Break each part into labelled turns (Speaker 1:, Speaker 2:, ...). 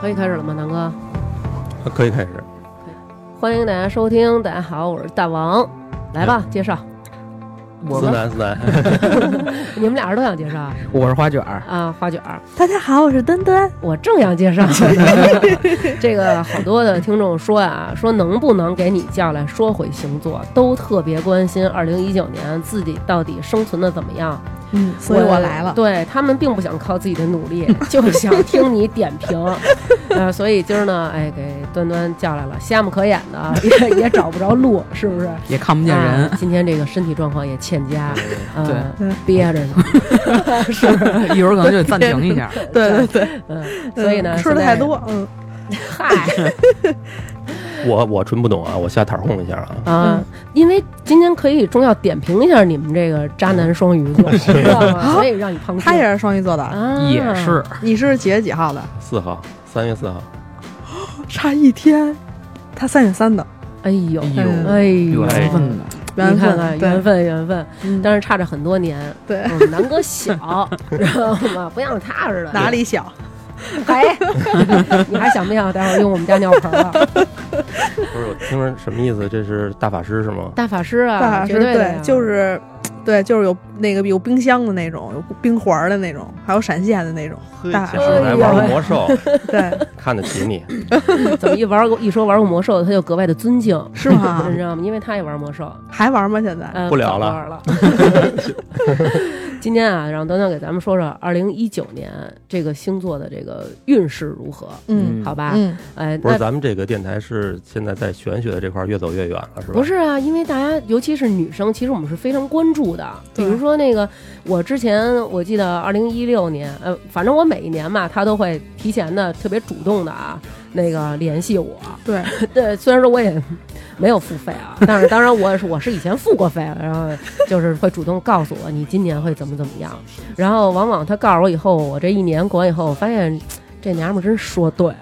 Speaker 1: 可以开始了吗，南哥？
Speaker 2: 啊可以开始。
Speaker 1: 欢迎大家收听，大家好，我是大王，来吧，
Speaker 3: 嗯
Speaker 1: 介绍。我
Speaker 2: 思
Speaker 1: 们
Speaker 2: 南，思 南，
Speaker 1: 你们俩人都想介绍 啊
Speaker 4: 我是花卷儿，
Speaker 1: 啊？花卷儿，
Speaker 3: 大家好，我是墩墩。
Speaker 1: 我正想 介绍。这个好多的听众说啊，说能不能给你叫来说回星座，都特别关心二零一九年自己到底生存的怎么样。
Speaker 3: 嗯，所以我来了。
Speaker 1: 对他们并不想靠自己的努 力，就想听你点评。呃，所以今儿呢，哎，给端端叫来了，瞎么可眼的，也也找不着路，是不是？
Speaker 4: 也看不见
Speaker 1: 啊
Speaker 4: 人，
Speaker 1: 今天这个身体状况也欠佳，呃
Speaker 3: 对，
Speaker 1: 憋着呢，是不是？
Speaker 4: 一会儿可能就得暂停一下。
Speaker 3: 对 对对，
Speaker 1: 嗯，所以呢，
Speaker 3: 吃的太，多，嗯，
Speaker 1: 嗨
Speaker 2: 我我纯不懂啊，我瞎tar哄一下啊。
Speaker 3: 嗯
Speaker 1: 啊，因为今天可以重要点评一下你们这个渣男双鱼座，知道吗？
Speaker 3: 啊
Speaker 1: 所以让你碰
Speaker 3: 他也是双鱼座的，
Speaker 1: 啊，
Speaker 4: 也是，
Speaker 3: 你是几月几号的？
Speaker 2: 四号，三月四号，
Speaker 3: 差一天，他三月三的，
Speaker 1: 哎呦，
Speaker 4: 哎呦
Speaker 1: 哎呦，
Speaker 4: 缘分呢，
Speaker 3: 啊缘
Speaker 1: 你看看
Speaker 3: 分，
Speaker 1: 缘
Speaker 3: 对，
Speaker 1: 分，缘分，
Speaker 3: 嗯
Speaker 1: 但是差着很多年。
Speaker 3: 对
Speaker 1: 嗯，南哥 小，知道吗？不像他似的。
Speaker 3: 哪？里小？
Speaker 1: 哎， 你还想不想待会儿用我们家尿盆儿啊 了？
Speaker 2: 不是我听着什么意思？这是大法师是吗？
Speaker 1: 大法师啊，
Speaker 3: 大法
Speaker 1: 绝
Speaker 3: 师，
Speaker 1: 对的呀
Speaker 3: 就是，对，就是有那个有冰箱的那种，有冰环儿的那种，还有闪现的那种。大
Speaker 2: 小时候还玩过 魔兽，
Speaker 3: 对，
Speaker 2: 看得起你。
Speaker 1: 怎么一玩过一说玩过魔兽，他就格外的尊敬，
Speaker 3: 是吗
Speaker 1: 你？知道吗？因为他也玩魔兽，
Speaker 3: 还玩吗？现在？
Speaker 1: 嗯，
Speaker 2: 不聊
Speaker 1: 早
Speaker 2: 了
Speaker 1: 玩了。 今天啊，让端端给咱们说说二零一九年这个星座的这个运势如何，
Speaker 3: 嗯
Speaker 1: 好吧？
Speaker 3: 嗯，
Speaker 1: 哎，
Speaker 2: 不
Speaker 1: 那
Speaker 2: 是，咱们这个电台是现在在玄学的这块儿越走越远了，是吧？
Speaker 1: 不是啊，因为大家尤其是女生，其实我们是非常关注的。比
Speaker 3: 对
Speaker 1: 如说那个，我之前我记得二零一六年，呃，反正我每一年嘛，他都会提前的特别主动的啊，那个联系我。
Speaker 3: 对，
Speaker 1: 对，虽然说我也没有付费啊，但是当然我是我是以前付过费，然后就是会主动告诉我你今年会怎么怎么样。然后往往他告诉我以后，我这一年过完以后，我发现。这娘们儿真说对了，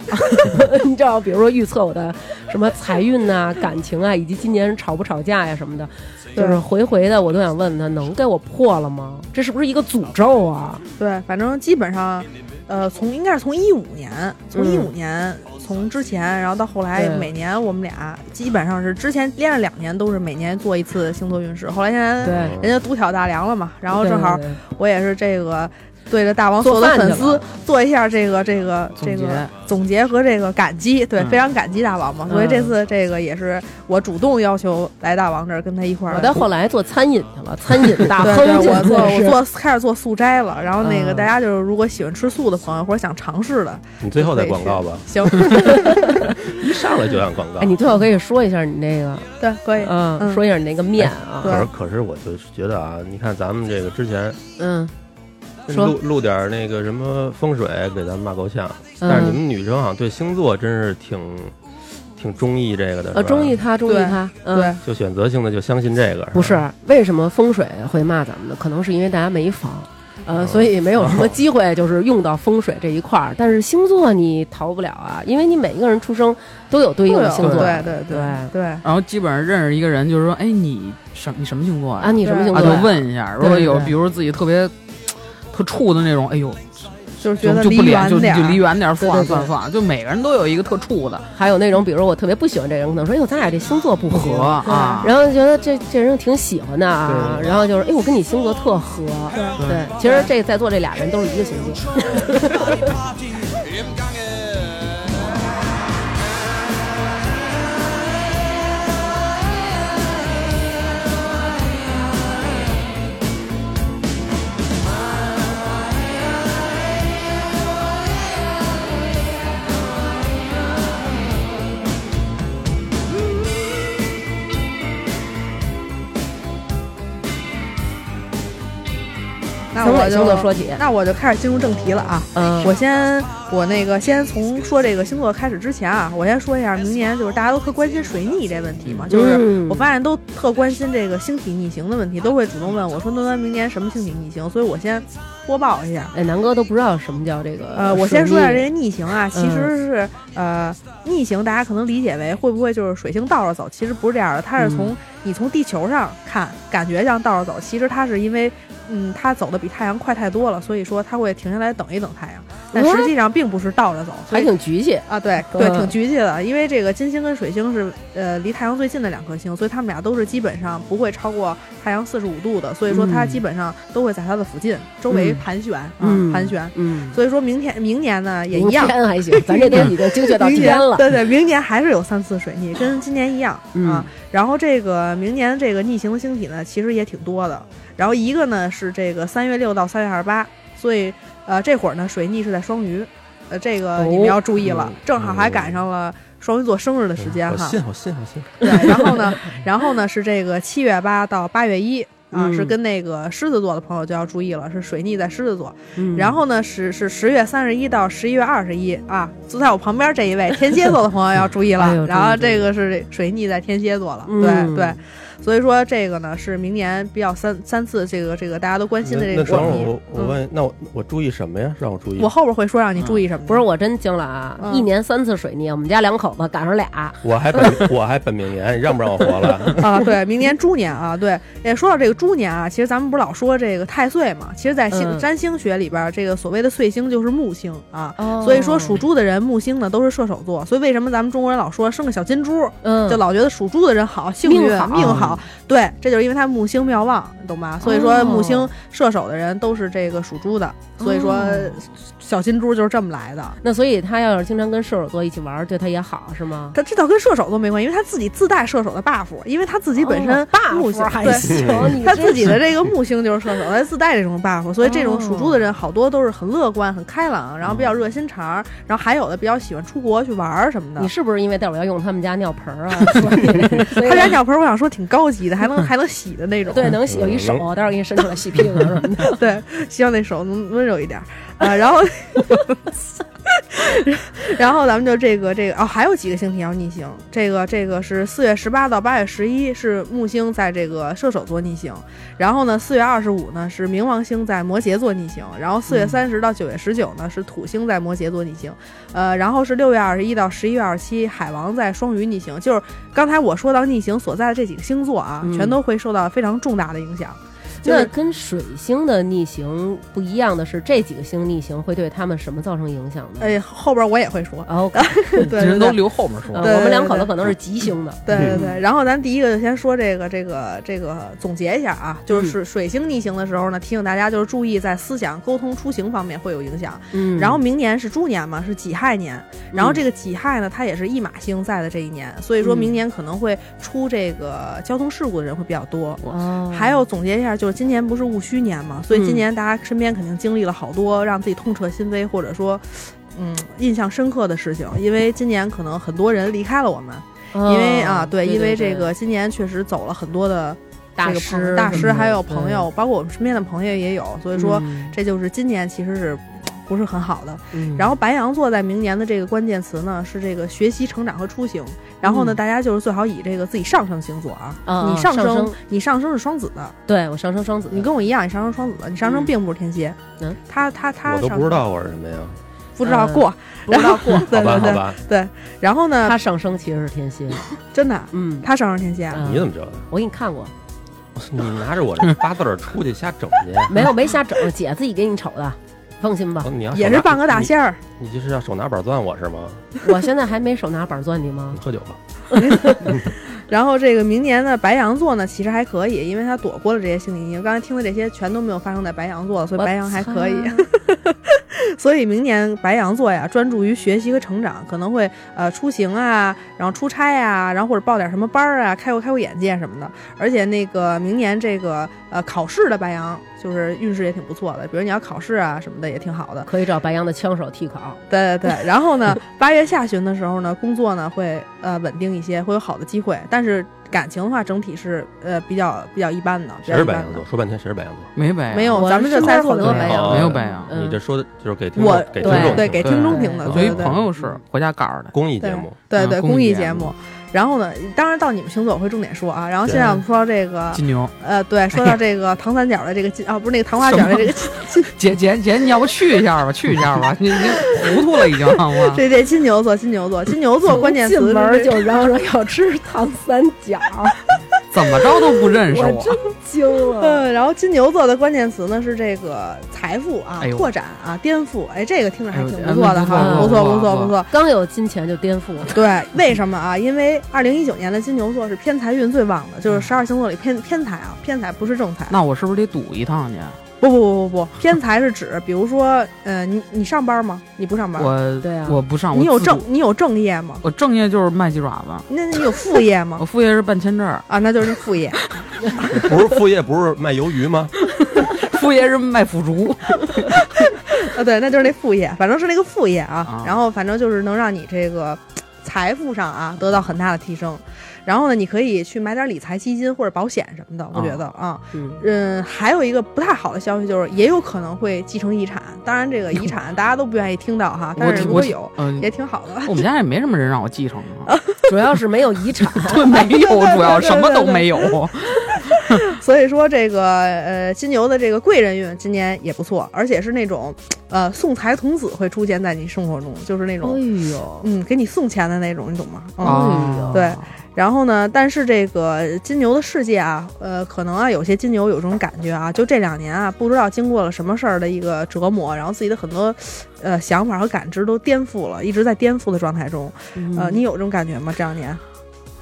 Speaker 1: 你知道，比如说预测我的什么财运呐、感情啊，以及今年吵不吵架呀、什么的， 就是回回的我都想问他，能给我破了吗？这是不是一个诅咒啊？
Speaker 3: 对，反正基本上，呃，从应该是从一五年，从
Speaker 1: 嗯
Speaker 3: 一五年、从之前，然后到后来
Speaker 1: 对
Speaker 3: 每年我们俩基本上是之前连着两年都是每年做一次星座运势，后来现在
Speaker 1: 对，
Speaker 2: 嗯
Speaker 3: 人家独挑大梁了嘛，然后
Speaker 1: 对
Speaker 3: 正好
Speaker 1: 对对
Speaker 3: 我也是这个。对着大王所
Speaker 1: 做
Speaker 3: 有
Speaker 1: 饭
Speaker 3: 的
Speaker 1: 去
Speaker 3: 粉丝
Speaker 1: 了
Speaker 3: 做一下这个这个
Speaker 4: 总
Speaker 3: 这
Speaker 4: 结
Speaker 3: 个总结和这个感激，对，
Speaker 4: 嗯
Speaker 3: 非常感激大王嘛。所以
Speaker 1: 嗯
Speaker 3: 这次这个也是我主动要求来大王这儿跟他一块儿。
Speaker 1: 我到后来做餐饮去了，餐饮大亨
Speaker 3: 对，对，
Speaker 1: 简
Speaker 3: 我
Speaker 1: 直
Speaker 3: 做
Speaker 1: 是
Speaker 3: 我做开始做素斋了，然后那个
Speaker 1: 嗯
Speaker 3: 大家就是如果喜欢吃素的朋友或者想尝试 的，
Speaker 2: 你最后再广告吧，
Speaker 3: 行，
Speaker 2: 一上来就让广告
Speaker 1: 哎，。你最好可以说一下你那个，
Speaker 3: 对，可以，
Speaker 1: 嗯，
Speaker 3: 嗯
Speaker 1: 说一下你那个面啊，
Speaker 3: 对
Speaker 2: 可是可是，我就觉得啊，你看咱们这个之前
Speaker 1: 嗯，说
Speaker 2: 录录点儿那个什么风水，给咱们骂够呛。但是你
Speaker 1: 嗯，
Speaker 2: 们女生好像对星座真是挺挺中意这个的，是吧
Speaker 1: 呃，中意他，中意他，嗯，
Speaker 3: 对，
Speaker 2: 就选择性的就相信这个，
Speaker 1: 不
Speaker 2: 吧
Speaker 1: 是为什么风水会骂咱们呢？可能是因为大家没房。呃，
Speaker 4: 哦
Speaker 2: 嗯
Speaker 1: 所以没有什么机会，就是用到风水这一块儿。但是星座你逃不了啊，因为你每一个人出生都有对应的
Speaker 3: 对
Speaker 1: 星座。啊
Speaker 3: 对对
Speaker 1: 对
Speaker 3: 对，
Speaker 4: 然后基本上认识一个人，就是说，哎，你什你什么星座呀
Speaker 1: 啊，？你什么星
Speaker 4: 啊，
Speaker 1: 座
Speaker 4: 就
Speaker 1: 呀？
Speaker 4: 问一下。如
Speaker 1: 对
Speaker 4: 果有
Speaker 1: 对
Speaker 4: 比如自己特别特怵的那种，哎呦，
Speaker 3: 就是觉
Speaker 4: 就
Speaker 3: 得
Speaker 4: 就
Speaker 3: 离
Speaker 4: 不连就
Speaker 3: 远
Speaker 4: 就
Speaker 3: 点儿，
Speaker 4: 离远点儿，算了
Speaker 1: 对对
Speaker 4: 算
Speaker 1: 对
Speaker 4: 了算了，就每个人都有一个特怵的
Speaker 1: 还有那种，比如我特别不喜欢这人，可能说，哎呦，咱俩这星座不
Speaker 4: 不合啊。
Speaker 1: 然后觉得这这人挺喜欢的啊，
Speaker 4: 对
Speaker 1: 然后就是，哎，我跟你星座特合。
Speaker 3: 对
Speaker 1: 对，其实这在座这俩人都是一个星座。
Speaker 5: Party im Gange.
Speaker 3: 那
Speaker 1: 从
Speaker 3: 我
Speaker 1: 哪星座
Speaker 3: 就
Speaker 1: 说起
Speaker 3: 那我就开始进入正题了啊。
Speaker 1: 嗯，
Speaker 3: 我先，我那个先从说这个星座开始之前啊，我先说一下，明年就是大家都特关心水逆这问题嘛，就是
Speaker 1: 嗯
Speaker 3: 我发现都特关心这个星体逆行的问题，都会主动问我说，诺诺明年什么星体逆行？所以我先播报一下。
Speaker 1: 哎，南哥都不知道什么叫这个。
Speaker 3: 呃，我先说一下这
Speaker 1: 个。
Speaker 3: 个逆行啊，
Speaker 1: 嗯
Speaker 3: 其实是、呃，逆行大家可能理解为会不会就是水星倒着走，其实不是这样的，它是从、
Speaker 4: 嗯
Speaker 3: 你从地球上看，感觉像倒着走，其实它是因为嗯，它走的比太阳快太多了，所以说它会停下来等一等太阳。但实际上并不是倒着走，
Speaker 1: 哦
Speaker 3: 所
Speaker 1: 还
Speaker 3: 以
Speaker 1: 挺局气。
Speaker 3: 啊，对对，
Speaker 1: 嗯
Speaker 3: 挺局气的，因为这个金星跟水星是呃离太阳最近的两颗星，所以它们俩都是基本上不会超过太阳四十五度的，所以说它
Speaker 4: 嗯
Speaker 3: 基本上都会在它的附近周围
Speaker 1: 嗯
Speaker 3: 盘旋，
Speaker 1: 嗯
Speaker 3: 啊，盘旋。
Speaker 1: 嗯，
Speaker 3: 所以说明天明年呢也
Speaker 1: 明
Speaker 3: 一样，
Speaker 1: 天还行，咱这都已经精确到
Speaker 3: 明
Speaker 1: 今
Speaker 3: 年
Speaker 1: 天了。
Speaker 3: 对对，明年还是有三次水逆，跟今年一样、
Speaker 1: 嗯
Speaker 3: 啊。然后这个明年这个逆行的星体呢，其实也挺多的。然后一个呢是这个三月六到三月二十八，所以呃这会儿呢水逆是在双鱼，呃这个你们要注意了，
Speaker 1: 哦
Speaker 2: 嗯
Speaker 3: 正好还赶上了双鱼座生日的时间
Speaker 2: 好
Speaker 3: 哈。
Speaker 2: 信好信好信，
Speaker 3: 对，然后呢， 然后呢是这个七月八到八月一。啊，
Speaker 1: 嗯
Speaker 3: 是跟那个狮子座的朋友就要注意了，是水逆在狮子座。
Speaker 1: 嗯
Speaker 3: 然后呢，是是十月三十一到十一月二十一啊，坐在我旁边这一位天蝎座的朋友要注意了。
Speaker 1: 哎呦
Speaker 3: 然后
Speaker 1: 注意
Speaker 3: 这个是水逆在天蝎座了，
Speaker 1: 嗯
Speaker 3: 对对，所以说这个呢是明年比较三三次这个这个大家都关心的这
Speaker 2: 那那
Speaker 3: 个
Speaker 2: 等会
Speaker 3: 水
Speaker 2: 儿
Speaker 3: 逆
Speaker 2: 我。我
Speaker 3: 嗯，
Speaker 2: 问，那我我注意什么呀？让我注意
Speaker 3: 我，后边会说让你注意什么的。
Speaker 1: 不是我真惊了啊！
Speaker 3: 嗯
Speaker 1: 一年三次水逆，我们家两口子赶上俩，
Speaker 2: 我还本我还本命年，你让不让我活
Speaker 1: 嗯
Speaker 2: 了？
Speaker 3: 啊，对，明年猪年啊，对，也说到这个猪年啊，其实咱们不是老说这个太岁嘛，其实在星、
Speaker 1: 嗯
Speaker 3: 占星学里边儿，这个所谓的岁星就是木星啊。
Speaker 1: 哦
Speaker 3: 所以说属猪的人木星呢都是射手座，所以为什么咱们中国人老说生个小金猪，
Speaker 1: 嗯
Speaker 3: 就老觉得属猪的人好，幸运
Speaker 1: 命
Speaker 3: 命
Speaker 1: 好嗯
Speaker 3: 对，这就是因为他木星妙望，你懂吗？所以说
Speaker 1: 哦
Speaker 3: 木星射手的人都是这个属猪的，所以说
Speaker 1: 哦
Speaker 3: 小金猪就是这么来的。
Speaker 1: 那所以他要是经常跟射手座一起玩，对他也好是吗？
Speaker 3: 他这倒跟射手都没关系，因为他自己自带射手的 buff，因为他自己本身
Speaker 1: 大
Speaker 3: 木星、
Speaker 1: 哦还
Speaker 3: 对
Speaker 1: 行，你
Speaker 3: 他
Speaker 1: 这
Speaker 3: 自己的这个木星就是射手，他自带这种 buff，所以这种属猪的人好多都是很乐观、很开朗，然后比较热心肠，然后还有的比较喜欢出国去玩儿什么
Speaker 1: 哦你
Speaker 3: 的。
Speaker 1: 是不是因为待会儿要用他们家尿盆 儿啊？说你所以
Speaker 3: 他家鸟盆儿，我想说挺高级的，还能还能洗的那种。
Speaker 1: 对，能洗有一手，待会儿给你伸出来洗屁股什么的。
Speaker 3: 对，希望那手能温柔一点儿啊。然后，然后咱们就这个这个哦，还有几个星体要逆行，这个这个是四月十八到八月十一是木星在这个射手座逆行，然后呢四月二十五呢是冥王星在摩羯座逆行，然后
Speaker 1: 嗯
Speaker 3: 四月三十到九月十九呢是土星在摩羯座逆行，呃，然后是六月二十一到十一月二十七海王在双鱼逆行，就是刚才我说到逆行所在的这几个星座啊，全
Speaker 1: 嗯
Speaker 3: 都会受到非常重大的影响。就是
Speaker 1: 那跟水星的逆行不一样的是，这几个星逆行会对他们什么造成影响呢？
Speaker 3: 哎，后边我也会说，
Speaker 1: 哦，
Speaker 3: 对对
Speaker 4: 人都嗯
Speaker 3: 对
Speaker 4: 留后面说
Speaker 1: 呃，
Speaker 3: 对
Speaker 1: 我们两口子可能是吉星的，
Speaker 3: 对对
Speaker 2: 嗯
Speaker 3: 对，然后咱第一个就先说这个这个这个总结一下啊，就是
Speaker 1: 嗯
Speaker 3: 水水星逆行的时候呢，提醒大家就是注意在思想、沟通、出行方面会有影响。
Speaker 1: 嗯
Speaker 3: 然后明年是猪年嘛，是己亥年，然后这个己亥呢，它也是一马星在的这一年，所以说明年可能会出这个交通事故的人会比较多。
Speaker 1: 哦
Speaker 3: 还有总结一下，就是今年不是戊戌年嘛，所以
Speaker 1: 嗯
Speaker 3: 今年大家身边肯定经历了好多让自己痛彻心扉，或者说，嗯，印象深刻的事情。因为今年可能很多人离开了我们，因为啊，
Speaker 1: 哦嗯对，
Speaker 3: 因为这
Speaker 1: 对
Speaker 3: 个今年确实走了很多的
Speaker 1: 大
Speaker 3: 这个朋
Speaker 1: 师
Speaker 3: 大
Speaker 1: 什
Speaker 3: 师，
Speaker 1: 么
Speaker 3: 还
Speaker 1: 的
Speaker 3: 有朋友，，包括我们身边的朋友也有，所以
Speaker 1: 对
Speaker 3: 说
Speaker 1: 嗯
Speaker 3: 这就是今年其实是不是很好的。
Speaker 1: 嗯
Speaker 3: 然后白羊座在明年的这个关键词呢是这个学习、成长和出行。然后呢，
Speaker 1: 嗯
Speaker 3: 大家就是最好以这个自己上升星座啊，
Speaker 1: 啊
Speaker 3: 你上
Speaker 1: 上升
Speaker 3: 你上升是双子的，
Speaker 1: 对我上升双子，
Speaker 3: 你跟我一样，你上升双子的，你上
Speaker 1: 嗯
Speaker 3: 升并不是天蝎，
Speaker 1: 嗯，
Speaker 3: 他他 他
Speaker 2: 我都
Speaker 3: 上
Speaker 2: 不知
Speaker 3: 升
Speaker 2: 道我是什么呀？
Speaker 3: 不知道
Speaker 1: 嗯
Speaker 3: 过，
Speaker 1: 不知道过，
Speaker 3: 对
Speaker 2: 好吧
Speaker 3: 对
Speaker 2: 好
Speaker 3: 对，
Speaker 2: 吧，
Speaker 3: 然后呢，
Speaker 1: 他上升其实是天蝎，
Speaker 3: 真的
Speaker 1: 嗯，
Speaker 3: 他上升天蝎，啊
Speaker 1: 嗯
Speaker 2: 啊你怎么知道的？
Speaker 1: 我给你看过，
Speaker 2: 你拿着我这八字儿出去瞎整去，啊
Speaker 1: 没有没瞎整，姐自己给你瞅的，放心吧，
Speaker 2: 你要手
Speaker 3: 也
Speaker 2: 拿
Speaker 3: 是半个大仙儿，
Speaker 2: 你，你这是要手拿板钻我是吗？
Speaker 1: 我现在还没手拿板钻你吗
Speaker 2: 你？喝酒吧。
Speaker 3: 然后这个明年的白羊座呢，其实还可以，因为它躲过了这些心理阴影。刚才听的这些全都没有发生在白羊座，所以白羊还可以。
Speaker 1: 啊
Speaker 3: 所以明年白羊座呀，专注于学习和成长，可能会呃出行啊，然后出差啊，然后或者报点什么班儿啊，开阔开阔眼界什么的。而且那个明年这个呃考试的白羊，就是运势也挺不错的，比如你要考试啊什么的也挺好的。
Speaker 1: 可以找白羊的枪手替考，
Speaker 3: 对对对，然后呢，八月下旬的时候呢，工作呢会呃稳定一些，会有好的机会，但是感情的话整体是呃比较比较一般的，
Speaker 2: 谁
Speaker 3: 比较一
Speaker 2: 是白
Speaker 3: 般
Speaker 2: 羊
Speaker 3: 的
Speaker 2: 座？。说半天谁是白羊座？
Speaker 4: 没白，
Speaker 3: 没有
Speaker 1: 我
Speaker 3: 咱们这
Speaker 1: 身边
Speaker 3: 在座
Speaker 1: 好
Speaker 3: 的
Speaker 1: 多
Speaker 3: 都
Speaker 1: 白
Speaker 3: 没有
Speaker 2: 哦
Speaker 1: 羊，
Speaker 4: 没有白羊
Speaker 1: 嗯
Speaker 2: 你这说的就是给听
Speaker 3: 我
Speaker 2: 众哦给听众
Speaker 3: 对
Speaker 2: 听
Speaker 3: 给
Speaker 2: 的
Speaker 3: 听众听的，
Speaker 2: 我
Speaker 4: 我
Speaker 3: 对
Speaker 4: 一
Speaker 3: 对对
Speaker 4: 朋友是回家杆儿的，
Speaker 2: 公益节目，
Speaker 3: 对
Speaker 4: 嗯
Speaker 3: 对
Speaker 4: 公益
Speaker 3: 公益
Speaker 4: 节
Speaker 3: 节
Speaker 4: 目
Speaker 3: 目。然后呢，当然到你们星座我会重点说啊。然后现在
Speaker 2: 对
Speaker 3: 我们说到这个
Speaker 4: 金牛
Speaker 3: 呃，对，说到这个糖三角的这个金啊，不是那个糖花卷的这个金
Speaker 4: 姐姐姐，你要不去一下吧，去一下吧，你你糊涂了已经，好吗？
Speaker 3: 这这金牛座，金牛座，金牛座关键词
Speaker 1: 进门
Speaker 3: 是
Speaker 1: 就嚷嚷要吃糖三角，
Speaker 4: 怎么着都不认识我。
Speaker 1: 惊了！
Speaker 3: 嗯，然后金牛座的关键词呢是这个财富啊
Speaker 4: 哎、呦
Speaker 3: 拓展啊、颠覆，哎，这个听着还
Speaker 4: 哎呦
Speaker 3: 挺不错的哈，
Speaker 1: 嗯
Speaker 3: 不
Speaker 1: 不错
Speaker 3: 错不
Speaker 4: 不错
Speaker 3: 错不
Speaker 4: 不
Speaker 3: 错。
Speaker 1: 刚有金钱就颠覆了，
Speaker 3: 对，为什么啊？因为二零一九年的金牛座是偏财运最旺的，就是十二星座里偏偏财啊，偏财不是正财。
Speaker 4: 那我是不是得赌一趟去？啊
Speaker 3: 不不不不不，偏财是指，比如说，呃，你你上班吗？你不上班，
Speaker 4: 我
Speaker 1: 对啊
Speaker 4: 我不上，我
Speaker 3: 你有
Speaker 4: 自
Speaker 3: 正
Speaker 4: 主
Speaker 3: 你有正业吗？
Speaker 4: 我正业就是卖鸡爪子，
Speaker 3: 那你有副业吗
Speaker 4: 我？副业是办签证，
Speaker 3: 啊，那就是副业。
Speaker 2: 不是副业，不是卖鱿鱼吗？
Speaker 4: 副业是卖腐竹。
Speaker 3: 啊，对，那就是那副业，反正是那个副业啊。
Speaker 4: 啊
Speaker 3: 然后反正就是能让你这个财富上啊得到很大的提升。然后呢，你可以去买点理财基金或者保险什么的，我觉得啊，
Speaker 1: 嗯，
Speaker 3: 嗯，还有一个不太好的消息就是，也有可能会继承遗产。当然，这个遗产大家都不愿意听到哈，但是如
Speaker 4: 我我
Speaker 3: 果有，
Speaker 4: 嗯、
Speaker 3: 也挺好的。
Speaker 4: 我们家也没什么人让我继承 啊，
Speaker 1: 主要是没有遗产，
Speaker 4: 对，没有，主要
Speaker 3: 对对
Speaker 4: 什么
Speaker 3: 对
Speaker 4: 都
Speaker 3: 对
Speaker 4: 没有。
Speaker 3: 所以说，这个呃，金牛的这个贵人运今年也不错，而且是那种呃送财童子会出现在你生活中，就是那种、
Speaker 1: 哎呦，
Speaker 3: 嗯给你送钱的那种，你懂吗？嗯、
Speaker 4: 啊，
Speaker 3: 对
Speaker 1: 哎
Speaker 3: 然后呢，但是这个金牛的世界啊，呃，可能啊，有些金牛有这种感觉啊，就这两年啊，不知道经过了什么事儿的一个折磨，然后自己的很多，呃，想法和感知都颠覆了，一直在颠覆的状态中。呃，你有这种感觉吗？这两年？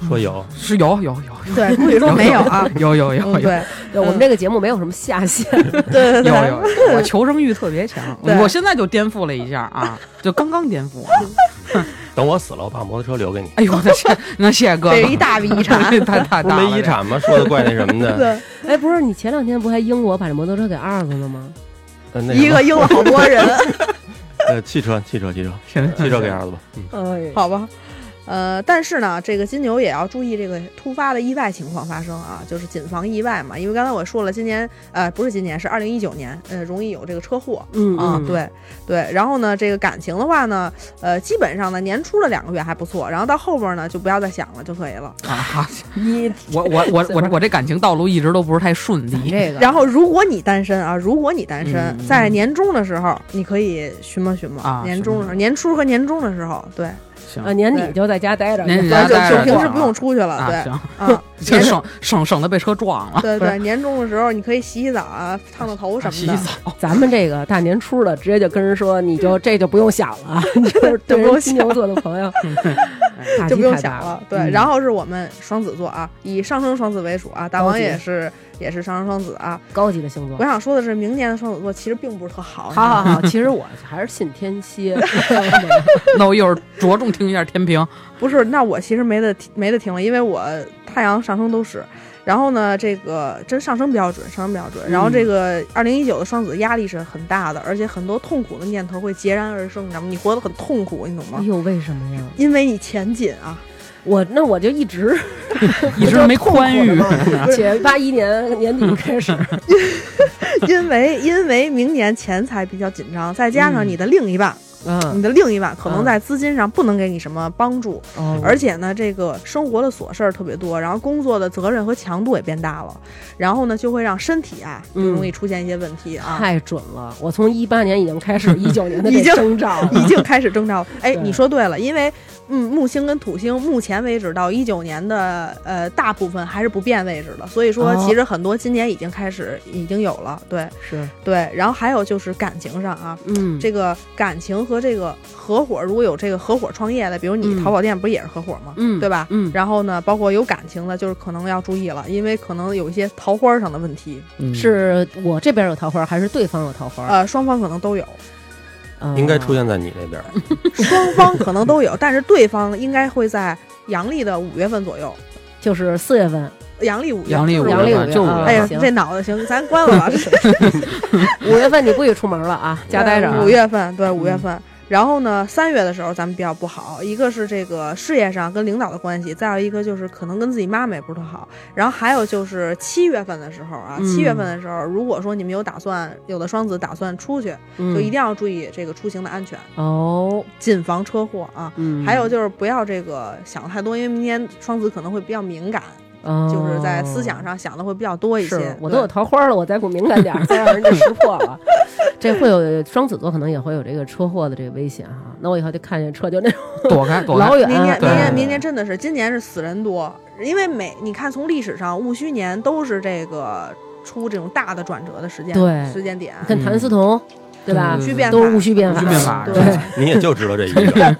Speaker 2: 说有，
Speaker 4: 是有有有
Speaker 3: 对，估计 说没有啊。
Speaker 4: 有有有
Speaker 3: 嗯，
Speaker 4: 有有
Speaker 3: 对，
Speaker 1: 对我们这个节目没有什么下限，
Speaker 3: 对对
Speaker 4: 有
Speaker 3: 对。
Speaker 4: 有，我求生欲特别强，
Speaker 3: 对
Speaker 4: 我现在就颠覆了一下啊，就刚刚颠覆。
Speaker 2: 等我死了，我把摩托车留给你。
Speaker 4: 哎呦我的天，那谢谢哥
Speaker 3: 这
Speaker 4: 哥，
Speaker 3: 是一大笔 遗产。
Speaker 4: 太
Speaker 2: 不
Speaker 4: 太
Speaker 2: 是
Speaker 4: 大了
Speaker 2: 没遗，产吗？说的怪那什么 的，
Speaker 3: 对，
Speaker 1: 哎，不是，你前两天不还英国把这摩托车给二子了吗？
Speaker 2: 呃那
Speaker 3: 一
Speaker 2: 什么
Speaker 3: 个英了好多人，
Speaker 2: 呃汽车，汽车，汽车，
Speaker 4: 这
Speaker 2: 汽车给儿子吧。嗯，
Speaker 1: 哎，
Speaker 3: 好吧。呃，但是呢，这个金牛也要注意这个突发的意外情况发生啊，就是谨防意外嘛。因为刚才我说了，今年呃不是今年，是二零一九年，呃容易有这个车祸，
Speaker 1: 嗯
Speaker 3: 啊，
Speaker 1: 嗯，
Speaker 3: 对对，然后呢，这个感情的话呢，呃，基本上呢，年初的两个月还不错，然后到后边呢就不要再想了就可以了。
Speaker 4: 啊！
Speaker 1: 你
Speaker 4: 我我我我我这感情道路一直都不是太顺
Speaker 1: 你
Speaker 4: 利。
Speaker 1: 这个，
Speaker 3: 然后，如果你单身啊，如果你单身，
Speaker 4: 嗯
Speaker 3: 在年终的时候，你可以寻摸寻摸。
Speaker 4: 啊
Speaker 3: 年终的时
Speaker 4: 寻
Speaker 3: 候，
Speaker 4: 摸
Speaker 3: 年初和年终的时候，对，哎
Speaker 4: 行
Speaker 1: 啊，年底就在家待着，
Speaker 4: 年底
Speaker 3: 就
Speaker 4: 在家待
Speaker 3: 就
Speaker 4: 着
Speaker 3: 平时不用出去了，
Speaker 4: 啊，
Speaker 3: 对
Speaker 4: 行，
Speaker 3: 啊，
Speaker 4: 就
Speaker 3: 年
Speaker 4: 省省省得被车撞
Speaker 1: 啊
Speaker 4: 了。
Speaker 3: 对对，年终的时候你可以洗洗澡啊，烫烫头什
Speaker 4: 洗
Speaker 3: 么的。
Speaker 4: 澡，
Speaker 1: 咱们这个大年初的，直接就跟人说，你 就这就不用想了，你就是对人金牛座的朋友，打击
Speaker 3: 就不用
Speaker 1: 太大
Speaker 3: 想了。对，
Speaker 1: 嗯
Speaker 3: 然后是我们双子座啊，以上升双子为主啊，大
Speaker 1: 高
Speaker 3: 王
Speaker 1: 级
Speaker 3: 也是也是上升双子啊。
Speaker 1: 高级的星座
Speaker 3: 我。想说的是，明年的双子座其实并不是特 好。
Speaker 1: 好好 好，其实我还是信天蝎，
Speaker 4: 那我一会儿着重听一下天平。
Speaker 3: 不是，那我其实没得提没得听了，因为我太阳上升都是。然后呢，这个真上升比较准，上升比较准。然后
Speaker 1: 嗯
Speaker 3: 这个二零一九的双子压力是很大的，而且很多痛苦的念头会截然而生，你知道吗？你活得很痛苦，你懂
Speaker 1: 哎
Speaker 3: 吗？
Speaker 1: 呦，为什么呀？
Speaker 3: 因为你钱紧啊，
Speaker 1: 我那我就一 直
Speaker 4: 一直没宽裕，
Speaker 1: 且八一年年底开 始，
Speaker 3: 因为因为明年钱财比较紧张，再加上你的另一半，
Speaker 1: 嗯，
Speaker 3: 你的另一半可能
Speaker 1: 嗯
Speaker 3: 在资金上不能给你什么帮助，而且呢，这个生活的琐事儿特别多，然后工作的责任和强度也变大了，然后呢，就会让身体啊就
Speaker 1: 嗯
Speaker 3: 容易出现一些问题啊，
Speaker 1: 太准了！我从一八年已经开 始，一九年的
Speaker 3: 已
Speaker 1: 这
Speaker 3: 经
Speaker 1: 征兆了，
Speaker 3: 已经开始征兆 了。哎，
Speaker 1: 对
Speaker 3: 你说对了，因为嗯，木星跟土星目前为止到一九年的呃大部分还是不变位置的，所以说
Speaker 1: 哦
Speaker 3: 其实很多今年已经开始已经有了，对
Speaker 1: 是，
Speaker 3: 对。然后还有就是感情上啊，
Speaker 1: 嗯，
Speaker 3: 这个感情和这个合伙，如果有这个合伙创业的，比如你
Speaker 1: 嗯
Speaker 3: 淘宝店不是也是合伙吗？
Speaker 1: 嗯
Speaker 3: 对吧？
Speaker 1: 嗯
Speaker 3: 然后呢，包括有感情的，就是可能要注意了，因为可能有一些桃花上的问题，
Speaker 4: 嗯
Speaker 1: 是我这边有桃花，还是对方有桃花？
Speaker 3: 呃，双方可能都有，
Speaker 1: 呃
Speaker 2: 应该出现在你那边。
Speaker 3: 双方可能都有，但是对方应该会在阳历的五月份左右，
Speaker 1: 就是四月 份，
Speaker 3: 阳历五月，
Speaker 4: 阳历
Speaker 3: 就是
Speaker 1: 阳历
Speaker 4: 月
Speaker 1: 五
Speaker 4: 份
Speaker 1: 月
Speaker 4: 就五
Speaker 1: 啊
Speaker 3: 哎
Speaker 4: 月
Speaker 3: 呀，
Speaker 1: 行
Speaker 3: 这脑袋行，咱关了吧，
Speaker 1: 五月份你不许出门了啊，家待着啊。
Speaker 3: 呃五月份，对，五月份。然后呢，三月的时候咱们比较不好，一个是这个事业上跟领导的关系，再有一个就是可能跟自己妈妈也不是特好。然后还有就是七月份的时候啊，
Speaker 4: 嗯
Speaker 3: 七月份的时候，如果说你们有打算，有的双子打算出去，
Speaker 1: 嗯
Speaker 3: 就一定要注意这个出行的安全，
Speaker 1: 哦，
Speaker 3: 谨防车祸啊。
Speaker 1: 嗯，
Speaker 3: 还有就是不要这个想的太多，因为明年双子可能会比较敏感，
Speaker 1: 哦
Speaker 3: 就是在思想上想的会比较多一些
Speaker 1: 是。我都有
Speaker 3: 对
Speaker 1: 桃花了，我再不敏感点儿，再让人家识破 了。这会有双子座可能也会有这个车祸的这个危险哈、那我以后就看见车就那种
Speaker 4: 躲开躲开
Speaker 1: 老。远，
Speaker 3: 明年
Speaker 1: 对
Speaker 3: 明年
Speaker 4: 对
Speaker 3: 明年真的是，今年是死人多，因为每你看从历史上戊戌年都是这个出这种大的转折的时间
Speaker 1: 对
Speaker 3: 时间点，
Speaker 1: 跟谭嗣同，对吧？
Speaker 3: 戊戌变法
Speaker 1: 都是戊戌变法，
Speaker 4: 嗯戊戌变法
Speaker 1: 对，
Speaker 2: 你也就知道这一 个，啊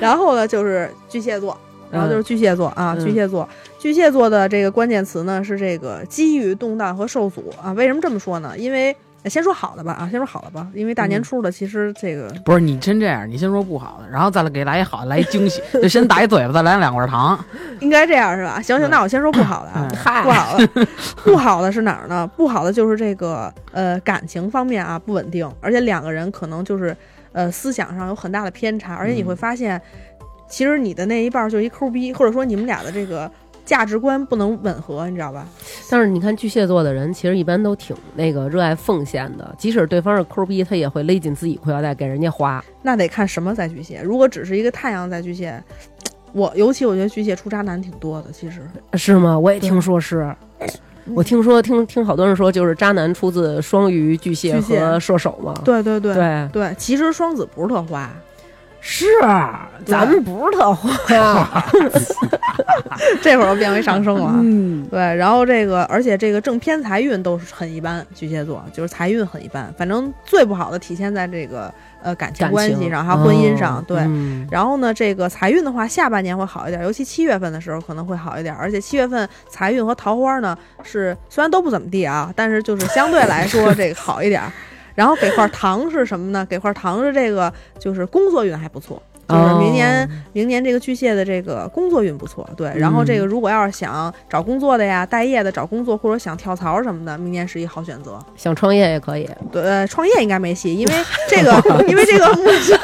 Speaker 3: 然后呢就是巨蟹座，然后就是巨蟹座啊，
Speaker 1: 嗯
Speaker 3: 巨蟹座，巨蟹座的这个关键词呢是这个机遇、动荡和受阻啊。为什么这么说呢？因为呃先说好的吧啊，先说好的吧，因为大
Speaker 1: 嗯
Speaker 3: 年初的其实这个
Speaker 4: 不是你真这样，你先说不好的，然后再来给来一好的，来一惊喜，就先打一嘴巴，再来两 块糖。
Speaker 3: 应该这样是吧？行行，
Speaker 4: 嗯
Speaker 3: 那我先说不好的啊
Speaker 4: 嗯。
Speaker 1: 嗨
Speaker 3: 不，好 的，不好的是哪儿呢？不好的就是这个呃感情方面啊不稳定，而且两个人可能就是呃思想上有很大的偏差，而且你会发现，其实你的那一半儿就是一抠逼，或者说你们俩的这个价值观不能吻合，你知道吧？
Speaker 1: 但是你看巨蟹座的人，其实一般都挺那个热爱奉献的，即使对方是抠逼，他也会勒紧自己裤腰带给人家花。
Speaker 3: 那得看什么在巨蟹。如果只是一个太阳在巨蟹，我尤其我觉得巨蟹出渣男挺多的。其实
Speaker 1: 呃是吗？我也听说是，我听说听听好多人说，就是渣男出自双鱼、巨蟹
Speaker 3: 巨蟹
Speaker 1: 和射手嘛。
Speaker 3: 对对对
Speaker 1: 对，
Speaker 3: 对，其实双子不是特花，
Speaker 1: 是，咱们不是 特花。
Speaker 3: 这会儿又变为上升了啊。
Speaker 1: 嗯，
Speaker 3: 对，然后这个，而且这个正偏财运都是很一般，巨蟹座就是财运很一般，反正最不好的体现在这个呃感情
Speaker 1: 感
Speaker 3: 关系
Speaker 1: 情
Speaker 3: 上，还有婚姻上。
Speaker 1: 哦
Speaker 3: 对，
Speaker 1: 嗯
Speaker 3: 然后呢，这个财运的话，下半年会好一点，尤其七月份的时候可能会好一点。而且七月份财运和桃花呢，是虽然都不怎么地啊，但是就是相对来说这个好一点。然后给块糖是什么呢？给块糖是这个，就是工作运还不错，就是明年、明年这个巨蟹的这个工作运不错。对，然后这个如果要是想找工作的呀、待业的找工作，或者想跳槽什么的，明年是一好选择。
Speaker 1: 想创业也可以，
Speaker 3: 对，呃创业应该没戏，因 为这个，因为这个木星，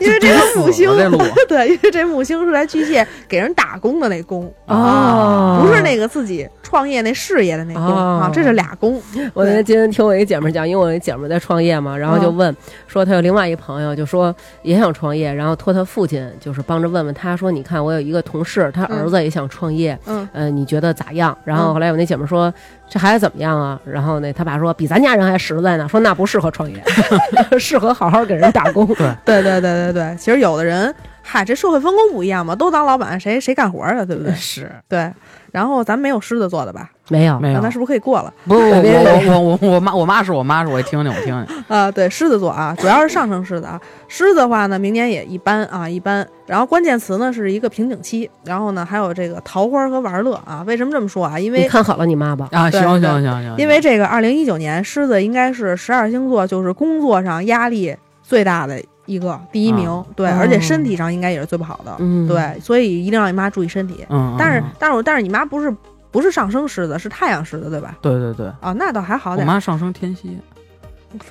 Speaker 3: 因为这个木星
Speaker 4: 这路，啊
Speaker 3: 对，因为这木星是来巨蟹给人打工的那工，
Speaker 4: 啊
Speaker 3: 啊
Speaker 1: 哦
Speaker 3: 不是那个自己创业那事业的那工、
Speaker 1: 哦
Speaker 3: 啊，这是俩 工。
Speaker 1: 我那
Speaker 3: 对
Speaker 1: 今天听我一姐们儿讲，因为我一姐们儿在创业嘛，然后就问、说她有另外一朋友，就说也想创业，然后托她父亲就是帮着问问他说，你看我有一个同事，他儿子也想创业，
Speaker 3: 嗯，
Speaker 1: 呃，你觉得咋样？然后后来我那姐们儿说这孩子怎么样啊？然后那他爸说比咱家人还实在呢，说那不适合创业， 适合好好给人打工。对，
Speaker 3: 对对对对对，其实有的人，嗨，这社会分工不一样嘛，都当老板，谁谁干活儿啊，对不对？
Speaker 4: 是
Speaker 3: 对。然后咱没有狮子座的吧？
Speaker 1: 没有，
Speaker 4: 没有
Speaker 3: 那咱？是不是可以过了？
Speaker 4: 不，我我我我我妈我妈是我妈是，我听听我听听。
Speaker 3: 啊，对，狮子座啊，主要是上升狮子啊。狮子的话呢，明年也一般啊，一般。然后关键词呢是一个瓶颈期，然后呢还有这个桃花和玩乐啊。为什么这么说啊？因
Speaker 1: 你
Speaker 3: 为
Speaker 1: 看好了你妈吧。
Speaker 4: 啊，
Speaker 3: 对
Speaker 4: 行行行行，
Speaker 3: 因为这个二零一九年狮子应该是十二星座就是工作上压力最大的一个第一名，
Speaker 4: 啊
Speaker 3: 对，
Speaker 1: 哦
Speaker 3: 而且身体上应该也是最不好的，
Speaker 1: 嗯，
Speaker 3: 对，所以一定让你妈注意身体。
Speaker 4: 嗯，嗯
Speaker 3: 但是
Speaker 4: 嗯
Speaker 3: 但是我但是你妈不是不是上升狮子，是太阳狮子对吧？
Speaker 4: 对对对，
Speaker 3: 啊，那倒还好
Speaker 4: 我
Speaker 3: 点儿。
Speaker 4: 妈上升天蝎，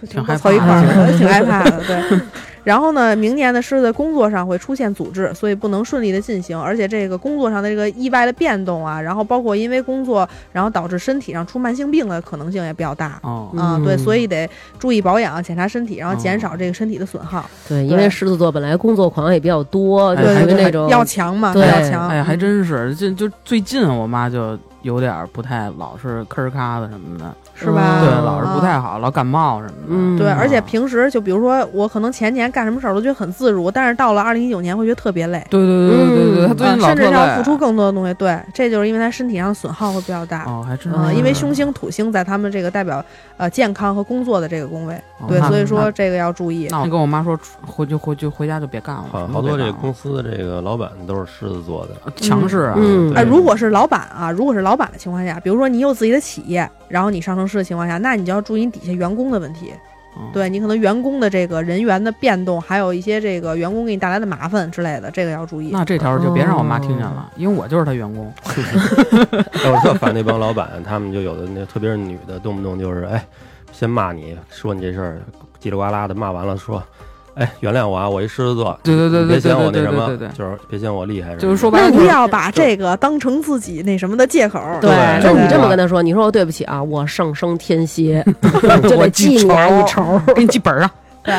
Speaker 4: 挺害怕
Speaker 3: 凑一块
Speaker 1: 的
Speaker 3: 儿，挺害怕的。对，然后呢，明年的狮子工作上会出现阻滞，所以不能顺利的进行，而且这个工作上的这个意外的变动啊，然后包括因为工作，然后导致身体上出慢性病的可能性也比较大。
Speaker 4: 哦，
Speaker 3: 啊、
Speaker 1: 嗯
Speaker 3: 对，所以得注意保养，检查身体，然后减
Speaker 4: 哦
Speaker 3: 少这个身体的损耗。
Speaker 1: 对，因为
Speaker 3: 对
Speaker 1: 狮子座本来工作狂也比较多，就
Speaker 4: 哎
Speaker 1: 属
Speaker 3: 对
Speaker 1: 于那
Speaker 3: 对对，
Speaker 1: 种
Speaker 3: 要强嘛，
Speaker 1: 对
Speaker 3: 要强。嗯
Speaker 4: 哎，还真是，就就最近我妈就有点儿不太老是吭儿咔的什么的，
Speaker 3: 是吧？
Speaker 4: 对，
Speaker 1: 嗯
Speaker 4: 老是不太好，老感冒什么的。
Speaker 1: 嗯
Speaker 3: 对，
Speaker 1: 嗯
Speaker 4: 啊
Speaker 3: 而且平时就比如说，我可能前年干什么事儿都觉得很自如，但是到了二零一九年会觉得特别累，
Speaker 4: 对对对对对对，
Speaker 1: 嗯
Speaker 4: 她最
Speaker 3: 啊
Speaker 4: 近老
Speaker 3: 甚至
Speaker 4: 特
Speaker 3: 是要付
Speaker 4: 累。
Speaker 3: 出更多的东西。对，这就是因为他身体上损耗会比较大。
Speaker 4: 哦，还真
Speaker 1: 嗯
Speaker 3: 啊，
Speaker 4: 是，
Speaker 3: 因为凶星、土星在他们这个代表呃健康和工作的这个宫位，
Speaker 4: 哦
Speaker 3: 对，
Speaker 4: 那
Speaker 3: 所以说这个要注意。
Speaker 4: 那我跟我妈说，回就回就回家就别干了，
Speaker 2: 好
Speaker 4: 什么
Speaker 2: 好
Speaker 4: 都
Speaker 2: 多
Speaker 4: 别
Speaker 2: 这
Speaker 4: 干
Speaker 2: 公司的这个老板都是狮子座的。
Speaker 4: 了强势啊，
Speaker 1: 嗯
Speaker 2: 对
Speaker 3: 哎，如果是老板啊，如果是老板的情况下，比如说你有自己的企业，然后你上升市的情况下，那你就要注意你底下员工的问题。
Speaker 4: 嗯，
Speaker 3: 对你可能员工的这个人员的变动，还有一些这个员工给你带来的麻烦之类的，这个要注意。
Speaker 4: 那这条就别让我妈听见
Speaker 3: 哦
Speaker 4: 了，因为我就是她员工。
Speaker 2: 哎，我特烦那帮老板，他们就有的那，特别是女的，动不动就是哎，先骂你说你这事儿叽里呱啦的，骂完了说，哎，原谅我啊，我一狮子座，
Speaker 4: 对对对
Speaker 2: 别
Speaker 4: 对对
Speaker 2: 嫌我
Speaker 4: 对
Speaker 2: 那什
Speaker 4: 对
Speaker 2: 么
Speaker 4: 对，对，
Speaker 2: 就是别嫌我厉害什么的，
Speaker 4: 就是说白
Speaker 3: 那
Speaker 4: 了，
Speaker 3: 不要把这个当成自己那什么的借口。
Speaker 1: 对，
Speaker 2: 对
Speaker 1: 那你
Speaker 3: 对
Speaker 1: 这么跟他说，你说我对不起啊，我上升天蝎，
Speaker 4: 就
Speaker 1: 就得
Speaker 4: 我记
Speaker 1: 记你啊一
Speaker 4: 仇，
Speaker 1: 仇。
Speaker 4: 啊给你记本儿上。
Speaker 3: 对，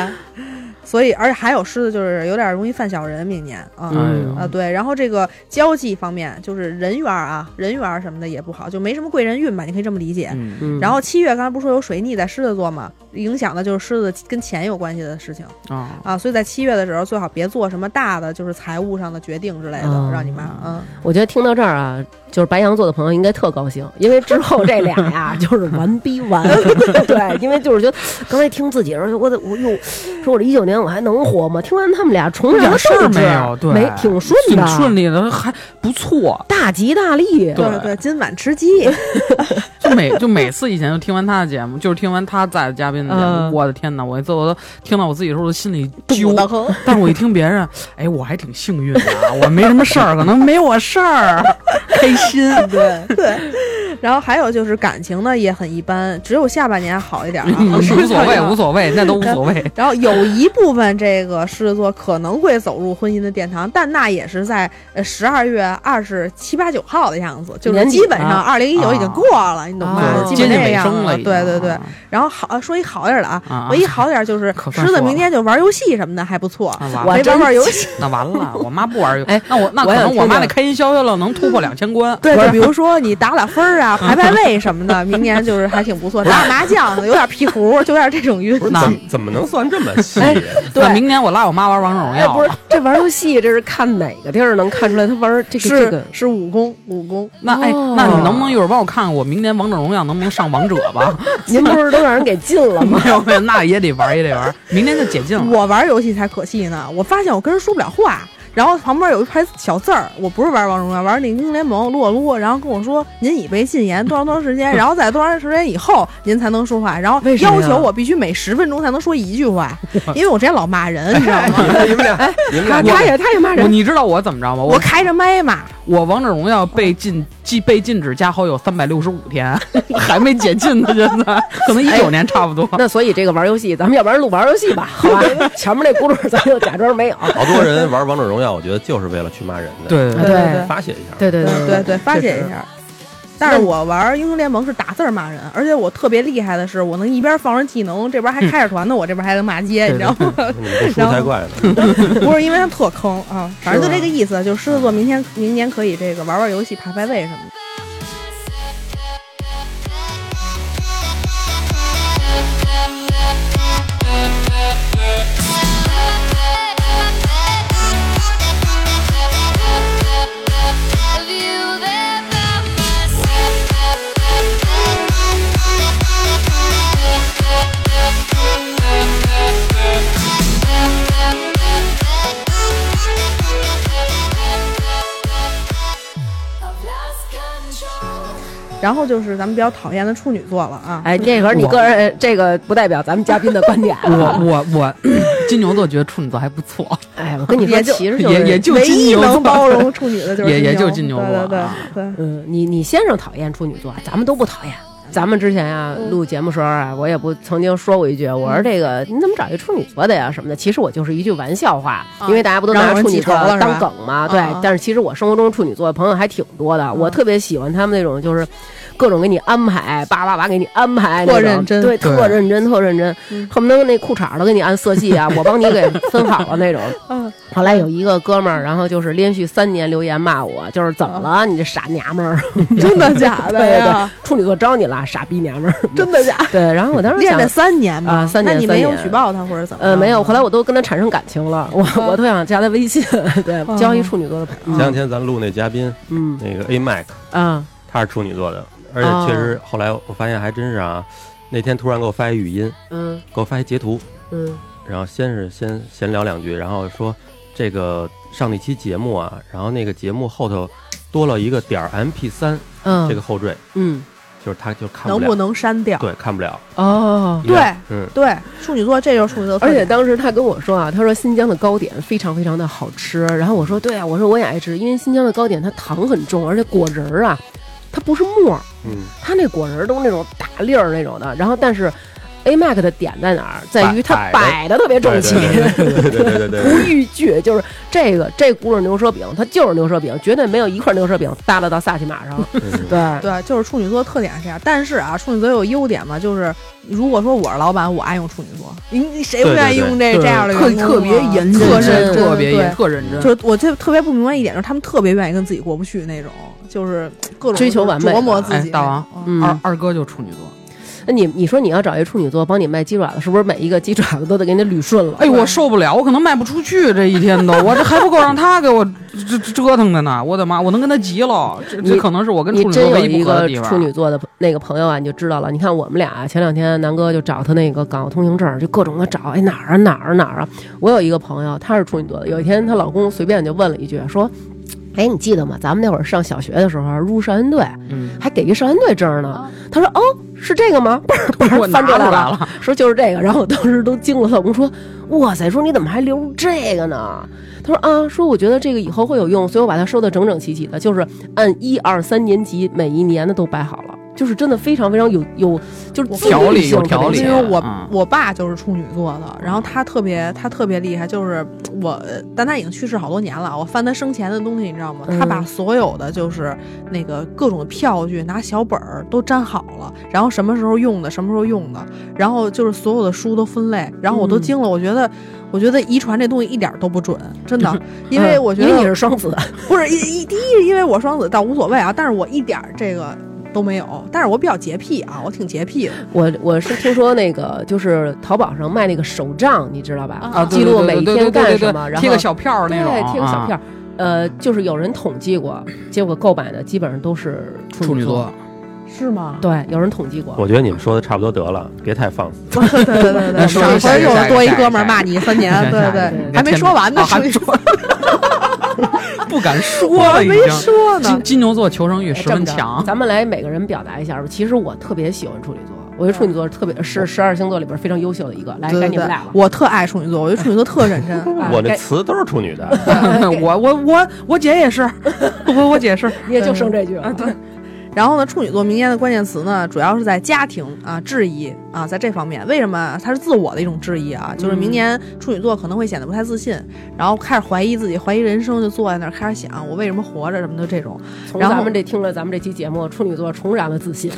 Speaker 3: 所以而且还有狮子就是有点容易犯小人，明年啊。
Speaker 1: 嗯
Speaker 4: 哎呦
Speaker 1: 呃
Speaker 3: 啊，对，然后这个交际方面就是人缘儿啊，人缘儿什么的也不好，就没什么贵人运吧，你可以这么理解。
Speaker 4: 嗯
Speaker 1: 嗯
Speaker 3: 然后七月刚才不是说有水逆在狮子座嘛，影响的就是狮子跟钱有关系的事情
Speaker 4: 啊，
Speaker 3: 啊，所以在七月的时候最好别做什么大的就是财务上的决定之类的，
Speaker 1: 哦
Speaker 3: 让你妈嗯
Speaker 1: 我觉得听到这儿啊，就是白羊座的朋友应该特高兴，因为之后这俩 呀、就是完逼完。 对，因为就是觉得刚才听自己的时候，我得我哟，说我这一九年我还能活吗？听完他们俩重
Speaker 4: 一
Speaker 1: 燃了
Speaker 4: 点事儿
Speaker 1: 斗志
Speaker 4: 没有，对，
Speaker 1: 没挺顺的，
Speaker 4: 挺顺利的，还不错。
Speaker 1: 大吉大利。
Speaker 4: 对
Speaker 3: 对对，今晚吃 鸡，
Speaker 4: 就每就每次以前就听完他的节目，就是听完他在的嘉宾的节
Speaker 1: 嗯
Speaker 4: 目，我的天哪！我一次我都听到我自己的时候，我心里
Speaker 3: 堵
Speaker 4: 揪。
Speaker 3: 得 慌。
Speaker 4: 但是我一听别人，哎，我还挺幸运的啊，我没什么事儿，可能没我事儿，开心。
Speaker 3: 对对，然后还有就是感情呢也很一般，只有下半年好一点啊，
Speaker 4: 嗯无所谓，无所谓，那都无所谓。
Speaker 3: 然后有一部分这个狮子座可能会走入婚姻的殿堂，但那也是在呃十二月二十七八九号的样子，就是
Speaker 1: 年底
Speaker 3: 基本上
Speaker 4: 啊
Speaker 3: 二零一九已经过了，你懂
Speaker 1: 啊
Speaker 3: 吗？
Speaker 4: 对
Speaker 3: 基
Speaker 4: 接
Speaker 3: 本
Speaker 4: 近
Speaker 3: 这
Speaker 4: 尾
Speaker 3: 样
Speaker 4: 声了已经，
Speaker 3: 对对对。然后好说一好点儿的啊，
Speaker 4: 啊，
Speaker 3: 唯一好点儿就是
Speaker 4: 可算
Speaker 3: 狮子
Speaker 4: 说
Speaker 3: 明天就玩游戏什么的还不错，
Speaker 4: 那
Speaker 1: 我
Speaker 4: 完了
Speaker 3: 可以
Speaker 1: 真
Speaker 3: 玩玩游戏。
Speaker 4: 那完了，我妈不玩儿游，
Speaker 1: 哎
Speaker 4: 那我那
Speaker 1: 我
Speaker 4: 可
Speaker 1: 也
Speaker 4: 能我妈
Speaker 1: 听着
Speaker 4: 那开心消消乐能突破两千关。
Speaker 3: 对，就比如说你打打分儿 啊，排排位什么的，明年就是还挺不错。打打麻将有点皮胡，就有点这种晕。
Speaker 2: 不是
Speaker 4: 那
Speaker 2: 怎么怎么能算这
Speaker 4: 哎
Speaker 2: 么细？
Speaker 4: 那明年我拉我妈玩王者荣
Speaker 1: 哎，
Speaker 4: 耀
Speaker 1: 不
Speaker 4: 吧。
Speaker 1: 是这玩游戏，这是看哪个地儿能看出来他玩这个这
Speaker 3: 是
Speaker 1: 个？
Speaker 3: 是武功，武功
Speaker 4: 那哎，
Speaker 1: 哦
Speaker 4: 那你能不能一会儿帮我看看我明年王者荣耀能不能上王者吧？
Speaker 1: 您不是都让人给禁了吗？
Speaker 4: 没有没有，那也得玩儿也得玩儿，明年就解禁了。
Speaker 3: 我玩游戏才可气呢，我发现我跟人说不了话，然后旁边有一排小字儿，我不是玩王者荣耀，玩那英雄联盟、撸啊撸，然后跟我说您已被禁言多长多长时间，然后在多长时间以后您才能说话，然后
Speaker 1: 为什么
Speaker 3: 要
Speaker 1: 呀
Speaker 3: 求我必须每十分钟才能说一句话，因为我之前老骂人，你知道 吗？
Speaker 2: 你们俩，
Speaker 4: 哎
Speaker 2: 你们
Speaker 1: 他
Speaker 2: 俩
Speaker 1: 他也他也骂
Speaker 4: 我
Speaker 1: 人，
Speaker 4: 你知道我怎么着吗？
Speaker 3: 我
Speaker 4: 我
Speaker 3: 开着麦骂，
Speaker 4: 我王者荣耀被禁禁被禁止加好友三百六十五天， 还没解禁呢，现在可能一九年差不多。
Speaker 3: 哎
Speaker 1: 那所以这个玩游戏，咱们要不然录玩游戏吧，好吧？前面那轱辘咱就假装没有。
Speaker 2: 好多人玩王者荣耀，我觉得就是为了去骂人的，，
Speaker 4: 对
Speaker 1: 对对
Speaker 2: 发泄一下。
Speaker 1: 对对
Speaker 3: 对
Speaker 1: 对
Speaker 3: 对，发泄一。下。 但是我玩英雄联盟是打字儿骂人，而且我特别厉害的是，我能一边放上技能，这边还开着团呢，我这边还能骂街，你知道吗？
Speaker 2: 你们不输才怪呢。
Speaker 3: 不是因为他特坑啊，反正
Speaker 1: 是
Speaker 3: 就
Speaker 1: 吧嗯
Speaker 3: 这个意思，就是狮子座明天明年可以这个玩玩游戏、排排位什么的。
Speaker 6: Have you there by my side? I've lost control.
Speaker 3: 然后就是咱们比较讨厌的处女座了啊，
Speaker 1: 哎，这会儿你个人这个不代表咱们嘉宾的观点。啊
Speaker 4: 我我我，金牛座觉得处女座还不错，
Speaker 1: 哎，我跟你说，
Speaker 3: 也就
Speaker 1: 其实就
Speaker 4: 也也
Speaker 1: 是，
Speaker 4: 就
Speaker 3: 唯
Speaker 4: 金
Speaker 3: 一
Speaker 4: 牛
Speaker 3: 能
Speaker 4: 座
Speaker 3: 包容处女的就是
Speaker 4: 也也就
Speaker 3: 金
Speaker 4: 金牛
Speaker 3: 对
Speaker 4: 座
Speaker 3: 对
Speaker 4: 啊
Speaker 3: 对对，
Speaker 1: 嗯，你你先生讨厌处女座，咱们都不讨厌。咱们之前啊
Speaker 3: 嗯
Speaker 1: 录节目时候啊，我也不曾经说过一句，我说这个你怎么找一处女座的呀什么的。其实我就是一句玩笑话，
Speaker 3: 啊
Speaker 1: 因为大家不都拿处女座
Speaker 3: 让人记仇了是吧
Speaker 1: 当梗嘛，对
Speaker 3: 啊嗯啊。
Speaker 1: 但是其实我生活中处女座的朋友还挺多的，我特别喜欢他们那种就是。各种给你安排，叭叭叭给你安排那种，
Speaker 3: 特认真
Speaker 1: 对，
Speaker 4: 对
Speaker 1: 特认真，特认真
Speaker 3: 嗯，
Speaker 1: 恨不得那裤衩都给你按色系 啊，我帮你给分好了那种。
Speaker 3: 嗯，
Speaker 1: 后来有一个哥们儿，然后就是连续三年留言骂我，就是怎么了，你这傻娘们儿，
Speaker 3: 真的假
Speaker 1: 对
Speaker 3: 的
Speaker 1: 对
Speaker 3: 呀
Speaker 1: 对？，处女座招你了，傻逼娘们儿，
Speaker 3: 真的假？
Speaker 1: 对。然后我当时
Speaker 3: 练
Speaker 1: 想
Speaker 3: 了，三嗯年吧，
Speaker 1: 啊三年
Speaker 3: 那你没有
Speaker 1: 三年
Speaker 3: 举报他或者怎么着？
Speaker 1: 呃，没有，后来我都跟他产生感情了，我
Speaker 3: 啊
Speaker 1: 我都想加他微信，对
Speaker 3: 啊，
Speaker 1: 交一处女座的
Speaker 2: 前
Speaker 1: 朋
Speaker 2: 两
Speaker 1: 友，
Speaker 2: 天咱录那嘉宾，
Speaker 1: 嗯
Speaker 2: 那个 A Mac，
Speaker 1: 啊，
Speaker 3: 嗯
Speaker 2: 他是处女座的，而且确实后来我发现还真是啊，那天突然给我发一语音，
Speaker 1: 嗯
Speaker 2: 给我发一截图，
Speaker 1: 嗯
Speaker 2: 然后先是先闲聊两句，然后说这个上那期节目啊，然后那个节目后头多了一个点儿 MP 三
Speaker 1: 嗯，
Speaker 2: 这个后缀，
Speaker 1: 嗯
Speaker 2: 就是他就看
Speaker 3: 能
Speaker 2: 不
Speaker 3: 不
Speaker 2: 了，
Speaker 3: 能删掉？
Speaker 2: 对，看不了。
Speaker 1: 哦。
Speaker 3: 对
Speaker 2: 嗯，
Speaker 3: 对，处女座这就是处女座 的特
Speaker 1: 而
Speaker 3: 点，
Speaker 1: 且当时他跟我说啊，他说新疆的糕点非常非常的好吃。然后我说对啊，我说我也爱吃，因为新疆的糕点它糖很重，而且果仁儿啊，它不是沫儿，
Speaker 2: 嗯，
Speaker 1: 它那果仁儿都是那种大粒儿那种的，然后但是 AMAC 的点在哪儿，在于它
Speaker 2: 摆
Speaker 1: 摆的特别整齐，
Speaker 2: 对对对对对对 对
Speaker 1: 不
Speaker 2: 对，
Speaker 1: 逾矩。就是这个这轱辘牛舌饼，它就是牛舌饼，绝对没有一块牛舌饼耷拉到萨琪玛 上。
Speaker 2: 嗯
Speaker 1: 对，
Speaker 3: 对，就是处女座特点是这样，但是啊，处女座有优点嘛，就是如果说我是老板，我爱用处女座，你你谁不
Speaker 2: 对对
Speaker 3: 愿意
Speaker 2: 对
Speaker 3: 用这这样的员
Speaker 4: 特
Speaker 3: 工
Speaker 4: 特别
Speaker 3: 啊
Speaker 4: 严
Speaker 3: 特
Speaker 1: 真
Speaker 4: 认
Speaker 3: 认
Speaker 4: 真，
Speaker 3: 真，
Speaker 4: 特别
Speaker 3: 对
Speaker 4: 严，特认真。
Speaker 3: 就是我就特别不明白一点，就是他们特别愿意跟自己过不去那种，就是各种
Speaker 1: 追求完美
Speaker 3: 琢磨自己
Speaker 4: 哎
Speaker 3: 那种。
Speaker 4: 大王
Speaker 3: 嗯
Speaker 1: 嗯，
Speaker 2: 啊
Speaker 4: 二二哥就处女座，
Speaker 1: 那你你说你要找一处女座帮你卖鸡爪子，是不是每一个鸡爪子都得给你捋顺了？
Speaker 4: 哎，我受不了，我可能卖不出去这一 天都，我这还不够让他给我 折折折腾的呢。我的妈，我能跟他急了，这这
Speaker 1: 你
Speaker 4: 可能是我跟
Speaker 1: 你
Speaker 4: 处女
Speaker 1: 真
Speaker 4: 座
Speaker 1: 有
Speaker 4: 唯一
Speaker 1: 一
Speaker 4: 不合
Speaker 1: 个
Speaker 4: 的地
Speaker 1: 处
Speaker 4: 方。
Speaker 1: 女座的那个朋友啊，你就知道了。你看我们俩啊前两天南哥就找他那个港澳通行证，就各种的找，哎哪儿啊哪儿啊哪儿啊。我有一个朋友，他是处女座的，有一天她老公随便就问了一句，说。哎，你记得吗？咱们那会儿上小学的时候入少先队，
Speaker 4: 嗯，
Speaker 1: 还给一少先队证呢。他说：“哦，是这个吗？”嘣儿 嘣
Speaker 4: 我
Speaker 1: 儿
Speaker 4: 拿
Speaker 1: 翻
Speaker 4: 出
Speaker 1: 出来
Speaker 4: 来
Speaker 1: 了，啊说就是这个。然后我当时都惊了，老公说：“哇塞，说你怎么还留这个呢？”他说：“啊，说我觉得这个以后会有用，所以我把它收的整整齐齐的，就是按一二三年级每一年的都摆好了，就是真的非常非常有有就是自律
Speaker 4: 条理
Speaker 1: 性
Speaker 4: 有条
Speaker 1: 特别
Speaker 4: 理
Speaker 1: 强
Speaker 3: 因为我、
Speaker 4: 嗯
Speaker 3: 我爸就是处女座的，然后他特别他特别厉害，就是我，呃但他已经去世好多年了。我翻他生前的东西，你知道吗？
Speaker 1: 嗯
Speaker 3: 他把所有的就是那个各种的票据拿小本儿都粘好了，然后什么时候用的，什么时候用的，然后就是所有的书都分类，然后我都
Speaker 1: 嗯
Speaker 3: 惊了，我觉得我觉得遗传这东西一点儿都不准，真的，因为
Speaker 1: 嗯
Speaker 3: 我觉得
Speaker 1: 因为你是双子，
Speaker 3: 不是一一第一是因为我双子倒无所谓啊，但是我一点儿这个都没有，但是我比较洁癖啊，我挺洁癖的。
Speaker 1: 我我是听说那个就是淘宝上卖那个手账，你知道吧？
Speaker 4: 啊，对
Speaker 1: 记录
Speaker 4: 对
Speaker 1: 每
Speaker 4: 对
Speaker 1: 一
Speaker 4: 对
Speaker 1: 天
Speaker 4: 对对
Speaker 1: 干
Speaker 4: 对
Speaker 1: 什么，然后
Speaker 4: 贴个小票儿那
Speaker 1: 对
Speaker 4: 种，
Speaker 1: 贴个小
Speaker 4: 啊
Speaker 1: 票儿。呃，就是有人统计过，结果购买的基本上都是
Speaker 4: 处女
Speaker 1: 座啊
Speaker 4: 座。。
Speaker 3: 是吗？
Speaker 1: 对，有人统计过。
Speaker 2: 我觉得你们说的差不多得了，别太放肆。
Speaker 3: 对对对对 对，
Speaker 4: 说
Speaker 3: 上
Speaker 4: 一下
Speaker 3: 回又
Speaker 4: 下
Speaker 3: 是
Speaker 4: 一
Speaker 3: 多一
Speaker 4: 下
Speaker 3: 哥们儿
Speaker 4: 下
Speaker 3: 骂你三年，
Speaker 1: 啊
Speaker 3: 对
Speaker 4: 下
Speaker 3: 对
Speaker 4: 下
Speaker 3: 对，还没说 完呢，
Speaker 4: 啊还
Speaker 3: 属于
Speaker 4: 说不敢说
Speaker 3: 我
Speaker 4: 了，
Speaker 3: 还
Speaker 4: 已
Speaker 3: 没
Speaker 4: 经。
Speaker 3: 说呢
Speaker 4: 金。金牛座求生欲
Speaker 1: 哎
Speaker 4: 十
Speaker 1: 这么
Speaker 4: 分
Speaker 1: 着
Speaker 4: 强，
Speaker 1: 咱们来每个人表达一下吧。其实我特别喜欢处女座，我觉得处女座特别是十二星座里边非常优秀的一个。来，
Speaker 3: 对
Speaker 1: 该
Speaker 3: 对
Speaker 1: 你们
Speaker 3: 对
Speaker 1: 俩了，。
Speaker 3: 我特爱处女座，我觉得处女座特认真。
Speaker 1: 啊
Speaker 2: 我那
Speaker 1: 该
Speaker 2: 词都是处女的，
Speaker 1: 哎
Speaker 4: 我我我我姐也是， 我我姐是，
Speaker 1: 你也就剩这句了。啊
Speaker 3: 然后呢，处女座明年的关键词呢，主要是在家庭啊、质疑啊，在这方面，为什么它是自我的一种质疑啊？就是
Speaker 4: 嗯
Speaker 3: 明年处女座可能会显得不太自信，然后开始怀疑自己，怀疑人生，就坐在那儿开始想我为什么活着什么的这种。
Speaker 1: 从
Speaker 3: 然后
Speaker 1: 咱们这听了咱们这期节目，处女座重燃了自信。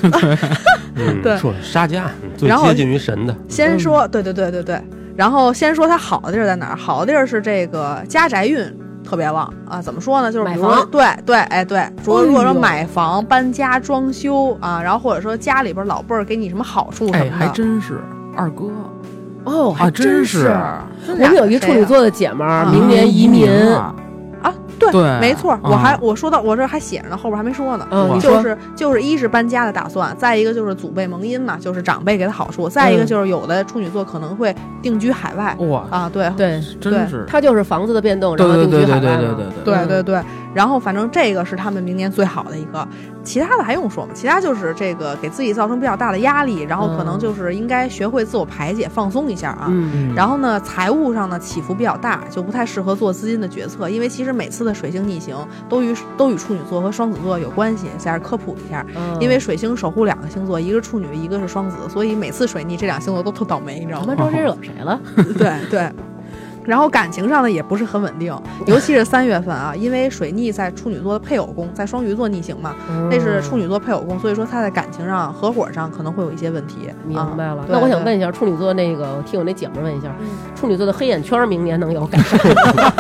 Speaker 2: 嗯
Speaker 3: 对
Speaker 2: 说沙家嗯最
Speaker 3: 然后
Speaker 2: 接近于神的，
Speaker 3: 先说，对对对对对，然后先说它好的地儿在哪儿？好的地儿是这个家宅运特别旺啊。怎么说呢？就是比如说
Speaker 1: 买房
Speaker 3: 对对，哎对，如果如果
Speaker 1: 哎
Speaker 3: 说
Speaker 1: 呦
Speaker 3: 买房、搬家、装修啊，然后或者说家里边老辈儿给你什么好处什
Speaker 4: 哎，
Speaker 3: 么
Speaker 4: 还
Speaker 3: 的，
Speaker 4: 真是二哥
Speaker 1: 哦，
Speaker 4: 啊，
Speaker 1: 还
Speaker 4: 真
Speaker 1: 是。
Speaker 3: 我
Speaker 1: 我们有一个处女座的姐们儿，
Speaker 3: 啊
Speaker 1: 明年移民。
Speaker 4: 啊
Speaker 3: 啊，对，
Speaker 4: 对
Speaker 3: 没错，我
Speaker 4: 啊
Speaker 3: 还我说到我这还写着呢，后边还没说呢。
Speaker 1: 嗯，你
Speaker 3: 就
Speaker 1: 说
Speaker 3: 是就是一是搬家的打算，再一个就是祖辈蒙荫嘛，就是长辈给的好处，再一个
Speaker 1: 嗯
Speaker 3: 就是有的处女座可能会定居海外
Speaker 4: 哇，
Speaker 3: 啊，对，
Speaker 1: 对，
Speaker 3: 对
Speaker 4: 真是，
Speaker 1: 他就是房子的变动，
Speaker 4: 对
Speaker 1: 然后定
Speaker 4: 对对
Speaker 1: 居
Speaker 4: 对
Speaker 1: 海
Speaker 4: 对
Speaker 1: 外
Speaker 4: 对
Speaker 1: 嘛
Speaker 4: 对对，
Speaker 3: 对
Speaker 1: 嗯
Speaker 3: 对对，然后反正这个是他们明年最好的一个，其他的还用说吗？其他就是这个给自己造成比较大的压力，然后可能
Speaker 1: 嗯
Speaker 3: 就是应该学会自我排解、放松一下啊。
Speaker 1: 嗯，
Speaker 4: 嗯
Speaker 3: 然后呢，财务上呢起伏比较大，就不太适合做资金的决策，因为其实每次的水星逆行都与都与处女座和双子座有关系，在这儿科普一下。
Speaker 1: 嗯
Speaker 3: 因为水星守护两个星座，一个是处女，一个是双子，所以每次水逆这俩星座都特倒霉，你知道
Speaker 1: 他
Speaker 3: 吗
Speaker 1: 妈？招谁惹谁了？
Speaker 3: 对对。然后感情上呢也不是很稳定，尤其是三月份啊，因为水逆在处女座的配偶宫，在双鱼座逆行嘛，
Speaker 1: 嗯
Speaker 3: 那是处
Speaker 1: 女。
Speaker 3: 女座配偶宫，所以说他在感情上、合伙上可能会有一些问题。
Speaker 1: 明白了
Speaker 3: 啊、，
Speaker 1: 那我想
Speaker 3: 对，
Speaker 1: 问一下，处女座那个，我替我那姐们儿问一下，
Speaker 3: 嗯
Speaker 1: 处女座的黑眼圈儿明年能有改 善吗？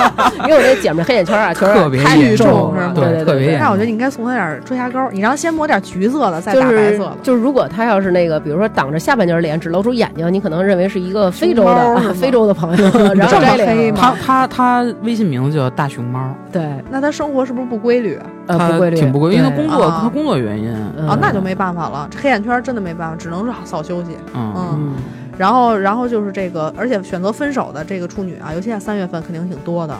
Speaker 1: 因为我这姐们儿黑眼圈 儿啊，全是
Speaker 4: 特别
Speaker 1: 太
Speaker 4: 严
Speaker 1: 重
Speaker 3: 重
Speaker 1: 了，
Speaker 3: 是吗
Speaker 1: 对对
Speaker 4: 特别
Speaker 1: 对
Speaker 4: 严
Speaker 3: 但我觉得你应该送他点儿遮瑕膏，你让他先抹点橘色的，再
Speaker 1: 就
Speaker 3: 打白
Speaker 1: 是
Speaker 3: 色的。
Speaker 1: 就是，如果他要是那个，比如说挡着下半截儿脸，只露出眼睛，你可能认为是一个非洲
Speaker 3: 熊猫是
Speaker 1: 的啊
Speaker 3: 吗
Speaker 1: 非洲的朋 友，然后
Speaker 3: 这么
Speaker 1: 摘脸啊
Speaker 3: 黑吗
Speaker 4: 他他他微信名字叫大熊猫，
Speaker 1: 对，
Speaker 3: 那他生活是不是不规律啊？
Speaker 1: 呃，
Speaker 4: 他
Speaker 1: 不规律，
Speaker 4: 挺不规律，因为他
Speaker 1: 对
Speaker 4: 工作
Speaker 3: 啊
Speaker 4: 他工作原因，
Speaker 1: 嗯
Speaker 3: 啊，那就没办法了，这黑眼圈真的没办法，只能是少休息。
Speaker 4: 嗯，
Speaker 3: 嗯，然后，然后就是这个，而且选择分手的这个处女啊，尤其在三月份肯定挺多的，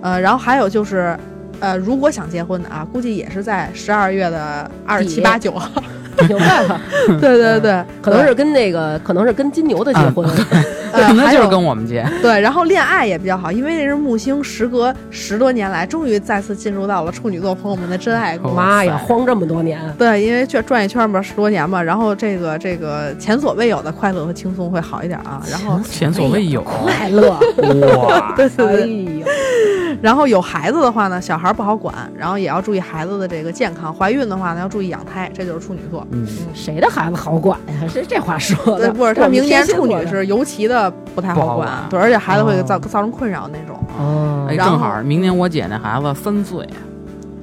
Speaker 3: 呃，然后还有就是，呃，如果想结婚的啊，估计也是在十二月的二十七
Speaker 1: 底
Speaker 3: 八九号，
Speaker 1: 有办法，
Speaker 3: 对对对，
Speaker 4: 嗯
Speaker 1: 可能是跟那个，可能是跟金牛的结婚，
Speaker 4: 啊
Speaker 3: 呃
Speaker 4: 可能
Speaker 3: 还
Speaker 4: 就
Speaker 3: 有
Speaker 4: 是跟我们结。
Speaker 3: 对，然后恋爱也比较好，因为这是木星时隔十多年来，终于再次进入到了处女座朋友们的真爱宫。
Speaker 4: 哦
Speaker 1: 妈呀，慌这么多年，
Speaker 3: 对，因为圈转一圈嘛，十多年嘛，然后这个这个前所未有的快乐和轻松会好一点啊。然后，
Speaker 4: 前所未有，啊
Speaker 1: 快
Speaker 3: 哎
Speaker 1: 乐，
Speaker 2: 哇，
Speaker 3: 对对
Speaker 1: 哎
Speaker 3: 对，
Speaker 1: 呦，
Speaker 3: 然后有孩子的话呢，小孩不好管，然后也要注意孩子的这个健康。怀孕的话呢，要注意养胎，这就是处女座。
Speaker 4: 嗯，
Speaker 1: 谁的孩子好管呀？这这话说
Speaker 3: 对，
Speaker 1: 的，
Speaker 3: 不是，
Speaker 1: 我
Speaker 3: 他
Speaker 1: 们
Speaker 3: 明年
Speaker 1: 天蝎座
Speaker 3: 处女
Speaker 1: 的
Speaker 3: 是尤其的不太
Speaker 4: 不
Speaker 3: 好
Speaker 4: 好
Speaker 3: 管，
Speaker 4: 管
Speaker 3: 对，而且孩子会造造成困扰那种。
Speaker 1: 哦
Speaker 4: 哎，
Speaker 3: 然后
Speaker 4: 正好明年我姐那孩子三岁，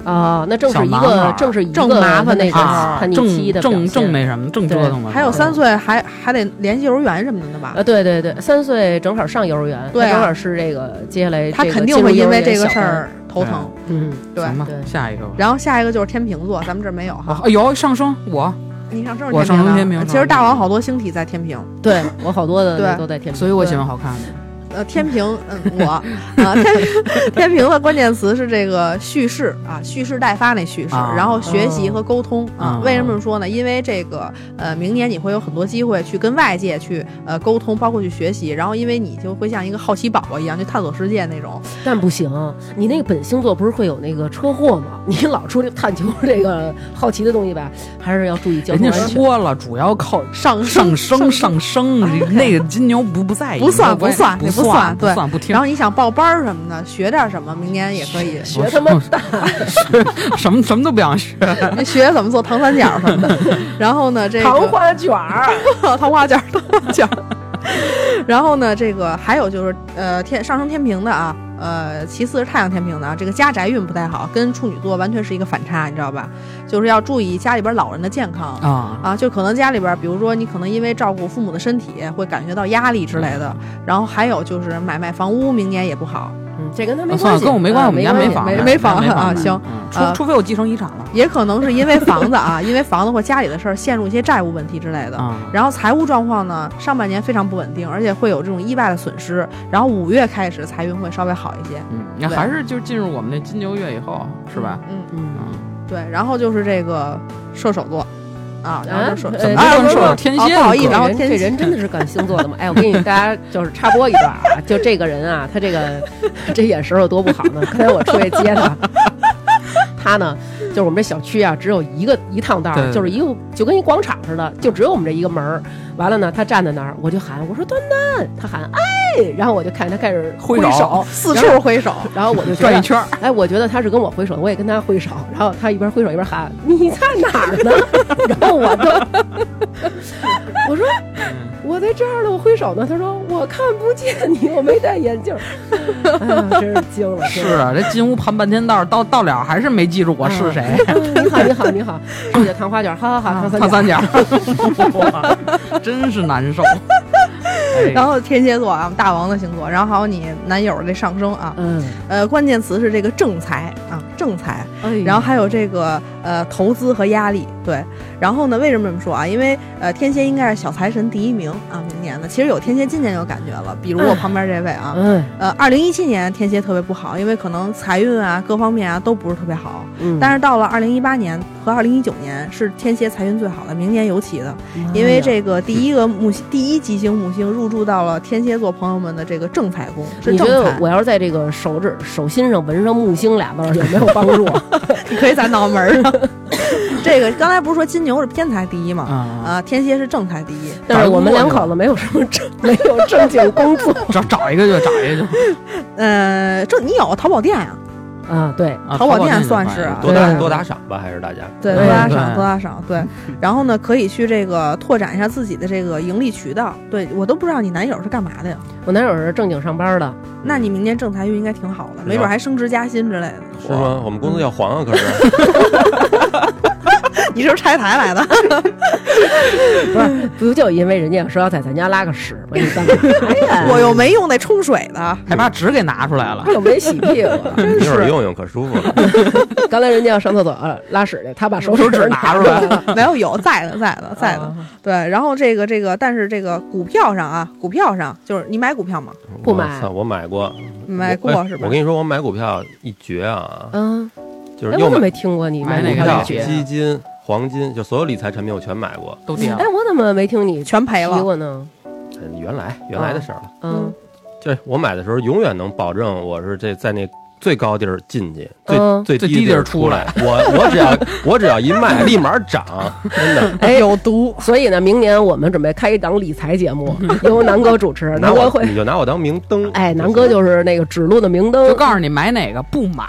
Speaker 1: 啊，那正是一
Speaker 4: 小男孩
Speaker 1: 个
Speaker 4: 儿
Speaker 1: 正是一
Speaker 3: 正
Speaker 1: 个
Speaker 3: 麻烦的
Speaker 1: 那
Speaker 3: 时
Speaker 1: 个
Speaker 3: 候
Speaker 4: 啊，
Speaker 1: 叛逆期的
Speaker 4: 正
Speaker 1: 表
Speaker 4: 正
Speaker 1: 现
Speaker 4: 正那什么，正折腾嘛。
Speaker 3: 还有
Speaker 4: 嗯是吧
Speaker 3: 三岁还还得联系幼儿园什么的呢吧？
Speaker 1: 呃，对对对，三岁正好上幼儿园，
Speaker 3: 对啊
Speaker 1: 他正好是这个接下来
Speaker 3: 他
Speaker 1: 这个
Speaker 3: 肯定
Speaker 1: 进入
Speaker 3: 会因
Speaker 1: 幼儿
Speaker 3: 为
Speaker 1: 园
Speaker 3: 这个
Speaker 1: 小
Speaker 3: 事
Speaker 1: 班，
Speaker 3: 儿头
Speaker 4: 对
Speaker 3: 疼。
Speaker 1: 嗯，
Speaker 3: 对
Speaker 4: 行吧
Speaker 1: 对，
Speaker 4: 下一个吧。
Speaker 3: 然后下一个就是天平座，咱们这儿没有
Speaker 4: 哦
Speaker 3: 哈。
Speaker 4: 哎呦，上升我，
Speaker 3: 你上升
Speaker 4: 我
Speaker 3: 是天
Speaker 4: 上升
Speaker 3: 平
Speaker 4: 天
Speaker 3: 的
Speaker 4: 平
Speaker 3: 其实大王好多星体在天平，
Speaker 1: 对我好多的
Speaker 3: 对
Speaker 1: 都在天平，
Speaker 4: 所以我喜欢好看的。
Speaker 3: 呃，天平，嗯，我啊，天天平的关键词是这个叙事啊，蓄势待发那蓄势，
Speaker 4: 啊
Speaker 3: 然后学习和沟通啊
Speaker 4: 啊。
Speaker 3: 为什么这么说呢？因为这个呃，明年你会有很多机会去跟外界去呃沟通，包括去学习，然后因为你就会像一个好奇宝宝一样去探索世界那种。
Speaker 1: 但不行，你那个本星座不是会有那个车祸吗？ 你老出去探求这个好奇的东西吧，还是要注意交
Speaker 4: 人
Speaker 1: 通
Speaker 4: 家
Speaker 1: 安全。
Speaker 4: 说了，主要靠
Speaker 3: 上
Speaker 4: 上升
Speaker 3: 上。
Speaker 4: 上升，那个金牛不不在意，
Speaker 3: 不算
Speaker 4: 不
Speaker 3: 不算
Speaker 4: 不
Speaker 3: 你不
Speaker 4: 算
Speaker 3: 算
Speaker 4: 不
Speaker 3: 对
Speaker 4: 算不听
Speaker 3: 然。后你想报班儿什么的，学点什么，明年也可以。
Speaker 1: 学他妈大，
Speaker 4: 什么什么都不想学，
Speaker 3: 你学怎么做糖三角什么的。 然后呢，这个
Speaker 1: 糖花卷儿，
Speaker 3: 糖花卷儿，糖花卷儿。然后呢，这个还有就是，呃，天上升天平的啊，呃，其次是太阳天平的啊，这个家宅运不太好，跟处女座完全是一个反差，你知道吧？就是要注意家里边老人的健康
Speaker 4: 啊，
Speaker 3: 啊，就可能家里边，比如说你可能因为照顾父母的身体，会感觉到压力之类的。然后还有就是买卖房屋，明年也不好，
Speaker 1: 嗯，这跟他没
Speaker 4: 啊算
Speaker 1: 关
Speaker 4: 了，
Speaker 1: 系，
Speaker 4: 跟我没关
Speaker 1: 啊
Speaker 4: 系，我们家
Speaker 1: 没
Speaker 3: 关系
Speaker 4: 房，
Speaker 3: 没
Speaker 4: 没
Speaker 3: 没房啊
Speaker 4: 子
Speaker 3: 行，
Speaker 4: 嗯
Speaker 3: 呃
Speaker 4: 除除非我继承遗产了
Speaker 3: 也可能是因为房子啊，因为房子或家里的事儿陷入一些债务问题之类的。
Speaker 4: 啊，
Speaker 3: 然后财务状况呢，上半年非常不稳定，而且会有这种意外的损失。然后五月开始财运会稍微好一些，
Speaker 4: 嗯，那还是就是进入我们那金牛月以后，是吧？？
Speaker 3: 嗯，
Speaker 1: 嗯，
Speaker 4: 嗯，
Speaker 3: 对。然后就是这个射手座，啊，然后就射、
Speaker 1: 啊
Speaker 4: 怎么
Speaker 1: 哎
Speaker 4: 就
Speaker 1: 不
Speaker 4: 跟
Speaker 1: 是
Speaker 4: 说
Speaker 1: 不是
Speaker 4: 到天
Speaker 3: 哦
Speaker 4: 蝎
Speaker 3: 不好
Speaker 4: 了
Speaker 3: 意思
Speaker 4: 哥
Speaker 3: 然后
Speaker 1: 这
Speaker 3: 天
Speaker 1: 人这 人真的是干星座的吗？哎，我给你大家就是插播一段 啊，就这个人啊，他这个这眼神有多不好呢？刚才我出去接 他，他呢，就是我们这小区啊，只有一个一趟道儿，
Speaker 4: 对
Speaker 1: 就是一个就跟一广场似的，就只有我们这一个门儿。完了呢，他站在那儿，我就喊我说端端，他喊哎，然后我就看他开始挥
Speaker 4: 挥手
Speaker 3: 四处挥手，
Speaker 1: 然后我
Speaker 3: 嗯
Speaker 1: 就觉
Speaker 4: 转一
Speaker 1: 得，
Speaker 4: 圈儿，
Speaker 1: 哎，我觉得他是跟我挥手，我也跟他挥手，然后他一边挥手一边喊你在哪儿呢？ 然后我就我说
Speaker 4: 嗯
Speaker 1: 我在这儿呢，我挥手呢。他说我看不见你，我没戴眼镜儿。哎呀，真是惊了，
Speaker 4: 是啊，这进屋盘半天道，到到了还是没记住我
Speaker 3: 嗯
Speaker 4: 是 谁，
Speaker 1: 真是。啊你好，你好，你好，是姐糖花卷，好好好，糖
Speaker 4: 烫三
Speaker 1: 三角。
Speaker 4: 角， 哇 真是难受。哎
Speaker 3: 然后天蝎座啊，大王的星座，然后还有你男友这上升啊，
Speaker 1: 嗯，
Speaker 3: 呃，关键词是这个正财啊，正财。
Speaker 1: 哎呀
Speaker 3: 然后还有这个呃投资和压力，对。然后呢，为什么这么说啊？因为呃天蝎应该是小财神第一名啊，明年的。其实有天蝎今年有感觉了，比如
Speaker 1: 嗯
Speaker 3: 我旁边这位啊，
Speaker 1: 哎，
Speaker 3: 呃，二零一七年天蝎特别不好，因为可能财运啊各方面啊都不是特别好。
Speaker 1: 嗯，
Speaker 3: 但是到了二零一八年和二零一九年是天蝎财运最好的，明年尤其的，
Speaker 1: 嗯
Speaker 3: 因
Speaker 1: 哎
Speaker 3: 为这个第一个木星第一吉星木星入驻到了天蝎座朋友们的这个正财宫，是
Speaker 1: 你觉
Speaker 3: 正
Speaker 1: 得
Speaker 3: 财，
Speaker 1: 我要是在这个手指手心上纹上木星俩字儿有没有帮助？啊
Speaker 3: 你可以在脑门儿上。 这个刚才不是说金牛是偏财第一吗？
Speaker 4: 啊，
Speaker 3: 啊，天蝎是正财第一，
Speaker 1: 但啊是我们两口子没有什么正没有正经工作
Speaker 4: 找找一个就找一个就，
Speaker 3: 呃，这你有淘宝店呀、
Speaker 1: 啊，对，
Speaker 4: 啊
Speaker 3: 淘宝店
Speaker 4: 店就
Speaker 3: 算
Speaker 4: 可以
Speaker 3: 是啊
Speaker 2: 多
Speaker 1: 对
Speaker 2: 打
Speaker 1: 对
Speaker 2: 多打赏吧，还是大家
Speaker 3: 对，
Speaker 1: 对
Speaker 3: 多打
Speaker 4: 对
Speaker 3: 赏，多打赏，对。然后呢，可以去这个拓展一下自己的这个盈利渠道。对我都不知道你男友是干嘛的呀？
Speaker 1: 我男友是正经上班的，
Speaker 3: 那你明年正财运应该挺好的，没准还升职加薪之类的。
Speaker 2: 是吗？我们公司要黄啊，可是
Speaker 3: 你这是拆台来的？
Speaker 1: 不是不就因为人家说要在咱家拉个屎吗？你干 嘛呀？
Speaker 3: 我又没用那冲水的。
Speaker 4: 还把纸给拿出来了。
Speaker 1: 又没洗屁股，真
Speaker 2: 一会儿
Speaker 1: 是。
Speaker 2: 用用可舒服了。
Speaker 1: 刚才人家要上厕所呃拉屎去，他把手
Speaker 4: 手指
Speaker 1: 指
Speaker 4: 拿
Speaker 1: 出
Speaker 4: 出来了，
Speaker 3: 没有有在的在的在的，对，然后这个这个，但是这个股票上啊，股票上就是你买股票吗？
Speaker 1: 不买啊
Speaker 2: 我操我买过，
Speaker 3: 买
Speaker 2: 我
Speaker 3: 过
Speaker 2: 哎
Speaker 3: 是吧
Speaker 2: 我？跟你说，我买股票一绝啊，
Speaker 1: 嗯，
Speaker 2: 就是
Speaker 1: 哎，
Speaker 2: 又
Speaker 1: 我怎么
Speaker 2: 买
Speaker 1: 没听过你买
Speaker 4: 买哪
Speaker 1: 股
Speaker 4: 个
Speaker 1: 票
Speaker 4: 大
Speaker 1: 一
Speaker 2: 股
Speaker 4: 绝
Speaker 1: 绝
Speaker 2: 票、
Speaker 4: 啊
Speaker 2: 基金、黄金，就所有理财产品我全买过。
Speaker 4: 都 跌了
Speaker 1: 哎，。我怎么没听你
Speaker 3: 全赔
Speaker 1: 提
Speaker 3: 了。
Speaker 1: 过呢？
Speaker 2: 嗯，原来原来的事儿了。
Speaker 1: 嗯，
Speaker 2: 就是我买的时候，永远能保证我是这在那最高地儿进去，最、
Speaker 1: 嗯
Speaker 2: 最
Speaker 4: 最
Speaker 2: 低
Speaker 4: 低地儿
Speaker 2: 儿
Speaker 4: 出
Speaker 2: 出来。我我只要 我只要一卖，立马 涨，真的。
Speaker 1: 哎
Speaker 3: 有毒，
Speaker 1: 所以呢，明年我们准备开一档理财节 目，由南哥主 持。
Speaker 2: 拿
Speaker 1: 南哥
Speaker 2: 我
Speaker 1: 会，
Speaker 2: 你就拿我当明灯。
Speaker 1: 哎，南哥就是那个指路的明
Speaker 4: 就
Speaker 1: 灯。
Speaker 4: 告诉你买哪个不买，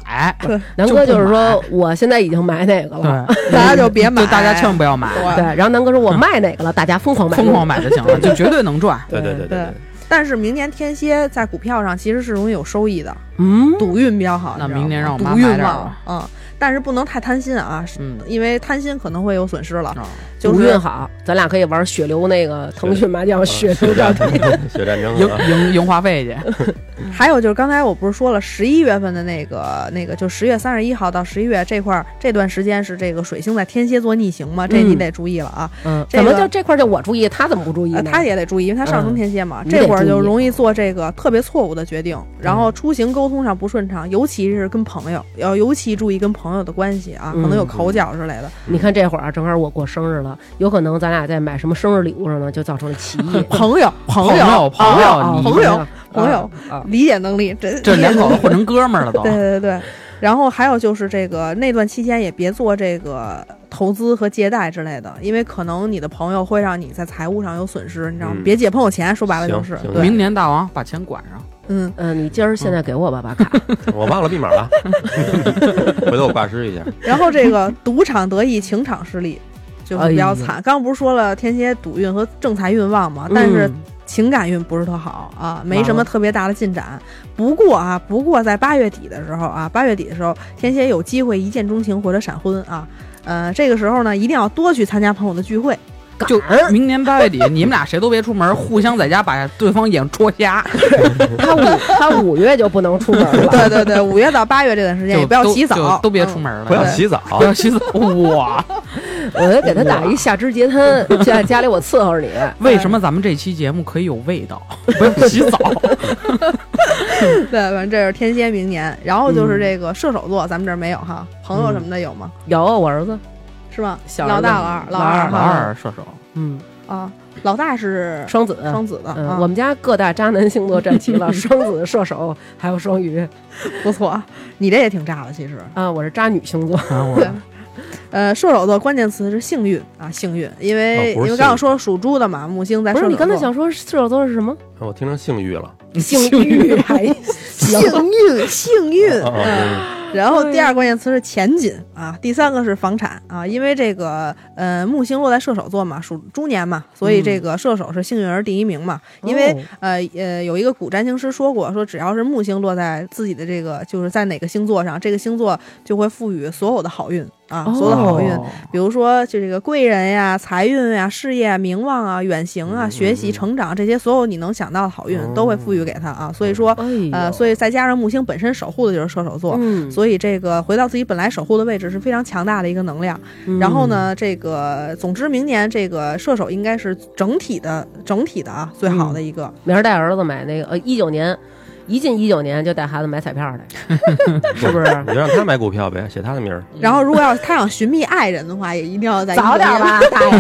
Speaker 1: 南哥就是说，我现在已经买哪个了。
Speaker 4: 对，
Speaker 3: 大家就别买，
Speaker 4: 就大家千万不要买，
Speaker 1: 对，然后南哥说我卖哪个了，大家疯狂买，
Speaker 4: 疯狂买就 行了，就绝对能赚。
Speaker 2: 对对对
Speaker 3: 对但是明年天蝎在股票上其实是容易有收益的，
Speaker 1: 嗯，
Speaker 3: 赌运比较好。
Speaker 4: 那
Speaker 3: 你知道吗
Speaker 4: 明年让我妈
Speaker 3: 赌运
Speaker 4: 买点儿
Speaker 3: 旺
Speaker 4: 吧，
Speaker 3: 嗯，但是不能太贪心啊，是
Speaker 4: 嗯，
Speaker 3: 因为贪心可能会有损失了。
Speaker 4: 哦
Speaker 3: 就
Speaker 1: 赌运
Speaker 3: 是
Speaker 1: 好，咱俩可以玩血流那个腾讯麻将血
Speaker 2: 血
Speaker 1: 流
Speaker 2: 战
Speaker 1: 战。
Speaker 2: 血战争
Speaker 4: 赢
Speaker 2: 啊！
Speaker 4: 赢赢话费去，
Speaker 3: 还有就是刚才我不是说了，十一月份的那个那个，就十月三十一号到十一月这块儿这段时间是这个水星在天蝎座逆行嘛，这你
Speaker 1: 嗯
Speaker 3: 得注意了啊。
Speaker 1: 嗯，
Speaker 3: 这
Speaker 1: 怎
Speaker 3: 个
Speaker 1: 么就这块就我注意，他怎么不注意
Speaker 3: 呃，
Speaker 1: 呢？
Speaker 3: 他也得注意，因为他上升
Speaker 1: 嗯
Speaker 3: 天蝎嘛，
Speaker 1: 你得
Speaker 3: 这会儿
Speaker 1: 注
Speaker 3: 就
Speaker 1: 意
Speaker 3: 容易做这个特别错误的决定，然后出行沟通上不顺畅，尤其是跟朋友，要尤其注意跟朋友的关系啊，可能有
Speaker 1: 嗯
Speaker 3: 口角之类的。
Speaker 1: 你看这会儿啊，正好我过生日了，有可能咱俩在买什么生日礼物上呢，就造成了歧义。
Speaker 3: 朋友，朋
Speaker 4: 友朋
Speaker 1: 啊
Speaker 4: 友，你
Speaker 3: 朋友，朋友，
Speaker 1: 啊，
Speaker 3: 理解能力，这
Speaker 4: 这
Speaker 3: 理解
Speaker 4: 两口
Speaker 3: 能
Speaker 4: 子
Speaker 3: 力
Speaker 4: 混成哥们儿了都
Speaker 3: 对。对对。然后还有就是这个那段期间也别做这个投资和借贷之类的，因为可能你的朋友会让你在财务上有损失，你知道吗？
Speaker 2: 嗯
Speaker 3: 别借朋友钱，说白了就
Speaker 2: 行
Speaker 3: 是
Speaker 2: 行
Speaker 3: 对，
Speaker 4: 明年大王把钱管上，
Speaker 3: 嗯，
Speaker 1: 嗯、你今儿现在给我吧，把 卡。
Speaker 2: 我忘了密 码了，回头我挂失一下。
Speaker 3: 然后这个赌场得意，情场失利，就是比较
Speaker 4: 哎
Speaker 3: 惨。刚刚不是说了天蝎赌运和正财运旺嘛，但是
Speaker 1: 嗯
Speaker 3: 情感运不是特好啊，没
Speaker 4: 完
Speaker 3: 什么
Speaker 4: 了
Speaker 3: 特别大的进展。不过啊，不过在八月底的时候啊，八月底的时候，天蝎有机会一见钟情或者闪婚啊。呃，这个时候呢，一定要多去参加朋友的聚会，
Speaker 4: 就明年八月底，你们俩谁都别出门，互相在家把对方眼戳 瞎，
Speaker 1: 他五他五月就不能出门了。
Speaker 3: 对对 对，五月到八月这段时间
Speaker 4: 就
Speaker 3: 也不要
Speaker 4: 都
Speaker 3: 洗澡
Speaker 4: 就，都别
Speaker 3: 嗯
Speaker 4: 出门了，
Speaker 2: 不要
Speaker 4: 对
Speaker 2: 洗澡，
Speaker 4: 不要洗澡，哇！
Speaker 1: 我就给他打一下肢截瘫，在家里我伺候你。
Speaker 4: 为什么咱们这期节目可以有味道？不要洗澡，
Speaker 3: 对，反正这是天蝎明年，然后
Speaker 4: 嗯
Speaker 3: 就是这个射手座，咱们这儿没有哈，朋友什么的有吗？
Speaker 1: 有啊，我儿子，
Speaker 3: 是吗？
Speaker 1: 小儿
Speaker 3: 老大、
Speaker 1: 子老
Speaker 3: 老二、二
Speaker 1: 二
Speaker 3: 哈
Speaker 4: 老 二射手，
Speaker 1: 嗯，
Speaker 3: 啊，老大是
Speaker 1: 双子。
Speaker 3: 双子的，
Speaker 1: 嗯，
Speaker 3: 啊
Speaker 1: 我们家各大渣男星座占齐 了，双子、射手还有双鱼
Speaker 3: 不错，啊你这也挺炸的，其实。
Speaker 1: 啊，我是渣女星座。
Speaker 2: 嗯
Speaker 4: 啊我
Speaker 3: 对呃，射手座关键词是幸运啊，幸运，因
Speaker 2: 哦不
Speaker 3: 为、因
Speaker 2: 是
Speaker 3: 为
Speaker 2: 幸
Speaker 3: 刚刚
Speaker 2: 运
Speaker 3: 说属猪的嘛，木星在
Speaker 1: 不
Speaker 3: 射手
Speaker 1: 是
Speaker 3: 座。
Speaker 1: 你刚才想说射手座是什 么？
Speaker 2: 我听成性欲了。
Speaker 1: 性欲还
Speaker 3: 幸 运，幸运。嗯
Speaker 2: 啊啊
Speaker 3: 然后第二关键词是前景啊，第三个是房产啊，因为这个呃木星落在射手座嘛，属猪年嘛，所以这个射手是幸运儿第一名嘛，因为
Speaker 1: 嗯哦
Speaker 3: 呃呃，有一个古占星师说过，说只要是木星落在自己的这个，就是在哪个星座上，这个星座就会赋予所有的好运啊，
Speaker 1: 哦
Speaker 3: 所有的好运，比如说就这个贵人呀、财运呀、事业啊、名望啊、远行啊、
Speaker 2: 嗯
Speaker 3: 学习
Speaker 2: 嗯
Speaker 3: 成长这些所有你能想到的好运
Speaker 2: 哦
Speaker 3: 都会赋予给他啊，所以说
Speaker 1: 哎
Speaker 3: 呃，
Speaker 1: 呦
Speaker 3: 所以再加上木星本身守护的就是射手座。
Speaker 1: 嗯，
Speaker 3: 所以这个回到自己本来守护的位置是非常强大的一个能量，
Speaker 1: 嗯
Speaker 3: 然后呢，这个总之明年这个射手应该是整体的整体的啊最好的一个，
Speaker 1: 嗯，明儿带儿子买那个呃一九年，一进一九年就带孩子买彩票去， 是不是
Speaker 2: 你？就让他买股票呗，写他的名儿。
Speaker 1: 嗯
Speaker 3: 然后，如果要是他想寻觅爱人的话，也一定要在
Speaker 1: 早点
Speaker 3: 19年。
Speaker 1: 吧，大爷。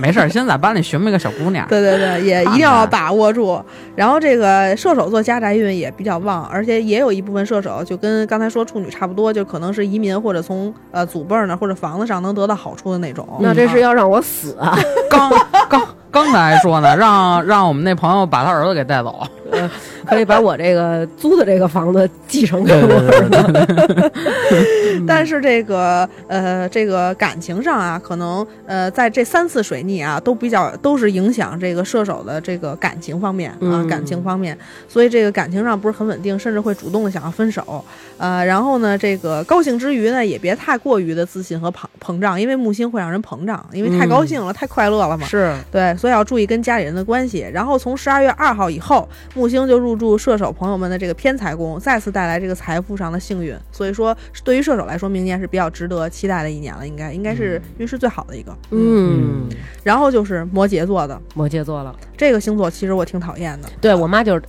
Speaker 4: 没事儿，先在班里寻摸个小姑娘，
Speaker 3: 对对对，也一定要把握住。然后这个射手座家宅运也比较旺，而且也有一部分射手就跟刚才说处女差不多，就可能是移民或者从呃祖辈儿呢或者房子上能得到好处的那种。
Speaker 1: 嗯那这是要让我死啊！
Speaker 4: 刚刚刚才还说呢，让让我们那朋友把他儿子给带走，
Speaker 1: 可以把我这个租的这个房子继承给我。
Speaker 3: 但是这个呃，这个感情上啊，可能呃，在这三次水逆啊，都比较都是影响这个射手的这个感情方面啊，
Speaker 1: 嗯
Speaker 3: 感情方面，所以这个感情上不是很稳定，甚至会主动的想要分手。呃，然后呢，这个高兴之余呢，也别太过于的自信和膨膨胀，因为木星会让人膨胀，因为太高兴了，太快乐了嘛。
Speaker 1: 是，
Speaker 3: 对，所以要注意跟家里人的关系。然后从十二月二号以后，木星就入驻射手朋友们的这个偏财宫，再次带来这个财富上的幸运。所以说，对于射手来说，明年是比较值得期待的一年了，应该应该是运势最好的一个。
Speaker 1: 嗯，
Speaker 3: 然后就是摩羯座的
Speaker 1: 摩羯座了。
Speaker 3: 这个星座，其实我挺讨厌的。
Speaker 1: 对我妈就是，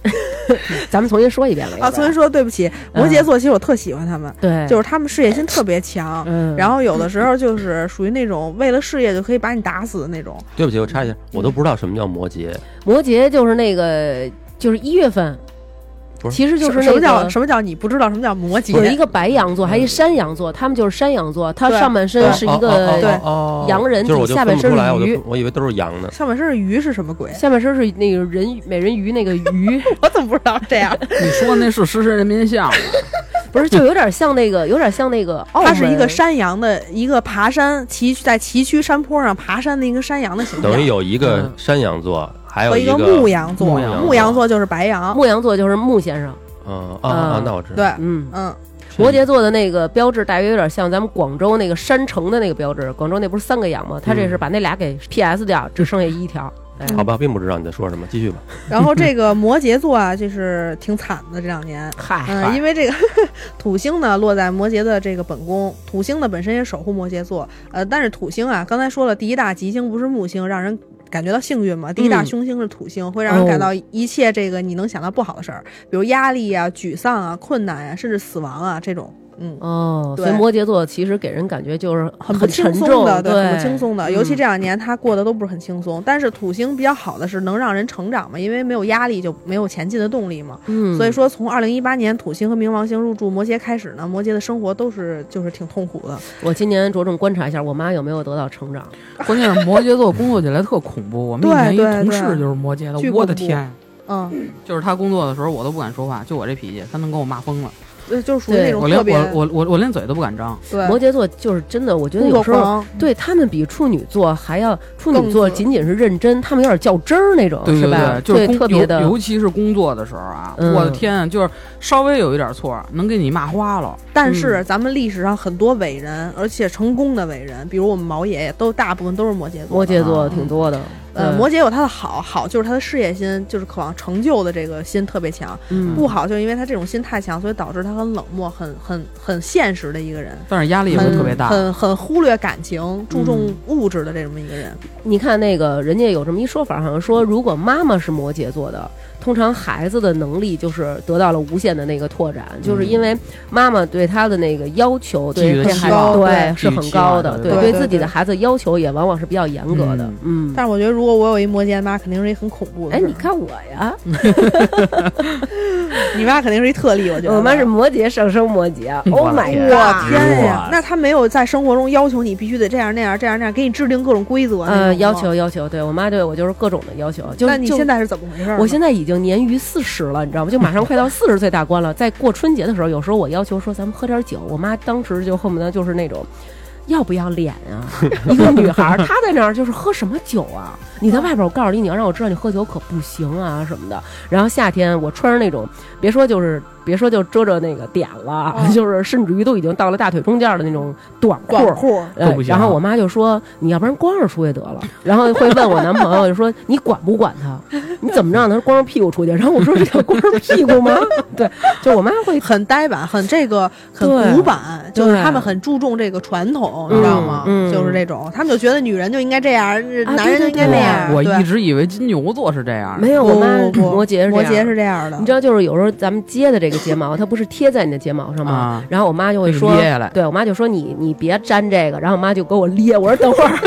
Speaker 1: 咱们重新说一遍吧。
Speaker 3: 啊，
Speaker 1: 要不
Speaker 3: 重
Speaker 1: 然
Speaker 3: 新说，对不起，摩羯座其实我特喜欢他们，
Speaker 1: 对，
Speaker 3: 就是他们事业心特别强，
Speaker 1: 嗯，
Speaker 3: 然后有的时候就是属于那种为了事业就可以把你打死的那种。
Speaker 2: 对不起，我插一下，我都不知道什么叫摩羯。
Speaker 1: 摩羯就是那个就是一月份，
Speaker 2: 不是
Speaker 1: 其实就是
Speaker 3: 什什么
Speaker 1: 那
Speaker 3: 叫
Speaker 1: 个
Speaker 3: 什么叫你不知道什么叫摩羯？
Speaker 1: 有一个白羊座，还一山羊座，他们就是山羊座，他
Speaker 3: 对哦
Speaker 1: 上半身嗯是一
Speaker 2: 哦
Speaker 1: 个
Speaker 3: 对
Speaker 1: 洋人
Speaker 2: 就是我就
Speaker 1: 下
Speaker 2: 分
Speaker 1: 半
Speaker 2: 不
Speaker 1: 身
Speaker 2: 出来，我
Speaker 1: 是鱼
Speaker 2: 就，我以为都是羊呢。
Speaker 3: 上半身是鱼是什么鬼？
Speaker 1: 下半身是那个人鱼美人鱼那个鱼，
Speaker 3: 我怎么不知道这样？
Speaker 4: 你说那是狮身人面像，
Speaker 1: 不是就有点像那个有点像那个澳
Speaker 3: 它是一个
Speaker 1: 门
Speaker 3: 山羊的一个爬山崎在崎岖山坡上爬山的一个山羊的形象，
Speaker 2: 等于有一个
Speaker 4: 嗯
Speaker 2: 山羊座，还有
Speaker 3: 和
Speaker 2: 一
Speaker 3: 一
Speaker 2: 个
Speaker 3: 牧羊座，
Speaker 4: 牧
Speaker 3: 牧
Speaker 4: 羊
Speaker 2: 座
Speaker 3: 座就是白羊。
Speaker 1: 牧羊座就是牧先生，
Speaker 2: 嗯啊啊，那我知道。
Speaker 3: 对，
Speaker 1: 嗯，
Speaker 3: 嗯，
Speaker 1: 摩羯座的那个标志大约有点像咱们广州那个山城的那个标志，广州那不是三个羊吗？他这
Speaker 3: 嗯
Speaker 1: 是把那俩给 PS 掉，只剩下一条。 哎
Speaker 2: 好吧，并不知道你在说什么，继续吧。
Speaker 3: 然后这个摩羯座啊，就是挺惨的这两年。
Speaker 1: 哎嗨，
Speaker 3: 嗯，因为这个 土星呢落在摩羯的这个本宫，土星呢本身也守护摩羯座，呃，但是土星啊，刚才说了，第一大吉星不是木星，让人感觉到幸运嘛，第一大
Speaker 1: 嗯
Speaker 3: 凶星是土星，会让人感
Speaker 1: 哦
Speaker 3: 到一切这个你能想到不好的事儿，比如压力啊、沮丧啊、困难啊，甚至死亡啊这种，嗯。
Speaker 1: 哦，
Speaker 3: 对
Speaker 1: 所以摩羯座其实给人感觉就是
Speaker 3: 很不
Speaker 1: 很
Speaker 3: 轻
Speaker 1: 沉
Speaker 3: 松
Speaker 1: 重
Speaker 3: 的，
Speaker 1: 对，
Speaker 3: 很不轻松的。尤其
Speaker 1: 嗯
Speaker 3: 这两年他过得都不是很轻松，但是土星比较好的是能让人成长嘛，因为没有压力就没有前进的动力嘛。
Speaker 1: 嗯，
Speaker 3: 所以说，从二零一八年土星和冥王星入驻摩羯开始呢，摩羯的生活都是就是挺痛苦的。嗯
Speaker 1: 我今年着重观察一下我妈有没有得到成长。
Speaker 4: 关键是摩羯座工作起来特恐怖。我们以前一
Speaker 3: 对对
Speaker 4: 同事
Speaker 3: 对
Speaker 4: 就是摩羯
Speaker 3: 巨
Speaker 4: 的，
Speaker 3: 恐怖
Speaker 4: 我的天，
Speaker 3: 嗯，
Speaker 4: 就是他工作的时候我都不敢说话，就我这脾气，他能给我骂疯了。
Speaker 3: 对，呃就属于那
Speaker 1: 对
Speaker 3: 种
Speaker 4: 我
Speaker 3: 特
Speaker 4: 连
Speaker 3: 别
Speaker 4: 我我我我连嘴都不敢张。
Speaker 3: 对
Speaker 1: 摩羯座就是真的，我觉得
Speaker 3: 工
Speaker 1: 有
Speaker 3: 作
Speaker 1: 时候
Speaker 3: 狂，
Speaker 1: 对他们比处女座还要，处
Speaker 3: 更
Speaker 1: 女座
Speaker 3: 自
Speaker 1: 仅仅是认真，他们有点较真儿那种，
Speaker 4: 对
Speaker 1: 是
Speaker 4: 对
Speaker 1: 吧？
Speaker 4: 对，就是
Speaker 1: 对，
Speaker 4: 工
Speaker 1: 特别
Speaker 4: 尤
Speaker 1: 的
Speaker 4: 尤其是工作的时候啊，
Speaker 1: 嗯
Speaker 4: 我的天，就是稍微有一点错儿，能给你骂花了。
Speaker 3: 但
Speaker 1: 嗯
Speaker 3: 是咱们历史上很多伟人，而且成功的伟人，比如我们毛爷爷，都大部分都是摩羯座。
Speaker 1: 摩羯嗯座
Speaker 4: 啊
Speaker 1: 挺多的。
Speaker 3: 呃，
Speaker 1: 对
Speaker 3: 摩羯有他的好，好就是他的事业心，就是渴望成就的这个心特别强。
Speaker 1: 嗯
Speaker 3: 不好就是因为他这种心太强，所以导致他很冷漠、很很很现实的一个人，
Speaker 4: 但是压力也会
Speaker 3: 很
Speaker 4: 特别大。
Speaker 3: 很很忽略感情、
Speaker 1: 嗯
Speaker 3: 注重物质的这么一个人。
Speaker 1: 你看那个人家有这么一说法，好像说如果妈妈是摩羯座的，通常孩子的能力就是得到了无限的那个拓展，就是因为妈妈对他的那个要求
Speaker 4: 寄予
Speaker 1: 对
Speaker 4: 的
Speaker 1: 这
Speaker 4: 期
Speaker 1: 孩
Speaker 3: 望
Speaker 1: 子
Speaker 3: 对
Speaker 1: 对是
Speaker 4: 寄予
Speaker 1: 很
Speaker 4: 期
Speaker 1: 高
Speaker 4: 望
Speaker 1: 的，
Speaker 4: 对
Speaker 1: 对
Speaker 3: 对对
Speaker 1: 自己
Speaker 3: 对
Speaker 1: 的孩子要求也往往是比较严格的。嗯，
Speaker 3: 但是我觉得，如果我有一摩羯妈，肯定是一很恐怖的
Speaker 1: 哎，
Speaker 3: 事儿。
Speaker 1: 你看我呀，
Speaker 3: 你妈肯定是一特例，我觉得。
Speaker 1: 我妈是啊摩羯上升摩羯
Speaker 4: 我
Speaker 1: ，Oh
Speaker 4: 的
Speaker 1: my
Speaker 4: 天
Speaker 1: god！
Speaker 3: 天呀，那她没有在生活中要求你必须得这样那样这样那样，给你制定各种规则。
Speaker 1: 呃，要。求要求，对我妈对我就是各种的要求。就
Speaker 3: 啊那你
Speaker 1: 就
Speaker 3: 现在是怎么回事儿呢？
Speaker 1: 我现在已经年逾四十了，你知道吗？就马上快到四十岁大关了。在过春节的时候，有时候我要求说咱们喝点酒，我妈当时就恨不得就是那种。要不要脸啊？一个女孩儿，她在那儿就是喝什么酒啊？你在外边，我告诉你，你要让我知道你喝酒可不行啊什么的。然后夏天我穿着那种，别说就是别说就遮着那个点了，
Speaker 3: 嗯
Speaker 1: 就是甚至于都已经到了大腿中间儿的那种短裤
Speaker 3: 短
Speaker 1: 儿，
Speaker 3: 裤儿，
Speaker 1: 呃
Speaker 4: 都不，行
Speaker 1: 然后我妈就说：“你要不然光着出去得了。”然后会问我男朋友，就说：“你管不管他？你怎么让他光着屁股出去？”然后我说：“这叫光着屁股吗？” 对，就我妈会
Speaker 3: 很呆板，很这个很
Speaker 1: 对
Speaker 3: 古板，就是
Speaker 1: 对
Speaker 3: 他们很注重这个传统，你
Speaker 1: 嗯
Speaker 3: 知道吗？
Speaker 1: 嗯
Speaker 3: 就是这种，他们就觉得女人就应该这样，男人
Speaker 1: 对
Speaker 3: 就
Speaker 1: 对
Speaker 3: 应该那
Speaker 1: 对
Speaker 3: 样。
Speaker 4: 我
Speaker 3: 对
Speaker 4: 一直以为金牛座是这样的
Speaker 1: 没，有，我
Speaker 3: 不
Speaker 1: 妈
Speaker 3: 不不
Speaker 1: 摩羯是这
Speaker 3: 摩
Speaker 1: 样
Speaker 3: 羯是。这样的，
Speaker 1: 你知道，就是有时候咱们接的这个睫毛，它不是贴在你的睫毛上吗？
Speaker 4: 啊
Speaker 1: 然后我妈就会说
Speaker 4: 给你捏下来：“
Speaker 1: 对我妈就说你你别粘这个。”然后我妈就给我捏，我说：“等 会儿，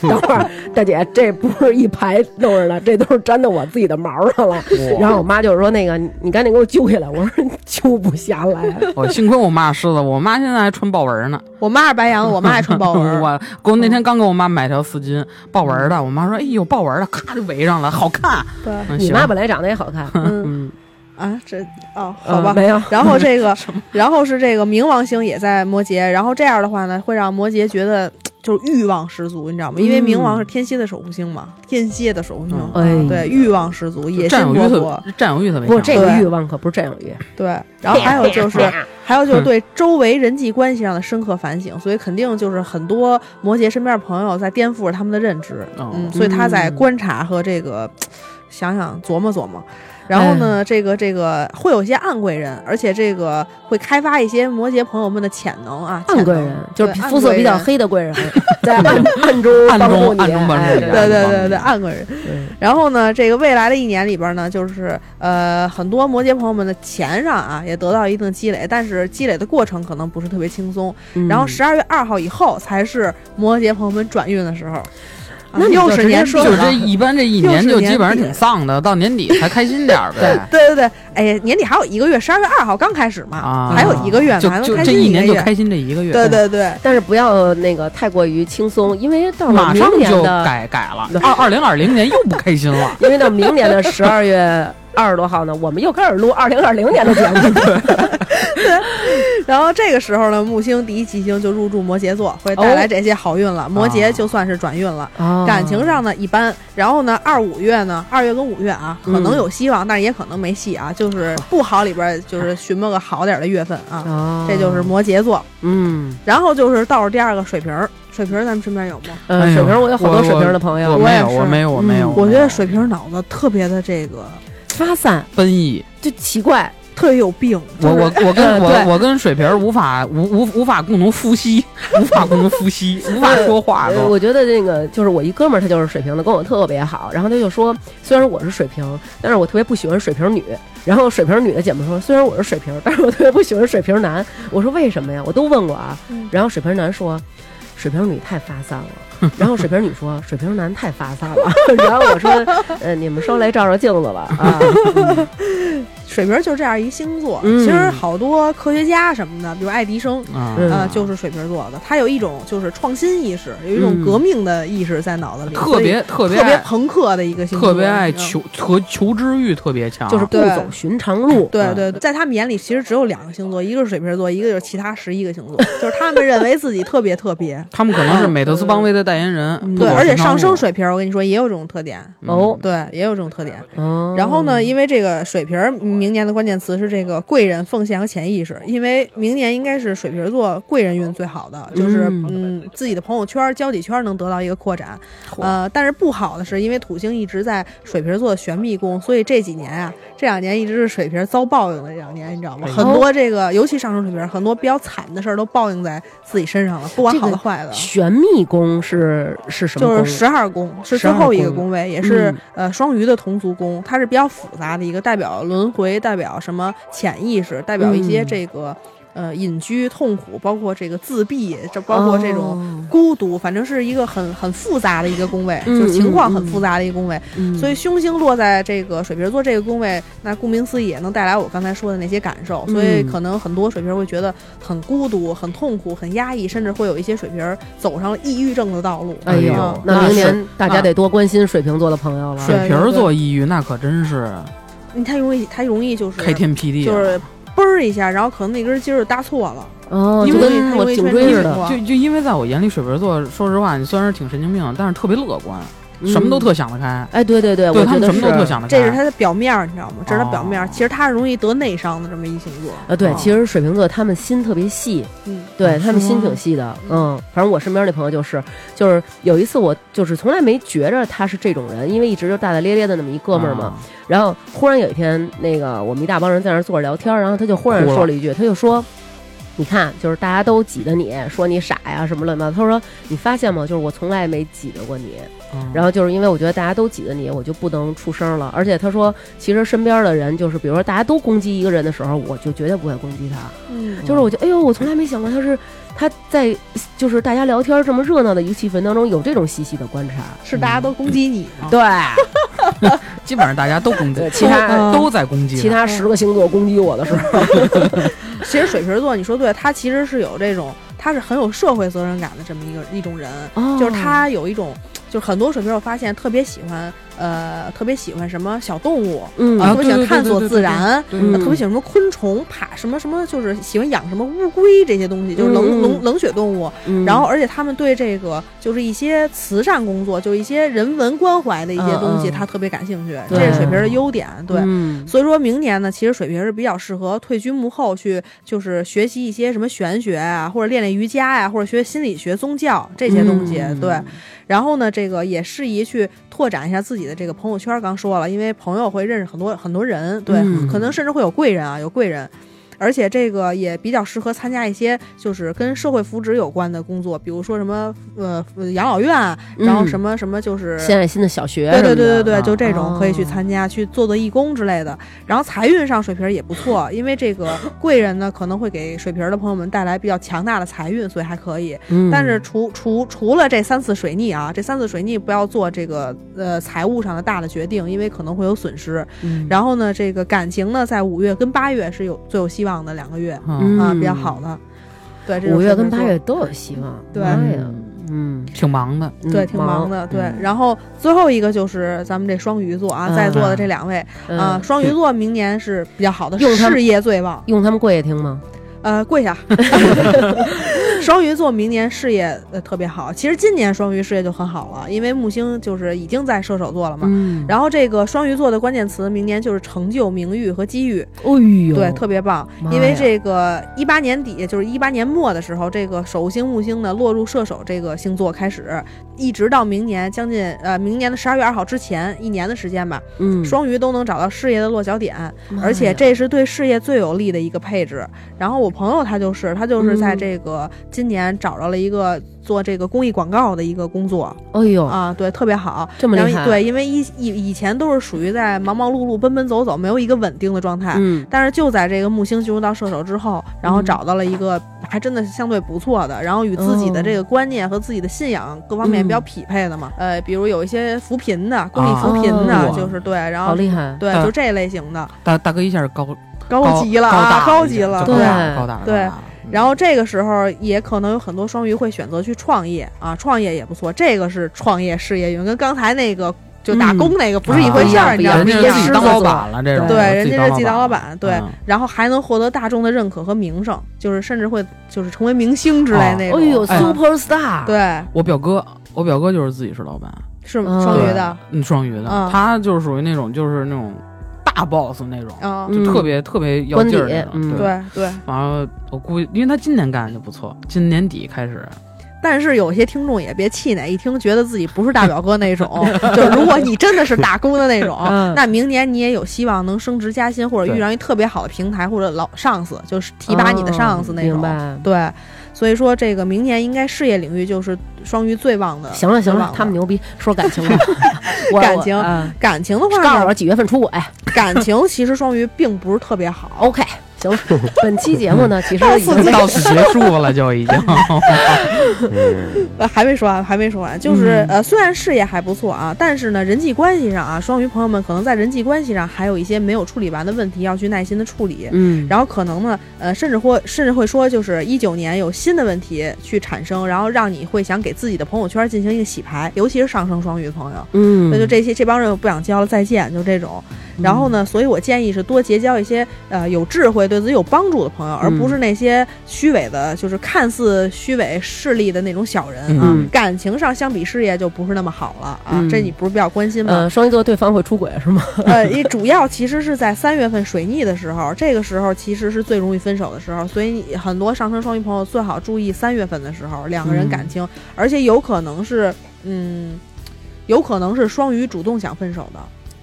Speaker 1: 等会儿，大姐，这不是一排弄着的，这都是粘到我自己的毛上了。”然后我妈就说：“那个，你你赶紧给我揪下来。”我说：“揪不下来。”啊
Speaker 3: 嗯
Speaker 4: 我哦幸亏我妈是狮子，我妈现在还穿豹纹呢。
Speaker 3: 我妈是白羊，我妈爱穿 豹纹儿。嗯
Speaker 4: 我给我那天刚给我妈买条丝巾，豹纹的，我妈说：“哎呦，豹纹的，咔就围上了，好看。
Speaker 3: 对
Speaker 4: 嗯”
Speaker 1: 你
Speaker 4: 行
Speaker 1: 妈本来长得也好看，
Speaker 3: 嗯
Speaker 4: 嗯，
Speaker 3: 啊，这哦，好吧
Speaker 1: 嗯。没有，
Speaker 3: 然后这个，然后是这个冥王星也在摩羯，然后这样的话呢，会让摩羯觉得就是欲望十足，你知道吗？因为冥王是天蝎的守护星嘛，天蝎的守护星，
Speaker 1: 嗯
Speaker 3: 对，
Speaker 1: 哎
Speaker 3: 欲望十足，野心
Speaker 4: 占有欲
Speaker 3: 勃
Speaker 4: 特
Speaker 3: 勃，
Speaker 4: 别占有欲特别
Speaker 1: 不
Speaker 4: 强
Speaker 1: 是。这个
Speaker 3: 对
Speaker 1: 欲望可不是占有欲，
Speaker 3: 对。然后还有 就是，还有就是
Speaker 4: 嗯
Speaker 3: 对周围人际关系上的深刻反省，所以肯定就是很多摩羯身边的朋友在颠覆着他们的认知，
Speaker 4: 哦
Speaker 3: 嗯，所以他在观察和这个想想琢磨琢磨。然后
Speaker 1: 嗯
Speaker 3: 呢，这个这个会有一些暗贵人，而且这个会开发一些摩羯朋友们的潜能啊，
Speaker 1: 暗
Speaker 3: 潜
Speaker 1: 贵
Speaker 3: 能
Speaker 1: 人就是
Speaker 3: 对暗
Speaker 1: 肤色
Speaker 3: 贵
Speaker 1: 比较
Speaker 3: 人
Speaker 1: 黑的 贵人，在暗暗中
Speaker 4: 暗
Speaker 1: 帮助
Speaker 4: 中
Speaker 1: 你，
Speaker 4: 暗中帮助
Speaker 1: 哎
Speaker 4: 你
Speaker 1: 对
Speaker 3: 对对对啊对，暗个人。然后呢，这个未来的一年里边呢，就是呃，很多摩羯朋友们的钱上啊，也得到一定积累，但是积累的过程可能不是特别轻松。
Speaker 1: 嗯
Speaker 3: 然后十二月二号以后才是摩羯朋友们转运的时候，啊
Speaker 1: 那你
Speaker 3: 又
Speaker 1: 就是直接
Speaker 3: 年底
Speaker 1: 说
Speaker 4: 就
Speaker 1: 了
Speaker 4: 这
Speaker 3: 了。
Speaker 4: 一般这一
Speaker 3: 又
Speaker 4: 年
Speaker 3: 是
Speaker 4: 就基
Speaker 3: 年
Speaker 4: 本上
Speaker 3: 底。
Speaker 4: 挺丧的，到年底才开心点儿呗
Speaker 3: 对对对，哎呀，年底还有一个月，十二月二号刚开始嘛，
Speaker 4: 啊，
Speaker 3: 还有一个月，
Speaker 4: 就
Speaker 3: 咱们
Speaker 4: 就
Speaker 3: 开
Speaker 4: 这
Speaker 3: 心
Speaker 4: 一
Speaker 3: 个
Speaker 4: 年就
Speaker 3: 月
Speaker 4: 开心这一个月，
Speaker 3: 对，对对，
Speaker 1: 但是不要那个太过于轻松，因为到了
Speaker 4: 嗯马
Speaker 1: 明
Speaker 4: 上
Speaker 1: 年
Speaker 4: 就
Speaker 1: 的，。
Speaker 4: 改改了，二二零二零年又不开心了
Speaker 1: 因为到明年的十二月二十多号呢，我们又开始录二零二零年的节目。
Speaker 3: 然后这个时候呢，木星第一吉星就入驻摩羯座，会
Speaker 4: 哦
Speaker 3: 带来这些好运了。摩
Speaker 4: 啊
Speaker 3: 羯就算是转运了。
Speaker 4: 嗯
Speaker 3: 感情上呢一般，然后呢二五月呢，二月跟五月啊，可
Speaker 4: 嗯
Speaker 3: 能有希望，但是也可能没戏啊，就是不好里边就是寻摸个好点儿的月份啊，
Speaker 4: 嗯
Speaker 1: 哦，
Speaker 3: 这就是摩羯座。
Speaker 1: 嗯，
Speaker 3: 然后就是倒数第二个水瓶儿，水瓶儿咱们身边有吗？
Speaker 1: 呃，
Speaker 4: 哎呦
Speaker 1: 水瓶我有好多
Speaker 4: 我
Speaker 1: 水瓶的朋
Speaker 4: 我
Speaker 1: 友，
Speaker 4: 没
Speaker 3: 也
Speaker 4: 有，我
Speaker 3: 是
Speaker 4: 没有，我没有。
Speaker 1: 嗯
Speaker 3: 我
Speaker 4: 没
Speaker 3: 觉
Speaker 4: 有
Speaker 3: 得水瓶儿脑子特别的这个，
Speaker 1: 发散
Speaker 4: 奔逸，
Speaker 1: 就奇怪，
Speaker 3: 特别有病。
Speaker 4: 我我我
Speaker 1: 呃
Speaker 4: 跟
Speaker 1: 对
Speaker 4: 我我跟水瓶儿无法无无无法共同呼吸， 无法共同呼吸，无法说话
Speaker 1: 呃
Speaker 4: 都。
Speaker 1: 我觉得那个就是我一哥们儿，他就是水瓶的，跟我特别好。然后他就说，虽然我是水瓶，但是我特别不喜欢水瓶女。然后水瓶女的姐妹说，虽然我是水瓶，但是我特别不喜欢水瓶男。我说为什么呀？我都问过啊。
Speaker 3: 嗯
Speaker 1: 然后水瓶男说。水瓶女太发散了，然后水瓶女说水瓶男太发散了， 然后我说，呃，你们稍微照照镜子吧 啊，
Speaker 3: 水瓶儿就是这样一星座，
Speaker 1: 嗯
Speaker 3: 其实好多科学家什么的，比如爱迪生，
Speaker 4: 啊
Speaker 1: 嗯
Speaker 3: 呃，就是水瓶座的，他有一种就是创新意识，有一种
Speaker 1: 嗯
Speaker 3: 革命的意识在脑子里，
Speaker 4: 特别特
Speaker 3: 所以
Speaker 4: 别
Speaker 3: 特别
Speaker 4: 爱
Speaker 3: 朋克的一个星座，
Speaker 4: 特别爱
Speaker 3: 嗯。
Speaker 4: 求和求知欲特别强，
Speaker 1: 就是不
Speaker 3: 对
Speaker 1: 走寻常路，
Speaker 3: 对
Speaker 4: 嗯
Speaker 3: 对，对在他们眼里，其实只有两个星座，一个是水瓶座，一个就是其他十一个星座，就是他们认为自己特别特别。
Speaker 4: 他们可能是美特斯邦威的代言人。不
Speaker 3: 对，
Speaker 4: 管
Speaker 3: 而且
Speaker 4: 是商
Speaker 3: 上
Speaker 4: 务
Speaker 3: 升水瓶，我跟你说也有这种特点，
Speaker 1: 哦，
Speaker 3: 对，也有这种特
Speaker 4: 嗯
Speaker 3: 点。
Speaker 1: 哦
Speaker 3: 然后呢，，因为这个水瓶儿明年的关键词是这个贵人、奉献和潜意识，因为明年应该是水瓶座贵人运最好的，就是
Speaker 1: 嗯
Speaker 3: 嗯，自己的朋友圈、交际圈能得到一个扩展。呃，但是不好的是，因为土星一直在水瓶座的玄秘宫，所以这几年啊，这两年一直是水瓶遭报应的两年，你知道吗？
Speaker 4: 哎呦
Speaker 3: 很多这个，尤其上升水瓶，很多比较惨的事儿都报应在自己身上了，不管
Speaker 1: 这个
Speaker 3: 好的坏的。
Speaker 1: 玄秘宫是是什么
Speaker 3: 就
Speaker 1: 宫？
Speaker 3: 是十二宫是最
Speaker 1: 12
Speaker 3: 后一个
Speaker 1: 宫
Speaker 3: 宫位，也是
Speaker 1: 嗯
Speaker 3: 呃双鱼的同族宫，它是比较复杂的一个，代表轮回，代表什么潜意识，代表一些
Speaker 1: 嗯
Speaker 3: 这个呃隐居、痛苦，包括这个自闭，这包括这种
Speaker 1: 哦
Speaker 3: 孤独，反正是一个很很复杂的一个宫位，
Speaker 1: 嗯
Speaker 3: 就是情况
Speaker 1: 嗯
Speaker 3: 很
Speaker 1: 嗯
Speaker 3: 复杂的一个宫位。
Speaker 1: 嗯
Speaker 3: 所以凶星落在这个水瓶座这个宫位，那顾名思义也能带来我刚才说的那些感受。所以
Speaker 1: 嗯
Speaker 3: 可能很多水瓶会觉得很孤独、很痛苦、很压抑，甚至会有一些水瓶走上了抑郁症的道路。
Speaker 1: 哎呦
Speaker 3: 嗯，
Speaker 1: 那明
Speaker 4: 那
Speaker 1: 年大家得多关心水瓶座的朋友了。
Speaker 4: 水瓶儿座抑郁那可真是
Speaker 3: 你太容易，太容易就是
Speaker 4: 开天辟地了，
Speaker 3: 就是嘣儿一下，然后可能那根筋儿搭错了。
Speaker 1: 哦，
Speaker 3: 因
Speaker 1: 就
Speaker 3: 为
Speaker 1: 跟我颈椎似的，
Speaker 4: 就就因为在我眼里，水瓶座说实话，你虽然是挺神经病，但是特别乐观，
Speaker 1: 嗯
Speaker 4: 什么都特想得开。
Speaker 1: 哎，对对对，
Speaker 4: 对
Speaker 1: 我
Speaker 4: 他
Speaker 1: 觉
Speaker 4: 们
Speaker 1: 得
Speaker 4: 什么都特
Speaker 1: 是。
Speaker 4: 想得开。
Speaker 3: 这是他的表面儿，你知道吗？这是他表面儿，
Speaker 4: 哦
Speaker 3: 其实他是容易得内伤的这么一星座。
Speaker 1: 呃，对，
Speaker 3: 嗯
Speaker 1: 其实水瓶座他们心特别细，
Speaker 3: 嗯，
Speaker 1: 对
Speaker 4: 哦
Speaker 1: 他们
Speaker 4: 是
Speaker 1: 心
Speaker 4: 吗
Speaker 1: 挺细的，嗯，反正我身边那朋友就是，就是有一次我就是从来没觉着他是这种人，因为一直就大大咧咧的那么一哥们儿嘛，
Speaker 4: 啊，
Speaker 1: 然后忽然有一天，那个我们一大帮人在那儿坐着聊天儿，然后他就忽然
Speaker 4: 哭了
Speaker 1: 说了一句，他就说：“你看，就是大家都挤得你，说你傻呀什么乱七八糟。”他说：“你发现吗？就是我从来没挤得过你。
Speaker 4: 嗯
Speaker 1: 然后就是因为我觉得大家都挤得你，我就不能出声了。而且他说，其实身边的人，就是比如说大家都攻击一个人的时候，我就绝对不会攻击他。
Speaker 3: 嗯
Speaker 1: 就是我觉得，哎呦，我从来没想过他是他在就是大家聊天这么热闹的一个气氛当中有这种细细的观察。嗯
Speaker 3: 是大家都攻击你吗？
Speaker 1: 对，
Speaker 4: 基本上大家都攻击
Speaker 1: 对，其他
Speaker 4: 都都在攻击他，
Speaker 1: 其他十个星座攻击我的时候。”
Speaker 3: 其实水瓶座，你说对，他其实是有这种，他是很有社会责任感的这么一个一种人，
Speaker 1: 哦
Speaker 3: 就是他有一种，就是很多水瓶我发现特别喜欢，呃，特别喜欢什么小动物，
Speaker 1: 嗯
Speaker 4: 啊
Speaker 3: 特别喜欢探索自然。
Speaker 4: 对对对
Speaker 3: 呃
Speaker 1: 嗯
Speaker 3: 特别喜欢什么昆虫、爬什么什么，就是喜欢养什么乌龟这些东西，就是冷
Speaker 1: 嗯嗯
Speaker 3: 冷冷血动物。
Speaker 1: 嗯
Speaker 3: 然后，而且他们对这个就是一些慈善工作，就是一些人文关怀的一些东西，
Speaker 1: 嗯嗯
Speaker 3: 他特别感兴趣。
Speaker 1: 对
Speaker 3: 这是水瓶的优点，对。
Speaker 1: 嗯
Speaker 3: 所以说明年呢，其实水瓶是比较适合退居幕后去，就是学习一些什么玄学啊，或者练练瑜伽呀、或者学心理学、宗教这些东西。
Speaker 4: 嗯
Speaker 3: 对，然后呢，这个也适宜去拓展一下自己的这个朋友圈。刚说了，因为朋友会认识很多很多人，对，
Speaker 1: 嗯
Speaker 3: 可能甚至会有贵人啊，有贵人。而且这个也比较适合参加一些就是跟社会福祉有关的工作，比如说什么呃呃养老院啊，然后
Speaker 1: 嗯
Speaker 3: 什么什么就是
Speaker 1: 现在新的小学
Speaker 3: 对
Speaker 1: 什么的，
Speaker 3: 对对对对，
Speaker 1: 啊
Speaker 3: 就这种可以去
Speaker 1: 哦
Speaker 3: 参加，去做做义工之类的。然后财运上水瓶儿也不错，因为 这个贵人呢可能会给水瓶儿的朋友们带来比较强大的财运，所以还可以。
Speaker 1: 嗯
Speaker 3: 但是除除除了这三次水逆啊，这三次水逆不要做这个呃财务上的大的决定，因为可能会有损失。
Speaker 4: 嗯
Speaker 3: 然后呢，这个感情呢，在五月跟八月是有最有希望的两个月
Speaker 4: 嗯，
Speaker 3: 啊，
Speaker 1: 嗯
Speaker 3: 比较好的。对，这就是
Speaker 1: 五月跟
Speaker 3: 水瓶
Speaker 1: 八
Speaker 3: 座
Speaker 1: 月都有希望，
Speaker 3: 对
Speaker 1: 妈呀
Speaker 4: 嗯
Speaker 1: 嗯，
Speaker 4: 挺忙的，
Speaker 1: 嗯
Speaker 3: 对，挺忙，的。对，
Speaker 4: 嗯
Speaker 3: 然后最后一个就是咱们这双鱼座啊，
Speaker 1: 嗯
Speaker 3: 在座的这两位
Speaker 1: 嗯
Speaker 3: 啊，，双鱼座明年是比较好的，
Speaker 1: 用他们
Speaker 3: 事业最旺。
Speaker 1: 用他们过夜听吗？
Speaker 3: 呃，跪下。 双鱼座明年事业呃特别好，其实今年双鱼事业就很好了，因为木星就是已经在射手座了嘛。
Speaker 1: 嗯，
Speaker 3: 然后这个双鱼座的关键词明年就是成就、名誉和机遇，
Speaker 1: 哎呦，
Speaker 3: 对，特别棒。
Speaker 1: 妈
Speaker 3: 因为
Speaker 1: 呀
Speaker 3: 这个一八年底，就是一八年末的时候，这个首星木星呢落入射手这个星座开始，一直到明年将近呃明年的十二月二号之前一年的时间吧，
Speaker 1: 嗯，
Speaker 3: 双鱼都能找到事业的落脚点。
Speaker 1: 妈
Speaker 3: 而且
Speaker 1: 呀
Speaker 3: 这是对事业最有利的一个配置。然后我朋友他就是他就是在
Speaker 1: 嗯
Speaker 3: 这个今年找着了一个做这个公益广告的一个工作
Speaker 1: 哎呦，
Speaker 3: 啊，对，特别好。
Speaker 1: 这么
Speaker 3: 然
Speaker 1: 厉
Speaker 3: 后
Speaker 1: 害，，
Speaker 3: 对，因为以以以前都是属于在忙忙碌碌、奔奔走走，没有一个稳定的状态。
Speaker 1: 嗯，
Speaker 3: 但是就在这个木星进入到射手之后，然后
Speaker 1: 嗯
Speaker 3: 找到了一个还真的是相对不错的，然后与自己的这个观念和自己的信仰各方面比较
Speaker 1: 哦嗯
Speaker 3: 匹配的嘛。呃，比如有一些扶贫的、公益扶贫的，
Speaker 1: 哦
Speaker 3: 就是对，然
Speaker 1: 好
Speaker 3: 后
Speaker 1: 厉害，啊
Speaker 3: 对，
Speaker 4: 嗯
Speaker 3: 就这类型的。
Speaker 4: 大大哥一下就高
Speaker 3: 高级了
Speaker 4: 高
Speaker 3: 啊，
Speaker 4: 大
Speaker 3: 高
Speaker 4: 一
Speaker 3: 级
Speaker 4: 下
Speaker 3: 了。
Speaker 1: 对
Speaker 4: 就高大了高大了
Speaker 3: 对
Speaker 4: 高大了嗯
Speaker 3: 然后这个时候也可能有很多双鱼会选择去创业啊，创业也不错，这个是创业事业运，跟刚才那个就打工那个不是一回事儿，
Speaker 1: 啊
Speaker 3: 你知道吗？
Speaker 4: 人
Speaker 1: 不
Speaker 4: 家
Speaker 1: 一样
Speaker 3: 也
Speaker 1: 不一样
Speaker 3: 是
Speaker 4: 是自己当
Speaker 1: 狮子
Speaker 4: 老
Speaker 1: 座
Speaker 4: 板了，这种
Speaker 3: 对，啊人家是自己当
Speaker 4: 当
Speaker 3: 老
Speaker 4: 老
Speaker 3: 板，对，
Speaker 4: 嗯
Speaker 3: 然后还能获得大众的认可和名声，就是甚至会就是成为明星之类那
Speaker 1: 哎
Speaker 3: 种。
Speaker 1: 呦
Speaker 3: 啊
Speaker 1: ，super star，，
Speaker 3: 对，
Speaker 4: 我表哥，我表哥就是自己是老板，
Speaker 3: 是
Speaker 1: 嗯
Speaker 3: 双鱼的，
Speaker 4: 嗯，双鱼的，
Speaker 3: 嗯
Speaker 4: 他就是属于那种就是那种大 boss 那种，
Speaker 3: 啊，
Speaker 1: 嗯
Speaker 4: 就特别特别要劲儿那
Speaker 1: 官邸
Speaker 4: 种。
Speaker 1: 嗯
Speaker 4: 对，
Speaker 3: 对对。
Speaker 4: 然后我估计，因为他今年干的就不错，今年底开始，
Speaker 3: 但是有些听众也别气馁，一听觉得自己不是大表哥那种， 就是如果你真的是打工的那种
Speaker 1: 嗯，
Speaker 3: 那明年你也有希望能升职加薪，或者遇上一特别好的平台或者老上司，就是提拔你的上司
Speaker 1: 哦
Speaker 3: 那
Speaker 1: 嗯明
Speaker 3: 种。
Speaker 1: 白。
Speaker 3: 对，所以说这个明年应该事业领域就是双鱼最旺的。
Speaker 1: 行了行
Speaker 3: 最
Speaker 1: 了
Speaker 3: 旺，的
Speaker 1: 他们牛逼，说感情 吧，我
Speaker 3: 呃感情
Speaker 1: 我啊
Speaker 3: 感情的
Speaker 1: 告
Speaker 3: 话
Speaker 1: 诉
Speaker 3: 呢，
Speaker 1: 我几月份出轨
Speaker 3: 感情其实双鱼并不是特别好。
Speaker 1: ？OK，行 了，本期节目呢，其实已经
Speaker 4: 到此结束了，就已 经。
Speaker 2: 嗯，
Speaker 3: 呃，还没说完，还没说完，就是、
Speaker 1: 嗯
Speaker 3: 呃，虽然事业还不错啊，但是呢，人际关系上啊，双鱼朋友们可能在人际关系上还有一些没有处理完的问题，要去耐心的处理。
Speaker 1: 嗯，
Speaker 3: 然后可能呢，呃，甚至或甚至会说，就是一九年有新的问题去产生，然后让你会想给自己的朋友圈进行一个洗牌，尤其是上升双鱼的朋友，
Speaker 1: 嗯，
Speaker 3: 那就这些这帮人我不想交了，再见，就这种。然后呢，所以我建议是多结交一些呃有智慧、对自己有帮助的朋友，而不
Speaker 1: 嗯
Speaker 3: 是那些虚伪的，就是看似虚伪势利的那种小人啊。
Speaker 1: 嗯
Speaker 3: 感情上相比事业就不是那么好了啊，
Speaker 1: 嗯
Speaker 3: 这你不是比较关心吗？
Speaker 1: 呃，双鱼座对方会出轨是吗？
Speaker 3: 呃，也主要其实是在三月份水逆的时候，这个时候其实是最容易分手的时候，所以你很多上升双鱼朋友最好注意三月份的时候两个人感情，而且有可能是，嗯，有可能是双鱼主动想分手的。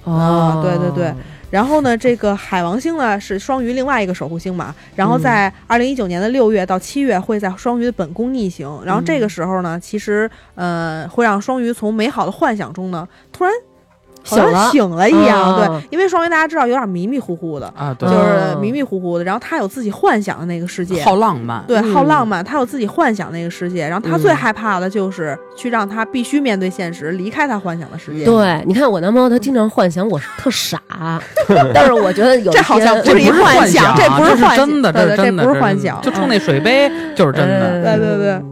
Speaker 3: 啊对对
Speaker 1: 哦
Speaker 3: 对，然后呢，这个海王星呢是双鱼另外一个守护星嘛，然后在二零一九年的六月到七月会在双鱼的本宫逆行，然后这个时候呢，其实呃会让双鱼从美好的幻想中呢突然好
Speaker 1: 醒
Speaker 3: 像
Speaker 1: 了，
Speaker 3: 醒了一样，
Speaker 1: 啊
Speaker 3: 对，因为双鱼大家知道有点迷迷糊糊的，
Speaker 4: 啊，对
Speaker 3: 就，是
Speaker 1: 啊
Speaker 3: 迷迷糊糊的，然后他有自己幻想的那个世界。
Speaker 4: 好浪漫。
Speaker 3: 对，
Speaker 1: 嗯
Speaker 3: 好浪漫，他有自己幻想那个世界，然后他最
Speaker 1: 嗯
Speaker 3: 害怕的就是去让他必须面对现实，离开他幻想的世界。
Speaker 1: 对，你看我男朋友，他经常幻想我是特 傻，但是我觉得有一
Speaker 3: 这好像
Speaker 1: 天
Speaker 3: 不是一
Speaker 4: 这幻
Speaker 3: 想，
Speaker 4: 这
Speaker 3: 不是幻想
Speaker 4: 真的，
Speaker 3: 对
Speaker 4: 这
Speaker 3: 对
Speaker 4: 是真的，
Speaker 3: 这不
Speaker 4: 这
Speaker 3: 是幻想，嗯
Speaker 4: 就冲那水杯就是真的。
Speaker 3: 对对对
Speaker 1: 嗯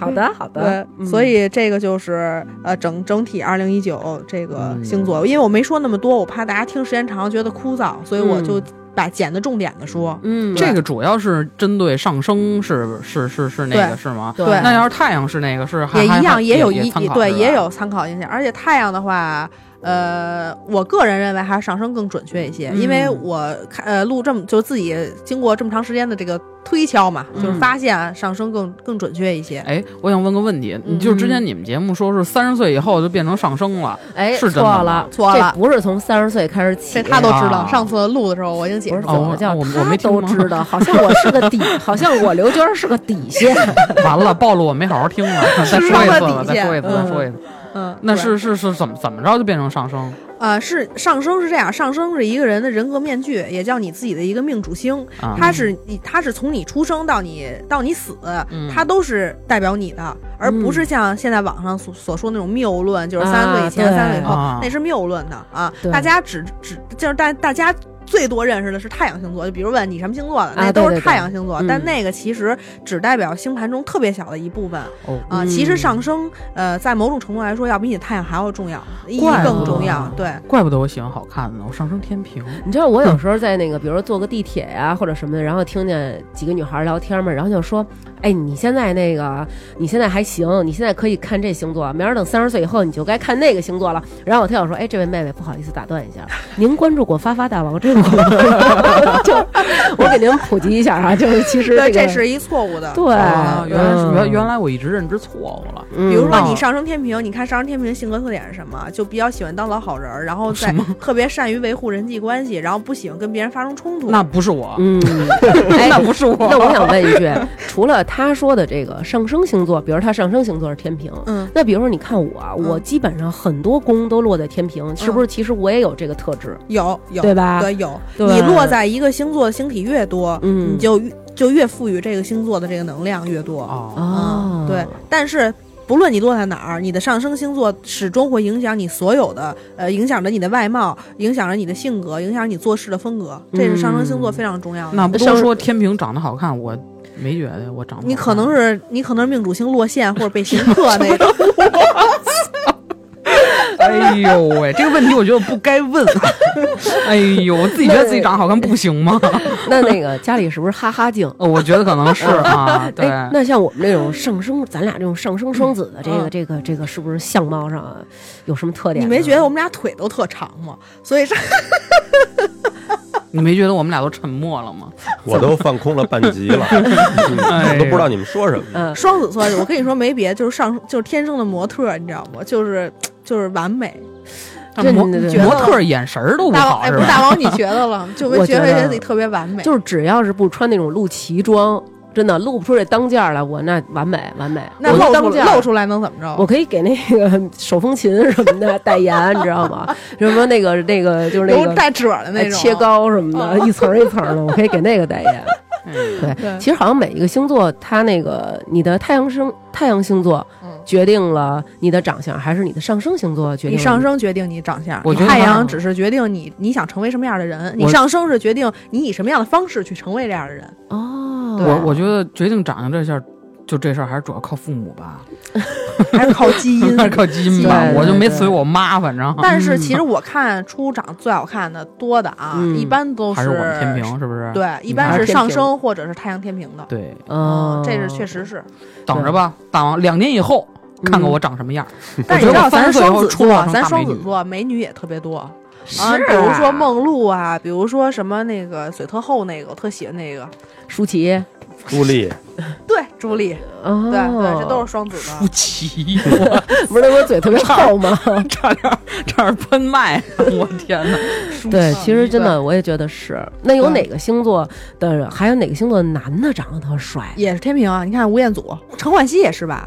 Speaker 1: 好的好的
Speaker 3: 对，，
Speaker 1: 嗯
Speaker 3: 所以这个就是呃整整体二零一九这个星
Speaker 1: 嗯
Speaker 3: 座，因为我没说那么多，我怕大家听时间长觉得枯燥，所以我就把捡的重点的说。
Speaker 1: 嗯，
Speaker 4: 这个主要是针对上升，是是是是那
Speaker 3: 对
Speaker 4: 个是吗？
Speaker 1: 对
Speaker 4: 那要是太阳是那个是还
Speaker 3: 也一
Speaker 4: 还
Speaker 3: 样，
Speaker 4: 还
Speaker 3: 也有一
Speaker 4: 参考
Speaker 3: 对，
Speaker 4: 是吧
Speaker 3: 也有参考影响。而且太阳的话，呃，我个人认为还是上升更准确一些，因为
Speaker 4: 嗯
Speaker 3: 我看呃录这么就自己经过这么长时间的这个推敲嘛，就是
Speaker 4: 嗯
Speaker 3: 发现上升更更准确一些。
Speaker 4: 哎，我想问个问
Speaker 3: 嗯
Speaker 4: 题，你就是之前你们节目说是三十岁以后就变成上升了，
Speaker 1: 哎，
Speaker 4: 是真的
Speaker 1: 错
Speaker 4: 吗
Speaker 1: 了，
Speaker 3: 错了
Speaker 1: 这不是从三十岁开始起
Speaker 3: 这。他都知道，
Speaker 4: 啊
Speaker 3: 上次录的时候我已经解
Speaker 1: 不
Speaker 3: 释
Speaker 1: 是
Speaker 3: 过
Speaker 1: 怎
Speaker 3: 了。
Speaker 1: 么叫
Speaker 4: 哦我我
Speaker 1: 他
Speaker 4: 没听
Speaker 1: 都
Speaker 4: 吗
Speaker 1: 知道，好像我是个底，好像我刘娟是个底线。
Speaker 4: 完了暴露我没好好听了，再说一次吧，再说一次，再说一次，
Speaker 3: 嗯，
Speaker 4: 那
Speaker 3: 对
Speaker 4: 是是是怎么怎么着就变成上升？
Speaker 3: 呃，是上升是这样，上升是一个人的人格面具，也叫你自己的一个命主星，
Speaker 4: 啊
Speaker 3: 它是你，它是从你出生到你到你死，
Speaker 4: 嗯
Speaker 3: 它都是代表你的，而不是像现在网上所所说那种谬论，就是三十岁以前、
Speaker 1: 嗯啊
Speaker 3: 三十岁以后，
Speaker 4: 对
Speaker 3: 那是谬论的啊。
Speaker 1: 对
Speaker 3: 大家只只就是大大家。最多认识的是太阳星座，就比如问你什么星座的，
Speaker 1: 啊
Speaker 3: 那都
Speaker 1: 对对
Speaker 3: 是
Speaker 1: 对
Speaker 3: 太阳星座，
Speaker 1: 嗯
Speaker 3: 但那个其实只代表星盘中特别小的一部分。
Speaker 4: 哦
Speaker 3: 啊，
Speaker 1: 嗯
Speaker 3: 其实上升，呃，在某种程度来说，要比你太阳还要重要，意义
Speaker 4: 怪
Speaker 3: 更
Speaker 4: 不
Speaker 3: 重
Speaker 4: 得
Speaker 3: 要。对，
Speaker 4: 怪不得我喜欢好看呢，我上升天平，
Speaker 1: 你知道我有时候在那个，比如说坐个地铁呀、或者什么的，然后听见几个女孩聊天嘛，然后就说：“哎，你现在那个，你现在还行，你现在可以看这星座，明儿等三十岁以后你就该看那个星座了。”然后我特想说：“哎，这位妹妹，不好意思打断一下，您关注过发发大王这个吗？” 就我给您普及一下啊，就是其实
Speaker 3: 对，
Speaker 1: 这
Speaker 3: 这
Speaker 1: 个
Speaker 3: 是一错误的。
Speaker 1: 对，
Speaker 4: 啊，原来是
Speaker 1: 嗯
Speaker 4: 原原来我一直认知错误了，
Speaker 1: 嗯
Speaker 3: 比如说
Speaker 4: 嗯
Speaker 3: 你上升天平，你看上升天平性格特点是什么？就比较喜欢当老好人儿，然后在
Speaker 4: 什么
Speaker 3: 特别善于维护人际关系，然后不喜欢跟别人发生冲突。
Speaker 4: 那不是我，
Speaker 1: 嗯， 哎
Speaker 4: 那不是我，
Speaker 1: 那我想问 一句，除了他说的这个上升星座，比如他上升星座是天平，
Speaker 3: 嗯，
Speaker 1: 那比如说你看我啊，我基本上很多宫都落在天
Speaker 3: 嗯
Speaker 1: 平，是不是？其实我也有这个特质，
Speaker 3: 有有
Speaker 1: 对吧
Speaker 3: 对，有
Speaker 1: 对
Speaker 3: 你落在一个星座的星体越多，
Speaker 1: 嗯
Speaker 3: 你就越就越赋予这个星座的这个能量越多。
Speaker 4: 哦，
Speaker 1: 哦
Speaker 3: 嗯，对，但是。不论你落在哪儿，你的上升星座始终会影响你所有的，呃，影响着你的外貌，影响着你的性格，影响你做事的风格，这是上升星座非常重要的。
Speaker 4: 那不
Speaker 1: 上
Speaker 4: 都说天平长得好看，我没觉得我长得好看，
Speaker 3: 你可
Speaker 1: 嗯
Speaker 3: 能是你可能是命主星落线或者被刑 克那种，
Speaker 4: 哎呦喂，这个问题我觉得我不该问。哎呦，我自己觉得自己长得好看不行吗？
Speaker 1: 那那个家里是不是哈哈镜？
Speaker 4: 呃我觉得可能是啊，对。
Speaker 1: 哎，那像我们这种上升，咱俩这种上升双子的这个、
Speaker 3: 嗯
Speaker 1: 这个这个，是不是相貌上有什么特点
Speaker 3: 你
Speaker 1: 呢？
Speaker 3: 没觉得我们俩腿都特长吗？所以上
Speaker 4: 你没觉得我们俩都沉默了吗？
Speaker 2: 我都放空了半集了，嗯
Speaker 4: 哎
Speaker 2: 我
Speaker 4: 呦
Speaker 2: 都不知道你们说什么。
Speaker 1: 嗯，
Speaker 3: 双子座，我跟你说没别，就是上就是天生的模特儿，你知道吗？就是就是完美。
Speaker 1: 这
Speaker 4: 模
Speaker 1: 你觉
Speaker 3: 得
Speaker 4: 模特儿眼神儿都不
Speaker 3: 大王
Speaker 4: 好
Speaker 3: 哎，
Speaker 4: 是
Speaker 3: 不是
Speaker 4: 吧？
Speaker 3: 大 王，你觉得了？就没
Speaker 1: 我
Speaker 3: 觉
Speaker 1: 觉
Speaker 3: 得
Speaker 1: 得
Speaker 3: 觉得自己特别完美。
Speaker 1: 就是只要是不穿那种露脐装，真的露不出这当件儿来，我那完美完美。
Speaker 3: 那
Speaker 1: 我就
Speaker 3: 露
Speaker 1: 当
Speaker 3: 出
Speaker 1: 件儿
Speaker 3: 露出来能怎么
Speaker 1: 我
Speaker 3: 着？
Speaker 1: 可以给那个手风琴什么的代言，你知道 吗？什么那个那个就是那
Speaker 3: 留
Speaker 1: 个呃
Speaker 3: 带褶儿的那种。啊哦
Speaker 1: 切糕什么的，一层儿一层儿的，我可以给那个代 言。
Speaker 4: 嗯
Speaker 1: 对，
Speaker 3: 对
Speaker 1: 其实好像每一个星座，它那个你的太阳升太阳星座
Speaker 3: 嗯
Speaker 1: 决定了你的长相，还是你的上升星座决定
Speaker 3: 你
Speaker 1: 了
Speaker 3: 上升决定你长相，
Speaker 4: 我
Speaker 3: 你
Speaker 4: 觉得
Speaker 3: 太
Speaker 4: 他
Speaker 3: 阳只是决定你你想成为什么样的人，你
Speaker 4: 我
Speaker 3: 上升是决定你以什么样的方式去成为这样的人。
Speaker 1: 哦，
Speaker 4: 我我觉得决定长相这下儿，就这事儿还是主要靠父母吧，
Speaker 3: 还是 靠基因，
Speaker 4: 还
Speaker 1: 哦
Speaker 4: 是靠基因吧
Speaker 1: 嗯对。对
Speaker 4: 我就没
Speaker 1: 对
Speaker 4: 随我妈，反正
Speaker 3: 但是其实我看初长最好看的多的啊，
Speaker 1: 嗯
Speaker 3: 一般都
Speaker 4: 还是我们天平，嗯啊是不是？
Speaker 3: 对，一
Speaker 1: 还
Speaker 3: 般
Speaker 1: 是
Speaker 3: 是
Speaker 1: 天
Speaker 3: 上
Speaker 1: 平
Speaker 3: 升或者是太阳天平的。
Speaker 4: 对，
Speaker 1: 哦
Speaker 3: 嗯，，这是确实是，
Speaker 4: 等着吧，大王，两年以后看
Speaker 1: 嗯
Speaker 4: 看我长什 么样儿。
Speaker 3: 但是
Speaker 4: 我
Speaker 3: 你知
Speaker 4: 觉得
Speaker 3: 道
Speaker 4: 我
Speaker 3: 咱
Speaker 4: 30岁以
Speaker 3: 双
Speaker 4: 后
Speaker 3: 子
Speaker 4: 出
Speaker 3: 座，
Speaker 4: 了
Speaker 3: 啊，
Speaker 4: 能
Speaker 3: 咱
Speaker 4: 大
Speaker 3: 双
Speaker 4: 美
Speaker 3: 子
Speaker 4: 女。
Speaker 3: 座美女也特别多啊，
Speaker 1: 是啊
Speaker 3: 比如说梦露啊，比如说什么那个嘴特厚那个，我特喜欢那个，
Speaker 1: 舒淇，
Speaker 2: 朱莉，
Speaker 3: 对，朱莉，
Speaker 1: 哦，
Speaker 3: 对对，这都是双子
Speaker 4: 不
Speaker 3: 的。
Speaker 4: 齐， 我
Speaker 1: 不是那我嘴特别厚吗？
Speaker 4: 差点差点喷麦，我天 哪！
Speaker 3: 嗯
Speaker 1: 对，其实真
Speaker 3: 对
Speaker 1: 的我也觉得是。那有
Speaker 3: 对
Speaker 1: 哪个星座的，还有哪个星座的男的长得特帅？
Speaker 3: 也是天平啊，你看吴彦祖、陈焕希也是吧？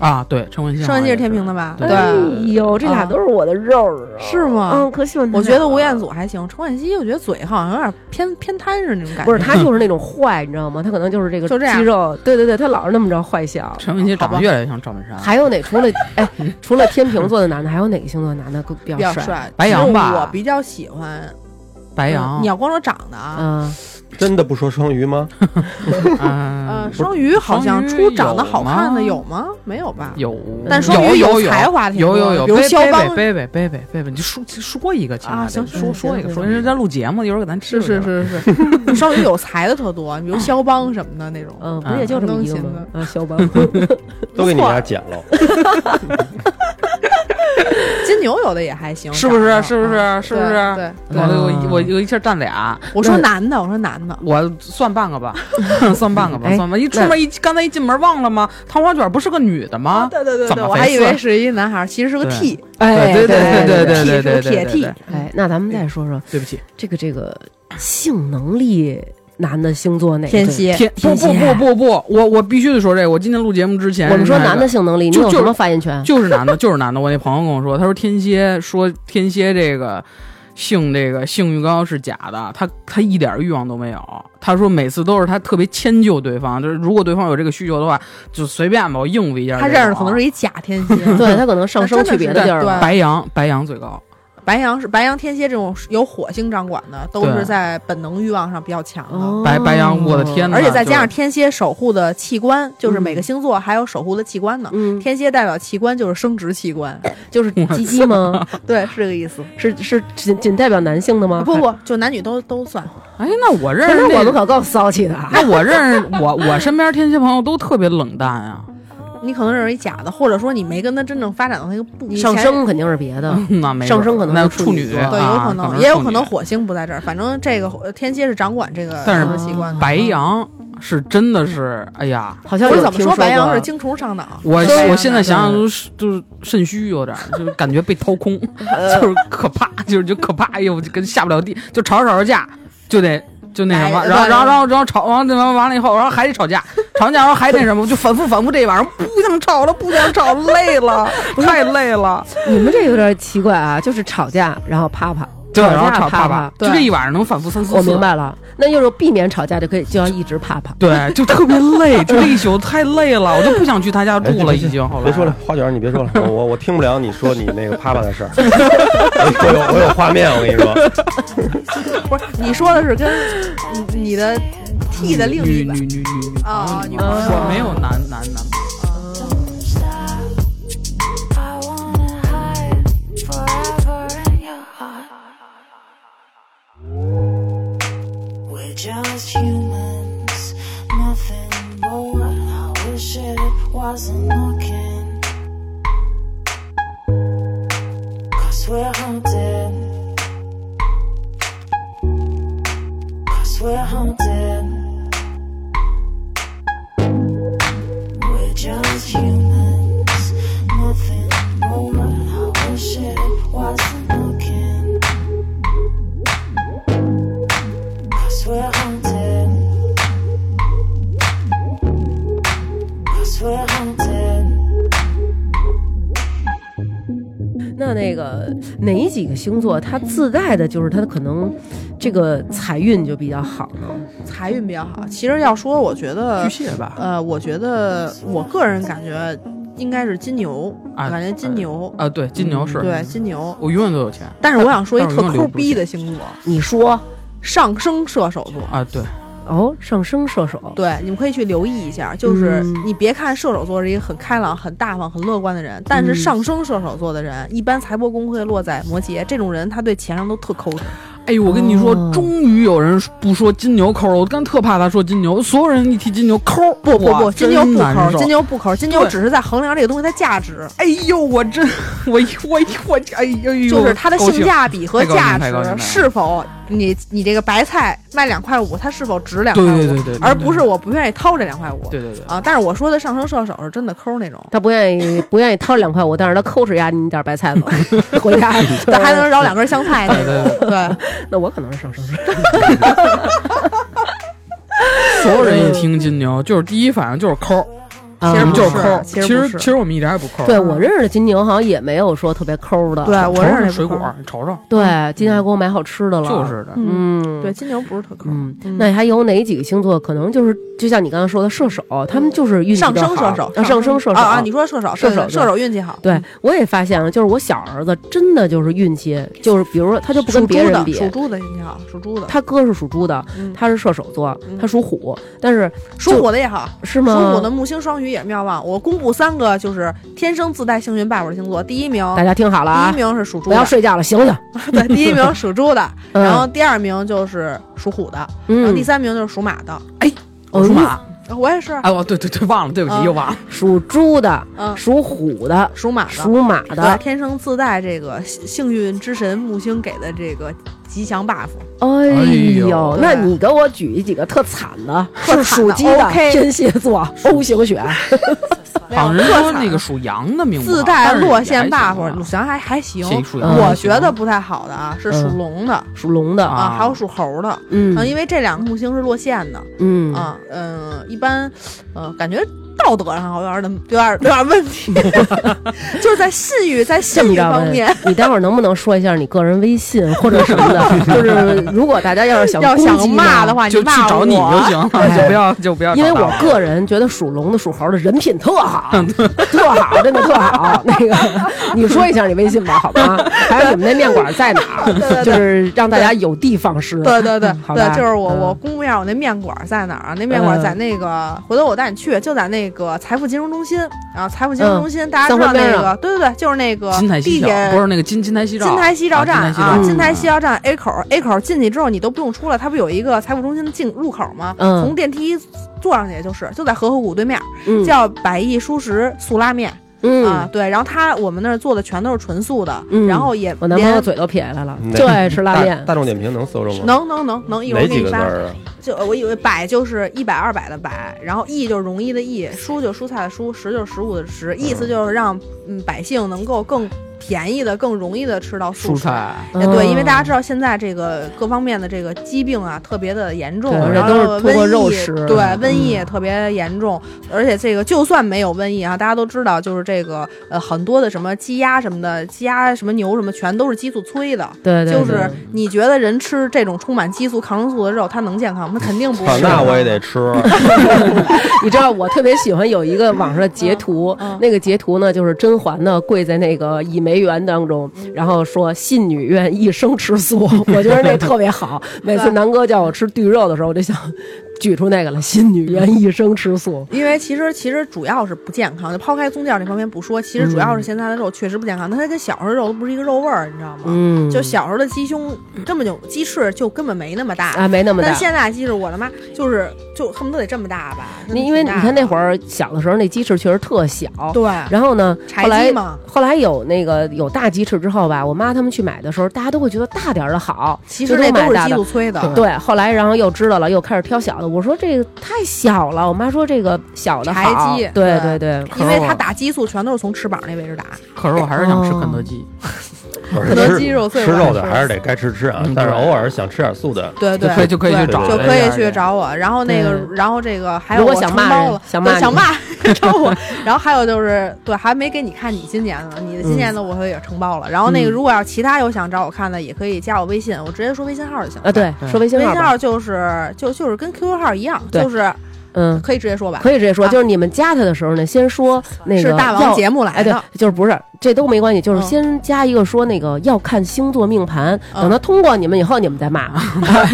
Speaker 4: 啊，对，陈文茜，
Speaker 3: 陈焕希是天平的吧？
Speaker 4: 对
Speaker 1: 哎呦，这俩
Speaker 3: 啊
Speaker 1: 都是我的肉儿啊，
Speaker 3: 是吗
Speaker 1: 嗯，可喜欢他
Speaker 3: 我
Speaker 1: 俩
Speaker 3: 觉得吴
Speaker 1: 了
Speaker 3: 彦祖还行，陈焕希我觉得嘴好像有点偏偏贪是那种感觉。
Speaker 1: 不是他就是那种坏，你知道吗？他可能就是这个
Speaker 3: 就这样
Speaker 1: 肌肉，对对对，他老是那么着坏笑。
Speaker 4: 陈文茜长
Speaker 1: 好
Speaker 4: 得
Speaker 1: 吧
Speaker 4: 越来越像赵本山。
Speaker 1: 还有哪除 了哎，除了天平座的男的，还有哪个星座的男的更比
Speaker 3: 比较
Speaker 1: 较帅？
Speaker 3: 帅，
Speaker 4: 白羊吧
Speaker 3: 其实我比较喜欢
Speaker 4: 白
Speaker 3: 嗯
Speaker 4: 羊
Speaker 3: 你，要光说长得啊，
Speaker 1: 嗯，
Speaker 2: 真的不说双鱼吗？
Speaker 3: 呃，
Speaker 4: 嗯，
Speaker 3: 双鱼好像
Speaker 4: 双鱼
Speaker 3: 出长得好看的
Speaker 4: 有
Speaker 3: 有吗？没有吧？
Speaker 4: 有，
Speaker 3: 但双鱼
Speaker 4: 有有
Speaker 3: 才华的挺多
Speaker 4: 有有有，
Speaker 3: 比如肖邦
Speaker 4: 贝贝贝贝贝贝，你就说说一个，亲爱的
Speaker 3: 啊行
Speaker 4: 说
Speaker 3: 行
Speaker 4: 说一
Speaker 3: 行
Speaker 4: 个，
Speaker 3: 行
Speaker 4: 说人家录节目，一会儿给咱吃
Speaker 3: 是是是是， 双鱼有才的特多，
Speaker 4: 嗯
Speaker 3: 比如肖邦什么的那种。
Speaker 1: 嗯，不也就这么一个啊
Speaker 3: 钢琴
Speaker 1: 吗？啊，肖邦，
Speaker 2: 都给你俩剪了。
Speaker 3: 金牛有的也还行，
Speaker 4: 是不是
Speaker 3: 长得
Speaker 4: 是不是
Speaker 3: 嗯
Speaker 4: 是不是
Speaker 3: 对对，
Speaker 4: 我我我我一下占俩，
Speaker 3: 我说男的，我说男的，
Speaker 4: 我算半个吧，算半个吧，
Speaker 1: 哎
Speaker 4: 算吧。一出门一刚才一进门忘了吗？唐花卷不是个女的吗？
Speaker 3: 啊对对对
Speaker 4: 啊怎
Speaker 3: 对，
Speaker 4: 么
Speaker 3: 我
Speaker 4: 回
Speaker 3: 还以
Speaker 4: 事
Speaker 3: 为是一男孩儿，其实是个
Speaker 4: 对
Speaker 3: T，
Speaker 1: 哎，
Speaker 3: 对
Speaker 4: 对
Speaker 3: 对
Speaker 4: 对对对
Speaker 3: 是个
Speaker 4: 对
Speaker 3: 铁 T，
Speaker 4: 对
Speaker 1: 哎，那咱们再说说
Speaker 4: 对不起，
Speaker 1: 这个这个性能力男的星座哪个
Speaker 3: 天？蝎，
Speaker 4: 天不
Speaker 1: 天
Speaker 4: 不
Speaker 1: 蝎
Speaker 4: 不不不，我我必须得说这个。我今天录节目之前，
Speaker 1: 我们说男的。性能力，你
Speaker 4: 就
Speaker 1: 有
Speaker 4: 就
Speaker 1: 什么发言权？
Speaker 4: 就是男的，就是男的。我那朋友跟我说，他说天蝎说天蝎这个性这个性欲高是假的，他他一点欲望都没有。他说每次都是他特别迁就对方，就是如果对方有这个需求的话，就随便吧，我应付一下。
Speaker 3: 他认识的可能是一假天蝎，
Speaker 1: 对他可能上升去别的地儿
Speaker 3: 对
Speaker 1: 了。
Speaker 4: 白羊，白羊最高。
Speaker 3: 白羊是白羊天蝎这种有火星掌管的，都
Speaker 4: 对
Speaker 3: 是在本能欲望上比较强的。
Speaker 1: 哦
Speaker 4: 白白羊我的天哪
Speaker 3: 而且再加上
Speaker 4: 嗯啊就是
Speaker 3: 天蝎守护的器官，就是每
Speaker 1: 嗯
Speaker 3: 个星座还有守护的器官呢。
Speaker 1: 嗯，
Speaker 3: 天蝎代表器官就是生殖器 官，
Speaker 1: 就是鸡鸡吗？
Speaker 3: 对，是这个意思。
Speaker 1: 是是仅仅代表男性的吗？
Speaker 4: 嗯
Speaker 3: 不不，就男女都都算。
Speaker 4: 哎，那我认识
Speaker 1: 那
Speaker 4: 那
Speaker 1: 我们可够骚气的啊！
Speaker 4: 那我认识我我身边天蝎朋友都特别冷淡啊，
Speaker 3: 你可能认为假的，或者说你没跟他真正发展到那个步你
Speaker 1: 上
Speaker 3: 前
Speaker 1: 升肯定是别的，
Speaker 4: 那没
Speaker 1: 上升可
Speaker 4: 准
Speaker 1: 能
Speaker 4: 那
Speaker 1: 是
Speaker 4: 处
Speaker 1: 处
Speaker 4: 女
Speaker 1: 女
Speaker 4: 座
Speaker 1: 座
Speaker 3: 对，
Speaker 4: 啊
Speaker 3: 有可能，
Speaker 4: 是
Speaker 3: 也有
Speaker 4: 处
Speaker 3: 可
Speaker 4: 女
Speaker 3: 能火星不在这儿。反正这个火天蝎是掌管这个
Speaker 4: 但是
Speaker 3: 生殖器官的。
Speaker 4: 白羊是真的是，哎呀，
Speaker 1: 好像
Speaker 3: 不是
Speaker 1: 有
Speaker 3: 怎么
Speaker 1: 听
Speaker 3: 说，白羊
Speaker 1: 过
Speaker 3: 是精虫上脑。
Speaker 4: 我
Speaker 3: 对呀
Speaker 4: 我现在想想
Speaker 1: 对
Speaker 4: 都是就是肾虚有点儿，就是感觉被掏空，
Speaker 3: 呃
Speaker 4: 就是可怕，就是就可怕，哎呦，就跟下不了地，就吵着吵着架就得。就那什么，
Speaker 3: 哎
Speaker 4: 然后
Speaker 3: 对
Speaker 4: 然后然后然后吵完那完完了以后，然后还得吵架，吵完架然后还那什么，就反复反复这一晚上，不想吵了，不想吵了，累 了，太累了，
Speaker 1: 你们这有点奇怪啊，就是吵架然后啪啪，
Speaker 4: 对，
Speaker 1: 吵
Speaker 4: 然后
Speaker 1: 架
Speaker 4: 吵
Speaker 1: 啪
Speaker 4: 啪啪，就
Speaker 3: 对
Speaker 4: 这一晚上能反复三四次。
Speaker 1: 我明白了，那要是避免吵架就可以，就要一直啪啪。
Speaker 4: 对，就特别 累，就这一宿太累了，我就不想去他家
Speaker 2: 哎
Speaker 4: 住了，已经。后来
Speaker 2: 别说了，，花卷儿你别说了，我我我听不了你说你那个啪啪的事儿，我有我有画面，我跟你说，
Speaker 3: 不是，你说的是跟你你的 T 的另一
Speaker 4: 女
Speaker 3: 半
Speaker 4: 女嗯女女女
Speaker 3: 哦
Speaker 4: 女
Speaker 3: 女
Speaker 4: 朋
Speaker 3: 朋
Speaker 4: 友，
Speaker 3: 友
Speaker 4: 我没有男男男朋友。
Speaker 6: I wanna hide forever in your heart. We're just humans, nothing more. I wish it wasn't looking. Cause we're haunted. Cause we're haunted. We're just humans, nothing more. I wish it wasn't looking. Cause we're haunted. Cause we're haunted.
Speaker 1: 那那个哪几个星座，它自带的就是它可能这个财运就比较好呢？
Speaker 3: 财运比较好。其实要说，我觉得
Speaker 4: 巨蟹吧，
Speaker 3: 呃，我觉得我个人感觉应该是金牛，
Speaker 4: 啊
Speaker 3: 我感觉金牛，
Speaker 4: 啊，对，金牛是，
Speaker 3: 呃对金牛。
Speaker 4: 我永远都有钱
Speaker 3: 但是我想说一
Speaker 4: 但是
Speaker 3: 特
Speaker 4: 我永远留
Speaker 3: 抠
Speaker 4: 不住
Speaker 3: 逼的星座，
Speaker 1: 你说
Speaker 3: 上升射手座。
Speaker 4: 啊，对，
Speaker 1: 哦，上升射手，
Speaker 3: 对，你们可以去留意一下，就是
Speaker 1: 嗯
Speaker 3: 你别看射手座是一个很开朗、很大方、很乐观的人，但是
Speaker 1: 嗯
Speaker 3: 上升射手座的人，一般财帛宫会落在摩羯，这种人他对钱上都特抠着。
Speaker 4: 哎呦，我跟你说
Speaker 1: 哦，
Speaker 4: 终于有人不说金牛抠了，我刚特怕他说金牛，所有人一提金牛抠，不
Speaker 3: 不不，金牛不抠，金
Speaker 4: 牛，
Speaker 3: 牛不抠，金牛
Speaker 4: 对
Speaker 3: 只是在衡量这个东西的价值，
Speaker 4: 哎呦，我真，我我我，哎呦，哎呦
Speaker 3: 就是它的
Speaker 4: 高
Speaker 3: 性价比和
Speaker 4: 太高兴
Speaker 3: 价
Speaker 4: 太高兴
Speaker 3: 值
Speaker 4: 了
Speaker 3: 是否你你这个白菜卖两块五，它是否值两块
Speaker 4: 对
Speaker 3: 五，
Speaker 4: 对对对，对
Speaker 3: 而不是，我不愿意掏这两块五。
Speaker 4: 对对 对，
Speaker 3: 啊，但是我说的上升射手是真的抠那种，
Speaker 1: 他不愿意 不愿意掏两块五，但是他抠哧牙你一点白 菜走回家，
Speaker 3: 咱还能饶两根香菜那种。对，
Speaker 1: 那我可能是上升射手，
Speaker 4: 所有人一听金牛，就是第一反应就是抠，
Speaker 3: 其实
Speaker 4: 我
Speaker 1: 啊
Speaker 4: 们
Speaker 3: 不
Speaker 4: 就是
Speaker 3: 是
Speaker 4: 抠，
Speaker 3: 其
Speaker 4: 其
Speaker 3: 实不
Speaker 4: 实
Speaker 3: 是
Speaker 4: 其实我们一点也不抠，
Speaker 1: 对我认识的金牛好像也没有说特别抠的，
Speaker 3: 对我
Speaker 4: 瞅
Speaker 3: 认识
Speaker 4: 瞅
Speaker 3: 那
Speaker 4: 水
Speaker 3: 不
Speaker 4: 果
Speaker 3: 抠，
Speaker 4: 你瞅瞅，
Speaker 1: 对，今天还给我买好吃的了，
Speaker 4: 就是的，
Speaker 3: 嗯，
Speaker 1: 嗯，
Speaker 3: 对，金牛不是特抠。
Speaker 1: 嗯，那还有哪几个星座可能就是就像你刚刚说的射手，他们就是运气
Speaker 3: 上
Speaker 1: 比较
Speaker 3: 升
Speaker 1: 好
Speaker 3: 射手
Speaker 1: 啊，上升射手
Speaker 3: 啊啊！你说射手，
Speaker 1: 射手
Speaker 3: 对对射手运气好，
Speaker 1: 对，我也发现了，就是我小儿子真的就是运气，就是比如说他就不跟
Speaker 3: 属
Speaker 1: 别
Speaker 3: 猪
Speaker 1: 人
Speaker 3: 的，
Speaker 1: 比，
Speaker 3: 属猪的运气好，属猪 的，
Speaker 1: 他哥是属猪的，
Speaker 3: 嗯
Speaker 1: 他是射手座，
Speaker 3: 嗯
Speaker 1: 他属虎，但是
Speaker 3: 属虎的也好，
Speaker 1: 是
Speaker 3: 属
Speaker 1: 吗
Speaker 3: 虎的？木星双鱼也妙望。我公布三个就是天生自带幸运 buff 的星座，第一名，
Speaker 1: 大家听好了
Speaker 3: 第一
Speaker 1: 啊，
Speaker 3: 名是属猪
Speaker 1: 不要
Speaker 3: 的，
Speaker 1: 睡觉了，醒醒。
Speaker 3: 对，第一名属猪的，
Speaker 1: 嗯
Speaker 3: 然后第二名就是属虎的，然后
Speaker 1: 嗯，
Speaker 3: 第三名就是属马的。
Speaker 1: 哦
Speaker 4: 属马，
Speaker 3: 我也是，
Speaker 4: 哎，我对对对，忘了，对不起，
Speaker 3: 嗯
Speaker 4: 又忘了。
Speaker 1: 属猪的、
Speaker 3: 嗯，
Speaker 1: 属虎的、
Speaker 3: 属马的，
Speaker 1: 属马
Speaker 3: 对，
Speaker 1: 的，
Speaker 3: 天生自带这个幸幸运之神木星给的这个吉祥 buff，
Speaker 1: 哎呦
Speaker 4: 呦，
Speaker 1: 那
Speaker 3: 对
Speaker 1: 你给我举几个特惨的，是
Speaker 3: 特惨
Speaker 1: 属
Speaker 3: 的
Speaker 1: 鸡的、
Speaker 3: OK
Speaker 1: 天蝎座、O 型血，
Speaker 4: 好像人
Speaker 3: 特
Speaker 4: 说
Speaker 3: 惨
Speaker 4: 那个属羊的命不好
Speaker 3: 自带落线
Speaker 4: 但是
Speaker 3: buff，
Speaker 4: 也还行啊
Speaker 3: 鲁
Speaker 4: 吧
Speaker 3: 翔还还行。
Speaker 4: 行属羊
Speaker 1: 嗯
Speaker 4: 的
Speaker 3: 我
Speaker 4: 还行
Speaker 3: 觉得不太好的啊，是属
Speaker 1: 嗯
Speaker 3: 龙的
Speaker 1: 属龙的，
Speaker 3: 啊，
Speaker 4: 啊
Speaker 3: 还有属猴的
Speaker 1: 嗯
Speaker 3: 啊，因为这两个木星是落线的
Speaker 1: 嗯，
Speaker 3: 啊，嗯，一般，呃，感觉道德上好像有点有点有点问题， 就是在信誉在
Speaker 1: 这
Speaker 3: 信
Speaker 1: 么
Speaker 3: 誉
Speaker 1: 着吧
Speaker 3: 方面，
Speaker 1: 你待会儿能不能说一下你个人微信或者什么 的？就是如果大家要是想
Speaker 3: 要
Speaker 1: 攻
Speaker 3: 想
Speaker 1: 击
Speaker 3: 骂
Speaker 1: 呢
Speaker 3: 的话，
Speaker 4: 就去
Speaker 3: 骂
Speaker 4: 找
Speaker 3: 我
Speaker 4: 你就行了，
Speaker 1: 哎
Speaker 4: 就不要就不要找
Speaker 1: 因为我
Speaker 4: 大
Speaker 1: 个人觉得属龙的、属猴的人品特好，特好，真的特好。那个，你说一下你微信吧，好吗？还有你们那面馆在哪儿？就是让大家有的放矢。
Speaker 3: 对对对
Speaker 1: 嗯 好
Speaker 3: 对
Speaker 1: 吧，
Speaker 3: 就是我我
Speaker 1: 嗯
Speaker 3: 公布一下我那面馆儿在哪儿啊？那面馆儿在那个，回头我带你去，就在那个财富金融中心啊。财富金融中心大家知道
Speaker 1: 嗯三环边
Speaker 3: 那
Speaker 1: 上
Speaker 3: 个，对对对，就是那个
Speaker 4: 金台
Speaker 3: 地
Speaker 4: 西桥
Speaker 3: 铁
Speaker 4: 不是那个金金台西嗯照
Speaker 3: 金台西照站
Speaker 1: 啊
Speaker 3: 啊，金台西
Speaker 4: 照
Speaker 3: 照站 A 口 A 口进去之后你都不用出来，它不有一个财富中心的进入口吗？
Speaker 1: 嗯
Speaker 3: 从电梯坐上去就是，就在和合谷对面，
Speaker 1: 嗯
Speaker 3: 叫百亿舒食素拉面啊
Speaker 1: 嗯，。
Speaker 3: 对，然后它我们那儿做的全都是纯素的
Speaker 1: 嗯，
Speaker 3: 然后也
Speaker 1: 我男朋友
Speaker 3: 连
Speaker 1: 嘴都撇下来了，
Speaker 2: 哪
Speaker 1: 就爱吃拉
Speaker 2: 嗯大
Speaker 1: 面。
Speaker 2: 大众点评能搜着吗？
Speaker 3: 能能能能，一会儿
Speaker 2: 哪
Speaker 3: 我给
Speaker 2: 几
Speaker 3: 你
Speaker 2: 个字
Speaker 3: 发。
Speaker 2: 儿啊？
Speaker 3: 就我以为百就是一百二百的百，然后亿就是容易的易，蔬就是蔬菜的蔬，食就是食物的食，意思就是让嗯百姓能够更便宜的、更容易的吃到素
Speaker 4: 蔬。菜，
Speaker 3: 哎，对，因为大家
Speaker 1: 嗯
Speaker 3: 知道现在这个各方面的这个疾病啊特别的严重，
Speaker 1: 对
Speaker 4: 而且
Speaker 3: 然
Speaker 1: 都是
Speaker 3: 后
Speaker 1: 通过
Speaker 3: 瘟疫
Speaker 1: 肉食
Speaker 3: 对瘟疫也
Speaker 1: 嗯
Speaker 3: 特别严重，而且这个就算没有瘟疫啊，大家都知道，就是这个呃很多的什么鸡鸭什么的，鸡鸭什么牛什么全都是激素催的，
Speaker 1: 对对，对
Speaker 3: 就是你觉得人吃这种充满激素、抗生素的肉，它能健康吗？它肯定不
Speaker 2: 操
Speaker 3: 是。
Speaker 2: 那我也得吃。
Speaker 1: 你知道我特别喜欢有一个网上的截图，
Speaker 3: 嗯嗯
Speaker 1: 那个截图呢就是甄嬛呢跪在那个倚梅园当中，
Speaker 3: 嗯
Speaker 1: 然后说信女愿一生吃素，我觉得那特别 好。每次南哥叫我吃地肉的时候，我就想举出那个来，信女愿一生吃素。
Speaker 3: 因为其实其实主要是不健康，就抛开宗教这方面不说，其
Speaker 1: 嗯
Speaker 3: 实主要是现在的肉确实不健康，但它跟小时候的肉都不是一个肉味儿，你知道吗？
Speaker 1: 嗯，
Speaker 3: 就小时候的鸡胸根本就鸡翅就根本没那么大，
Speaker 1: 啊，没那么
Speaker 3: 但
Speaker 1: 大。
Speaker 3: 现在鸡翅我的妈就是就恨不得得这么大吧？真的
Speaker 1: 你因为你
Speaker 3: 挺大
Speaker 1: 看
Speaker 3: 的
Speaker 1: 那会儿小的时候，那鸡翅确实特小。
Speaker 3: 对啊
Speaker 1: 然后呢，后
Speaker 3: 柴
Speaker 1: 来
Speaker 3: 鸡嘛，
Speaker 1: 后来有那个有大鸡翅之后吧，我妈他们去买的时候，大家都会觉得大点儿的好，
Speaker 3: 其实
Speaker 1: 就
Speaker 3: 那
Speaker 1: 买
Speaker 3: 都
Speaker 1: 大
Speaker 3: 是激
Speaker 1: 的
Speaker 3: 素催的。
Speaker 1: 对，后来然后又知道了，又开始挑小的。我说这个太小了，我妈说这个小的
Speaker 3: 柴
Speaker 1: 好
Speaker 3: 鸡
Speaker 1: 对对
Speaker 3: 对
Speaker 1: 对，
Speaker 3: 因为
Speaker 4: 可是
Speaker 3: 它
Speaker 4: 我
Speaker 3: 打激素全都是从翅膀那位置打，
Speaker 4: 可是我还是想吃肯德基，
Speaker 3: 嗯
Speaker 2: 不
Speaker 3: 肯
Speaker 2: 是
Speaker 3: 德
Speaker 2: 吃
Speaker 3: 基肉碎
Speaker 2: 吃
Speaker 3: 我
Speaker 2: 肉
Speaker 3: 爱
Speaker 2: 的
Speaker 3: 吃
Speaker 2: 还是得该吃吃啊
Speaker 4: 嗯，
Speaker 2: 但是
Speaker 4: 对
Speaker 2: 偶尔想吃点素的，
Speaker 3: 对
Speaker 4: 就
Speaker 3: 对，
Speaker 4: 可以就可以
Speaker 3: 对
Speaker 4: 去找
Speaker 3: 就
Speaker 4: 人家
Speaker 3: 可以
Speaker 4: 去，
Speaker 3: 去找我。然后那个，然后这个还有
Speaker 1: 如果
Speaker 3: 我
Speaker 1: 想
Speaker 3: 承
Speaker 1: 骂
Speaker 3: 包
Speaker 1: 人
Speaker 3: 了
Speaker 1: 想
Speaker 3: 对
Speaker 1: 骂
Speaker 3: 想
Speaker 1: 你
Speaker 3: 骂找我。然后还有就是，对，还没给你看你今年呢，你的今年的
Speaker 4: 嗯
Speaker 3: 我会也承包了。然后那个，
Speaker 1: 嗯
Speaker 3: 如果要其他有想找我看的，也可以加我微信，我直接说微信号就行了。
Speaker 1: 啊，，对，
Speaker 4: 对
Speaker 1: 说微信
Speaker 3: 微信
Speaker 1: 号吧，
Speaker 3: 号就是就就是跟 QQ 号一样，
Speaker 1: 对
Speaker 3: 就是
Speaker 1: 嗯，
Speaker 3: 可以直接说吧，
Speaker 1: 可以直接说，
Speaker 3: 啊
Speaker 1: 就是你们加他的时候呢，先说那个
Speaker 3: 是大
Speaker 1: 要
Speaker 3: 王节目来
Speaker 1: 哎，对
Speaker 3: 的。，
Speaker 1: 就是不是这都没关系，就是
Speaker 3: 嗯
Speaker 1: 先加一个说那个要看星座命盘，
Speaker 3: 嗯
Speaker 1: 等他通过你们以后，你们再 骂，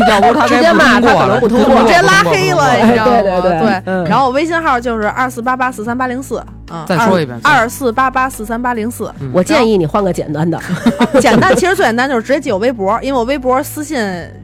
Speaker 4: 要不他
Speaker 1: 直
Speaker 4: 该
Speaker 1: 接
Speaker 4: 不
Speaker 1: 骂
Speaker 4: 通过
Speaker 1: 他可能
Speaker 4: 了
Speaker 1: 不通
Speaker 3: 我
Speaker 1: 过
Speaker 3: 直。接拉黑了，你知道吗？
Speaker 1: 哎对对对嗯
Speaker 3: 然后我微信号就是二四八八四三八零四，嗯，
Speaker 4: 再说一遍
Speaker 3: 二四八八四三八零四，
Speaker 1: 我建议你换个简单的，
Speaker 3: 简单，其实最简单就是直接记我微博，因为我微博私信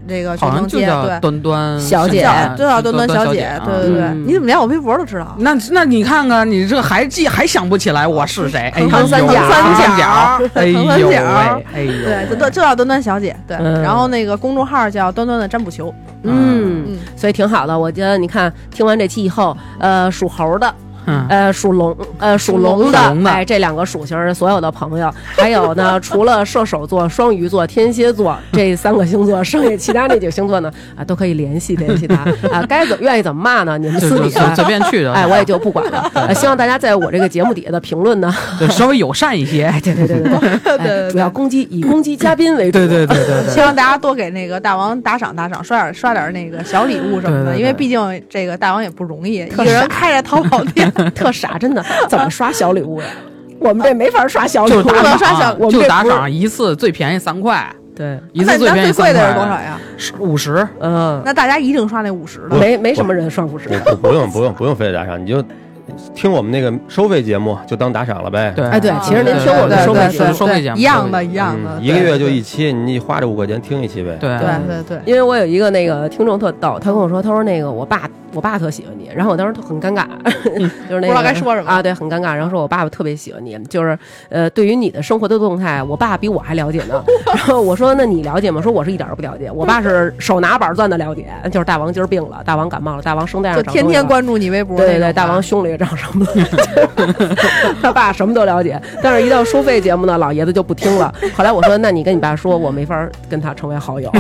Speaker 3: 这个就
Speaker 4: 好
Speaker 3: 能
Speaker 4: 像就
Speaker 3: 接，
Speaker 4: 叫
Speaker 3: 对，
Speaker 4: 端端
Speaker 1: 小姐
Speaker 3: 叫就叫啊端端
Speaker 4: 端
Speaker 3: 小
Speaker 4: 姐啊
Speaker 3: 姐，，对对
Speaker 1: 嗯
Speaker 3: 对，
Speaker 1: 哎
Speaker 3: 你怎么连我微博都知道？
Speaker 4: 那那你看看，你这还记还想不起来我是谁？哎呦，
Speaker 1: 横三
Speaker 4: 有
Speaker 1: 角
Speaker 4: 横三
Speaker 3: 横
Speaker 4: 角，哎呦
Speaker 3: 三角
Speaker 4: 喂，哎呦
Speaker 3: 对，就
Speaker 4: 喂
Speaker 3: 端就叫端端小姐，对，
Speaker 1: 嗯
Speaker 3: 然后那个公众号叫端端的占卜球，
Speaker 1: 嗯，
Speaker 3: 嗯
Speaker 1: 所以挺好的。我觉得你看，听完这期以后，呃，属猴的，
Speaker 4: 嗯
Speaker 1: 呃，属龙，呃，属龙的
Speaker 4: 属，龙的
Speaker 1: 哎，这两个属性儿，所有的朋友， 还有呢，除了射手座、双鱼座、天蝎 座这三个星座，剩下其他那几个星座呢，啊，都可以联系联系他啊， 该怎么愿意怎么骂呢，你们
Speaker 4: 就
Speaker 1: 私
Speaker 4: 就
Speaker 1: 底
Speaker 4: 随
Speaker 1: 下
Speaker 4: 随。便去的，
Speaker 1: 哎，我也就不管 了。呃希望大家在我这个节目底下的评论呢，
Speaker 4: 对稍微友善一些。
Speaker 1: 哎，对对 对对对，哎
Speaker 3: 对对对
Speaker 1: 主要攻击以攻击嘉宾为主。
Speaker 4: 对对对对
Speaker 3: 希
Speaker 4: 对，
Speaker 3: 望大家多给那个大王打赏打赏，刷点刷点那个小礼物什么
Speaker 4: 对对
Speaker 3: 的，
Speaker 4: 对
Speaker 3: 因为毕竟这个大王也不容易，一
Speaker 1: 特
Speaker 3: 个人开着淘宝 店，
Speaker 1: 特傻，真的，怎么刷小礼物 呀？我们这没法刷小礼
Speaker 4: 就
Speaker 1: 物，
Speaker 4: 是打
Speaker 3: 刷小
Speaker 4: 赏
Speaker 1: 我们
Speaker 4: 啊，就
Speaker 1: 这
Speaker 4: 打
Speaker 1: 不是
Speaker 4: 赏一次最便宜三块，
Speaker 1: 对，
Speaker 4: 一
Speaker 3: 那
Speaker 4: 次
Speaker 3: 咱
Speaker 4: 便宜
Speaker 3: 最贵
Speaker 4: 三
Speaker 3: 的
Speaker 4: 块
Speaker 3: 是多少？呀？
Speaker 4: 是五十。
Speaker 1: 嗯，
Speaker 3: 那大家一定刷那五十的，
Speaker 1: 没没什么人刷五十
Speaker 2: 不不不用不用不用非得打赏，你就听我们那个收费节目，就当打赏了呗。
Speaker 4: 对，啊
Speaker 1: 哎，对，
Speaker 3: 啊
Speaker 1: 其实您
Speaker 4: 对
Speaker 1: 听我们
Speaker 4: 对
Speaker 1: 收费
Speaker 4: 对
Speaker 1: 节
Speaker 4: 对
Speaker 1: 目，
Speaker 4: 收费节目
Speaker 7: 一样的，
Speaker 4: 收费节目
Speaker 7: 一样的，
Speaker 2: 嗯，一个
Speaker 7: 对
Speaker 2: 月就一，期，你花这五块钱听一期呗。
Speaker 4: 对
Speaker 7: 对对对对，
Speaker 1: 因为我有一个那个听众特逗，他跟我说，他说那个我爸我爸特喜欢你，然后我当时特很尴尬， 就是那个
Speaker 3: 嗯不知道该说什么
Speaker 1: 啊，对，很尴尬。然后说我爸爸特别喜欢你，就是呃，对于你的生活的动态，我爸比我还了解 呢。然后我说那你了解吗？说我是一点儿都不了解，我爸是手拿板钻的了解，就是大王今儿病了，大王感冒了，大王声带上
Speaker 7: 就
Speaker 1: 长
Speaker 7: 天
Speaker 1: 东西
Speaker 7: 天
Speaker 1: 了
Speaker 7: 关注你微博那种
Speaker 1: 对
Speaker 7: 吧，
Speaker 1: 对对，大王胸里长什么了？ 他爸什么都了解，但是一到收费节目呢，老爷子就不听了。后来我说，那你跟你爸说，我没法跟他成为好友。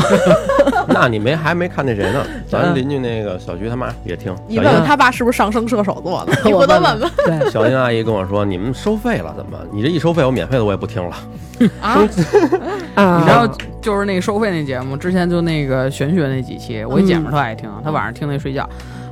Speaker 2: 那你没还没看那谁 呢？
Speaker 4: 嗯
Speaker 2: 咱邻居那个小徐他妈也听。
Speaker 7: 你
Speaker 2: 小
Speaker 7: 问问
Speaker 2: 英
Speaker 7: 他爸是不是上升射手座 的，你
Speaker 1: 我
Speaker 7: 回头问
Speaker 1: 问
Speaker 7: 问，
Speaker 1: 对，
Speaker 2: 小英阿姨跟我说，你们收费了怎么？你这一收费，我免费的我也不听了。
Speaker 1: 啊，
Speaker 4: 你知道，就是那个收费那节目，之前就那个玄学那几期，我一姐们儿特爱听，她晚上听那睡觉。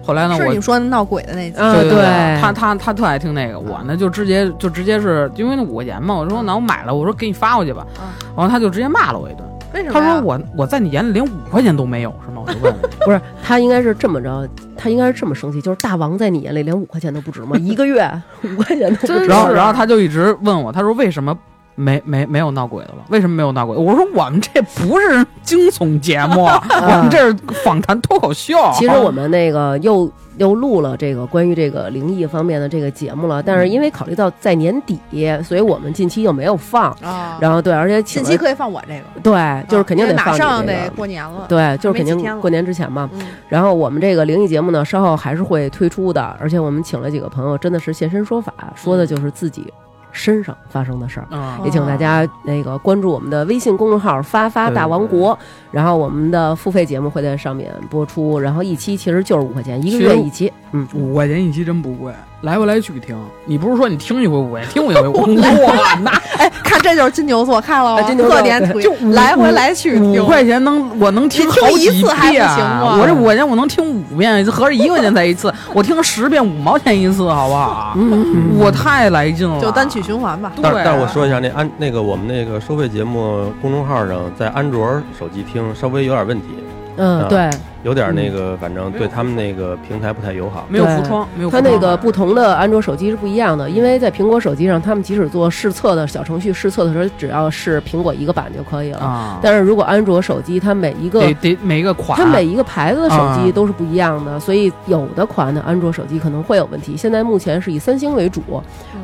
Speaker 4: 后来呢，
Speaker 7: 是
Speaker 4: 我
Speaker 7: 你说闹鬼的那集，
Speaker 1: 啊，
Speaker 4: 对
Speaker 1: 对，
Speaker 4: 她她她特爱听那个，我呢就直接就直接是因为那五块钱嘛，我说那我买了，我说给你发过去吧，
Speaker 7: 嗯
Speaker 4: 然后她就直接骂了我一顿，
Speaker 7: 为什么
Speaker 4: 她
Speaker 7: 呀？
Speaker 4: 说我我在你眼里连五块钱都没有是吗？我就问 了，
Speaker 1: 不是他应该是这么着，他应该是这么生气，就是大王在你眼里连五块钱都不值吗？一个月五块钱都不值，
Speaker 4: 然
Speaker 7: 啊
Speaker 4: 后然后她就一直问我，她说为什么？没没没有闹鬼的了，为什么没有闹鬼？我说我们这不是惊悚节目，啊 我们这是访谈脱口秀。
Speaker 1: 其实我们那个又又录了这个关于这个灵异方面的这个节目了，但是因为考虑到在年底，所以我们近期就没有放。
Speaker 7: 啊，
Speaker 1: 然后对，而且请
Speaker 7: 近
Speaker 1: 了
Speaker 7: 期可以放我这个，
Speaker 1: 对，就是肯定得
Speaker 7: 因为
Speaker 1: 放
Speaker 7: 马
Speaker 1: 你
Speaker 7: 上
Speaker 1: 这
Speaker 7: 得
Speaker 1: 个
Speaker 7: 过年了，
Speaker 1: 对，就是肯
Speaker 7: 没几天
Speaker 1: 定
Speaker 7: 了
Speaker 1: 过年之前嘛。
Speaker 7: 嗯，
Speaker 1: 然后我们这个灵异节目呢，稍后还是会推出的，而且我们请了几个朋友，真的是现身说法，说
Speaker 7: 嗯
Speaker 1: 的就是自己身上发生的事儿。
Speaker 4: 嗯，
Speaker 7: 哦
Speaker 1: 也请大家那个关注我们的微信公众号“发发大王国”，然后我们的付费节目会在上面播出，然后一期其实就是五块钱，一个
Speaker 4: 其实
Speaker 1: 月一期。嗯，
Speaker 4: 五块钱一期真不贵，来回来去听。你不是说你听一回五块钱，听 一回五块钱？哇，那
Speaker 7: 哎，看这就是金牛座，看了吗？
Speaker 1: 啊金牛座
Speaker 7: 特点图
Speaker 4: 就五
Speaker 7: 来回来 去
Speaker 4: 五块钱能我能听好
Speaker 7: 你听
Speaker 4: 几
Speaker 7: 一次还不
Speaker 4: 遍啊
Speaker 7: 行吗
Speaker 4: 我这五块钱我能听五遍，合着一块钱才一次，我听十遍五毛钱一次，好不好？
Speaker 1: 嗯
Speaker 4: 我太来劲了，
Speaker 7: 就单曲循环吧。
Speaker 4: 对。
Speaker 2: 但但我说一下，那安那个我们那个收费节目公众号上，在安卓手机听稍微有点问题，
Speaker 1: 嗯，
Speaker 2: 啊
Speaker 1: 对，
Speaker 2: 有点那
Speaker 7: 嗯
Speaker 2: 个，反正对他们那个平台不太友好。
Speaker 4: 没有浮窗，没有
Speaker 1: 它
Speaker 4: 浮
Speaker 1: 那
Speaker 4: 窗
Speaker 1: 个不同的安卓手机是不一样的，因为在苹果手机上，他们即使做试测的小程序试测的时候，只要是苹果一个版就可以了。
Speaker 4: 啊，
Speaker 1: 但是如果安卓手机，它每一个
Speaker 4: 得得每一个款，
Speaker 1: 它每一个牌子的手
Speaker 4: 啊
Speaker 1: 机都是不一样的，所以有的款的安卓手机可能会有问题。现在目前是以三星为主，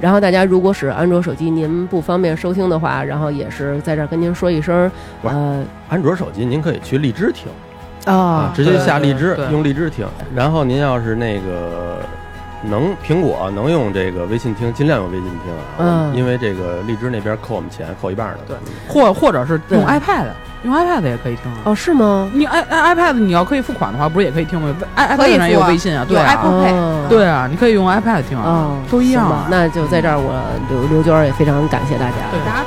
Speaker 1: 然后大家如果使安卓手机您不方便收听的话，然后也是在这儿跟您说一声，呃
Speaker 2: 安卓手机您可以去荔枝听
Speaker 1: 啊
Speaker 2: 直接下
Speaker 4: 对
Speaker 2: 荔枝
Speaker 4: 对
Speaker 2: 用荔枝听。然后您要是那个能苹果能用这个微信听，尽量用微信听啊，
Speaker 1: 嗯
Speaker 2: 因为这个荔枝那边扣我们钱，扣一半的。
Speaker 4: 对或或者是用
Speaker 1: 对
Speaker 4: iPad，用 iPad 也可以听啊。
Speaker 1: 哦是吗？
Speaker 4: 你 i i iPad 你要可以付款的话，不是也可以听吗？i
Speaker 7: 可以
Speaker 4: iPad 上也有
Speaker 7: 付啊
Speaker 4: 微信啊，对
Speaker 7: 有 Apple
Speaker 4: 啊，
Speaker 7: 不配
Speaker 1: 哦
Speaker 4: 对啊，你可以用 iPad 听啊，
Speaker 1: 哦，
Speaker 4: 都一样
Speaker 1: 行
Speaker 4: 啊
Speaker 1: 吧。那就在这儿，我刘刘娟儿也非常感谢大家。
Speaker 4: 对
Speaker 7: 大家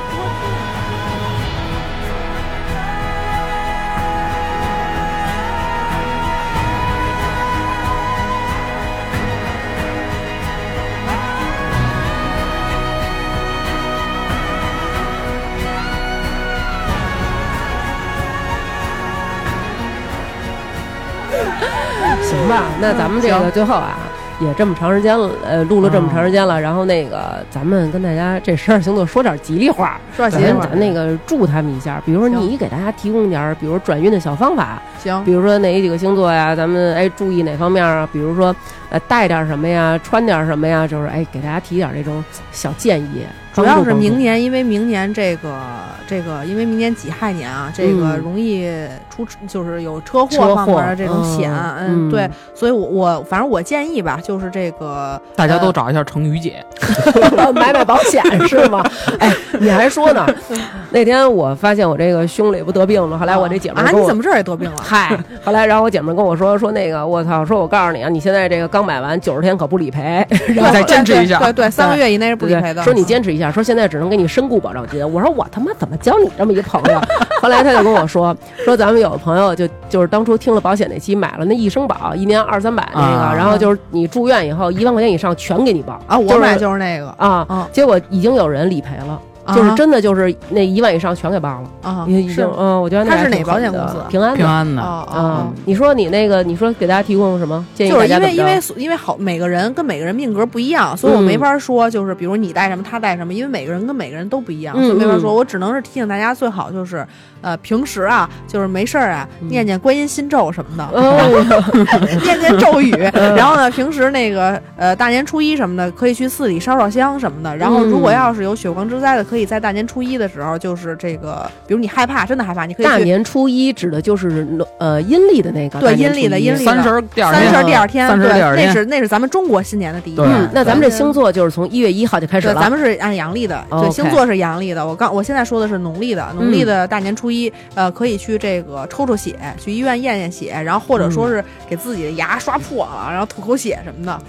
Speaker 1: 行吧，那咱们这个最后啊，也这么长时间了，呃，录了这么长时间了，然后那个咱们跟大家这十二星座说点吉利话，
Speaker 7: 说
Speaker 1: 咱
Speaker 7: 点吉利话
Speaker 1: 咱那个祝他们一下，比如说你给大家提供点儿，比如转运的小方法，
Speaker 7: 行，
Speaker 1: 比如说哪几个星座呀，咱们哎注意哪方面啊，比如说呃带点什么呀，穿点什么呀，就是哎给大家提点这种小建议，
Speaker 7: 主要是
Speaker 1: 帮助
Speaker 7: 明年，因为明年这个这个，因为明年己亥年啊，这个
Speaker 1: 嗯
Speaker 7: 容易出就是有车
Speaker 1: 车
Speaker 7: 祸方
Speaker 1: 祸
Speaker 7: 面的这种险，嗯，
Speaker 1: 嗯
Speaker 7: 对
Speaker 1: 嗯，
Speaker 7: 所以我我反正我建议吧，就是这个
Speaker 4: 大家都找一下成语姐，
Speaker 1: 买买保 险是吗？哎，你还说 呢？那天我发现我这个胸里不得病了，后来我这姐们
Speaker 7: 啊，
Speaker 1: 儿跟
Speaker 7: 你
Speaker 1: 我
Speaker 7: 怎么这儿也得病 了？
Speaker 1: 嗨，后来然后我姐们跟我说说那个，我操，说我告诉你啊，你现在这个刚买完九十天可不理赔，
Speaker 4: 你
Speaker 7: 对
Speaker 4: 再坚持一下
Speaker 7: 对。对，对三个月以内是不理赔的。
Speaker 1: 说你坚持一下，说现在只能给你身故保障金。我说我他妈怎么交你这么一朋友？后来他就跟我说说咱们有朋友就就是当初听了保险那期买了那一生保，一年二三百那个，
Speaker 4: 啊
Speaker 1: 然后就是你住院以后一万块钱以上全给你报
Speaker 7: 啊，我
Speaker 1: 就是
Speaker 7: 买就是那个
Speaker 3: 哦
Speaker 1: 啊
Speaker 7: 啊
Speaker 1: 结果已经有人理赔了，就是真的就是那一万以上全给报了，
Speaker 3: 啊，
Speaker 1: 也已经嗯，我觉得那
Speaker 3: 他啊是
Speaker 1: 还
Speaker 3: 哪
Speaker 1: 挺
Speaker 3: 保险
Speaker 1: 狠的
Speaker 3: 公司
Speaker 1: 平安
Speaker 4: 平
Speaker 1: 的
Speaker 4: 安的，
Speaker 3: 哦
Speaker 1: 啊
Speaker 3: 哦，。
Speaker 1: 你说你那个，你说给大家提供什么建议？
Speaker 3: 就是
Speaker 1: 大
Speaker 3: 因
Speaker 1: 家
Speaker 3: 为因
Speaker 1: 怎么
Speaker 3: 为
Speaker 1: 着
Speaker 3: 所因为好每个人跟每个人命格不一样，所以我
Speaker 1: 嗯
Speaker 3: 没法说就是比如你带什么他带什么，因为每个人跟每个人都不一样，
Speaker 1: 嗯
Speaker 3: 所以没法
Speaker 1: 嗯
Speaker 3: 说。我只能是提醒大家最好就是呃平时啊就是没事儿啊
Speaker 1: 嗯
Speaker 3: 念念观音心咒什么的，
Speaker 1: 哦，
Speaker 3: 念念咒语，然后呢，平时那个呃大年初一什么的，可以去寺里烧烧香什么的。然后如果
Speaker 1: 嗯
Speaker 3: 要是有血光之灾的，可以在大年初一的时候，就是这个，比如你害怕，真的害怕，你可以
Speaker 1: 大
Speaker 3: 去
Speaker 1: 年初一指的就是呃阴历的那个，
Speaker 3: 对
Speaker 1: 大年
Speaker 3: 阴历的
Speaker 1: 初一
Speaker 3: 阴历
Speaker 4: 三十儿第二
Speaker 3: 三十
Speaker 4: 天
Speaker 3: 儿第二天，
Speaker 4: 三十儿
Speaker 3: 对
Speaker 4: 第二天
Speaker 3: 那是那是咱们中国新年的第一
Speaker 2: 对
Speaker 3: 天。
Speaker 1: 嗯，那咱们这星座就是从一月一号就开始
Speaker 3: 对，
Speaker 1: 了
Speaker 3: 咱。们是按阳历的，对，
Speaker 1: OK
Speaker 3: 星座是阳历的。我刚我现在说的是农历的，农历的大年初一，呃，可以去这个抽抽血，去医院验验血，然后或者说是给自己的牙刷破了，然后吐口血什么的，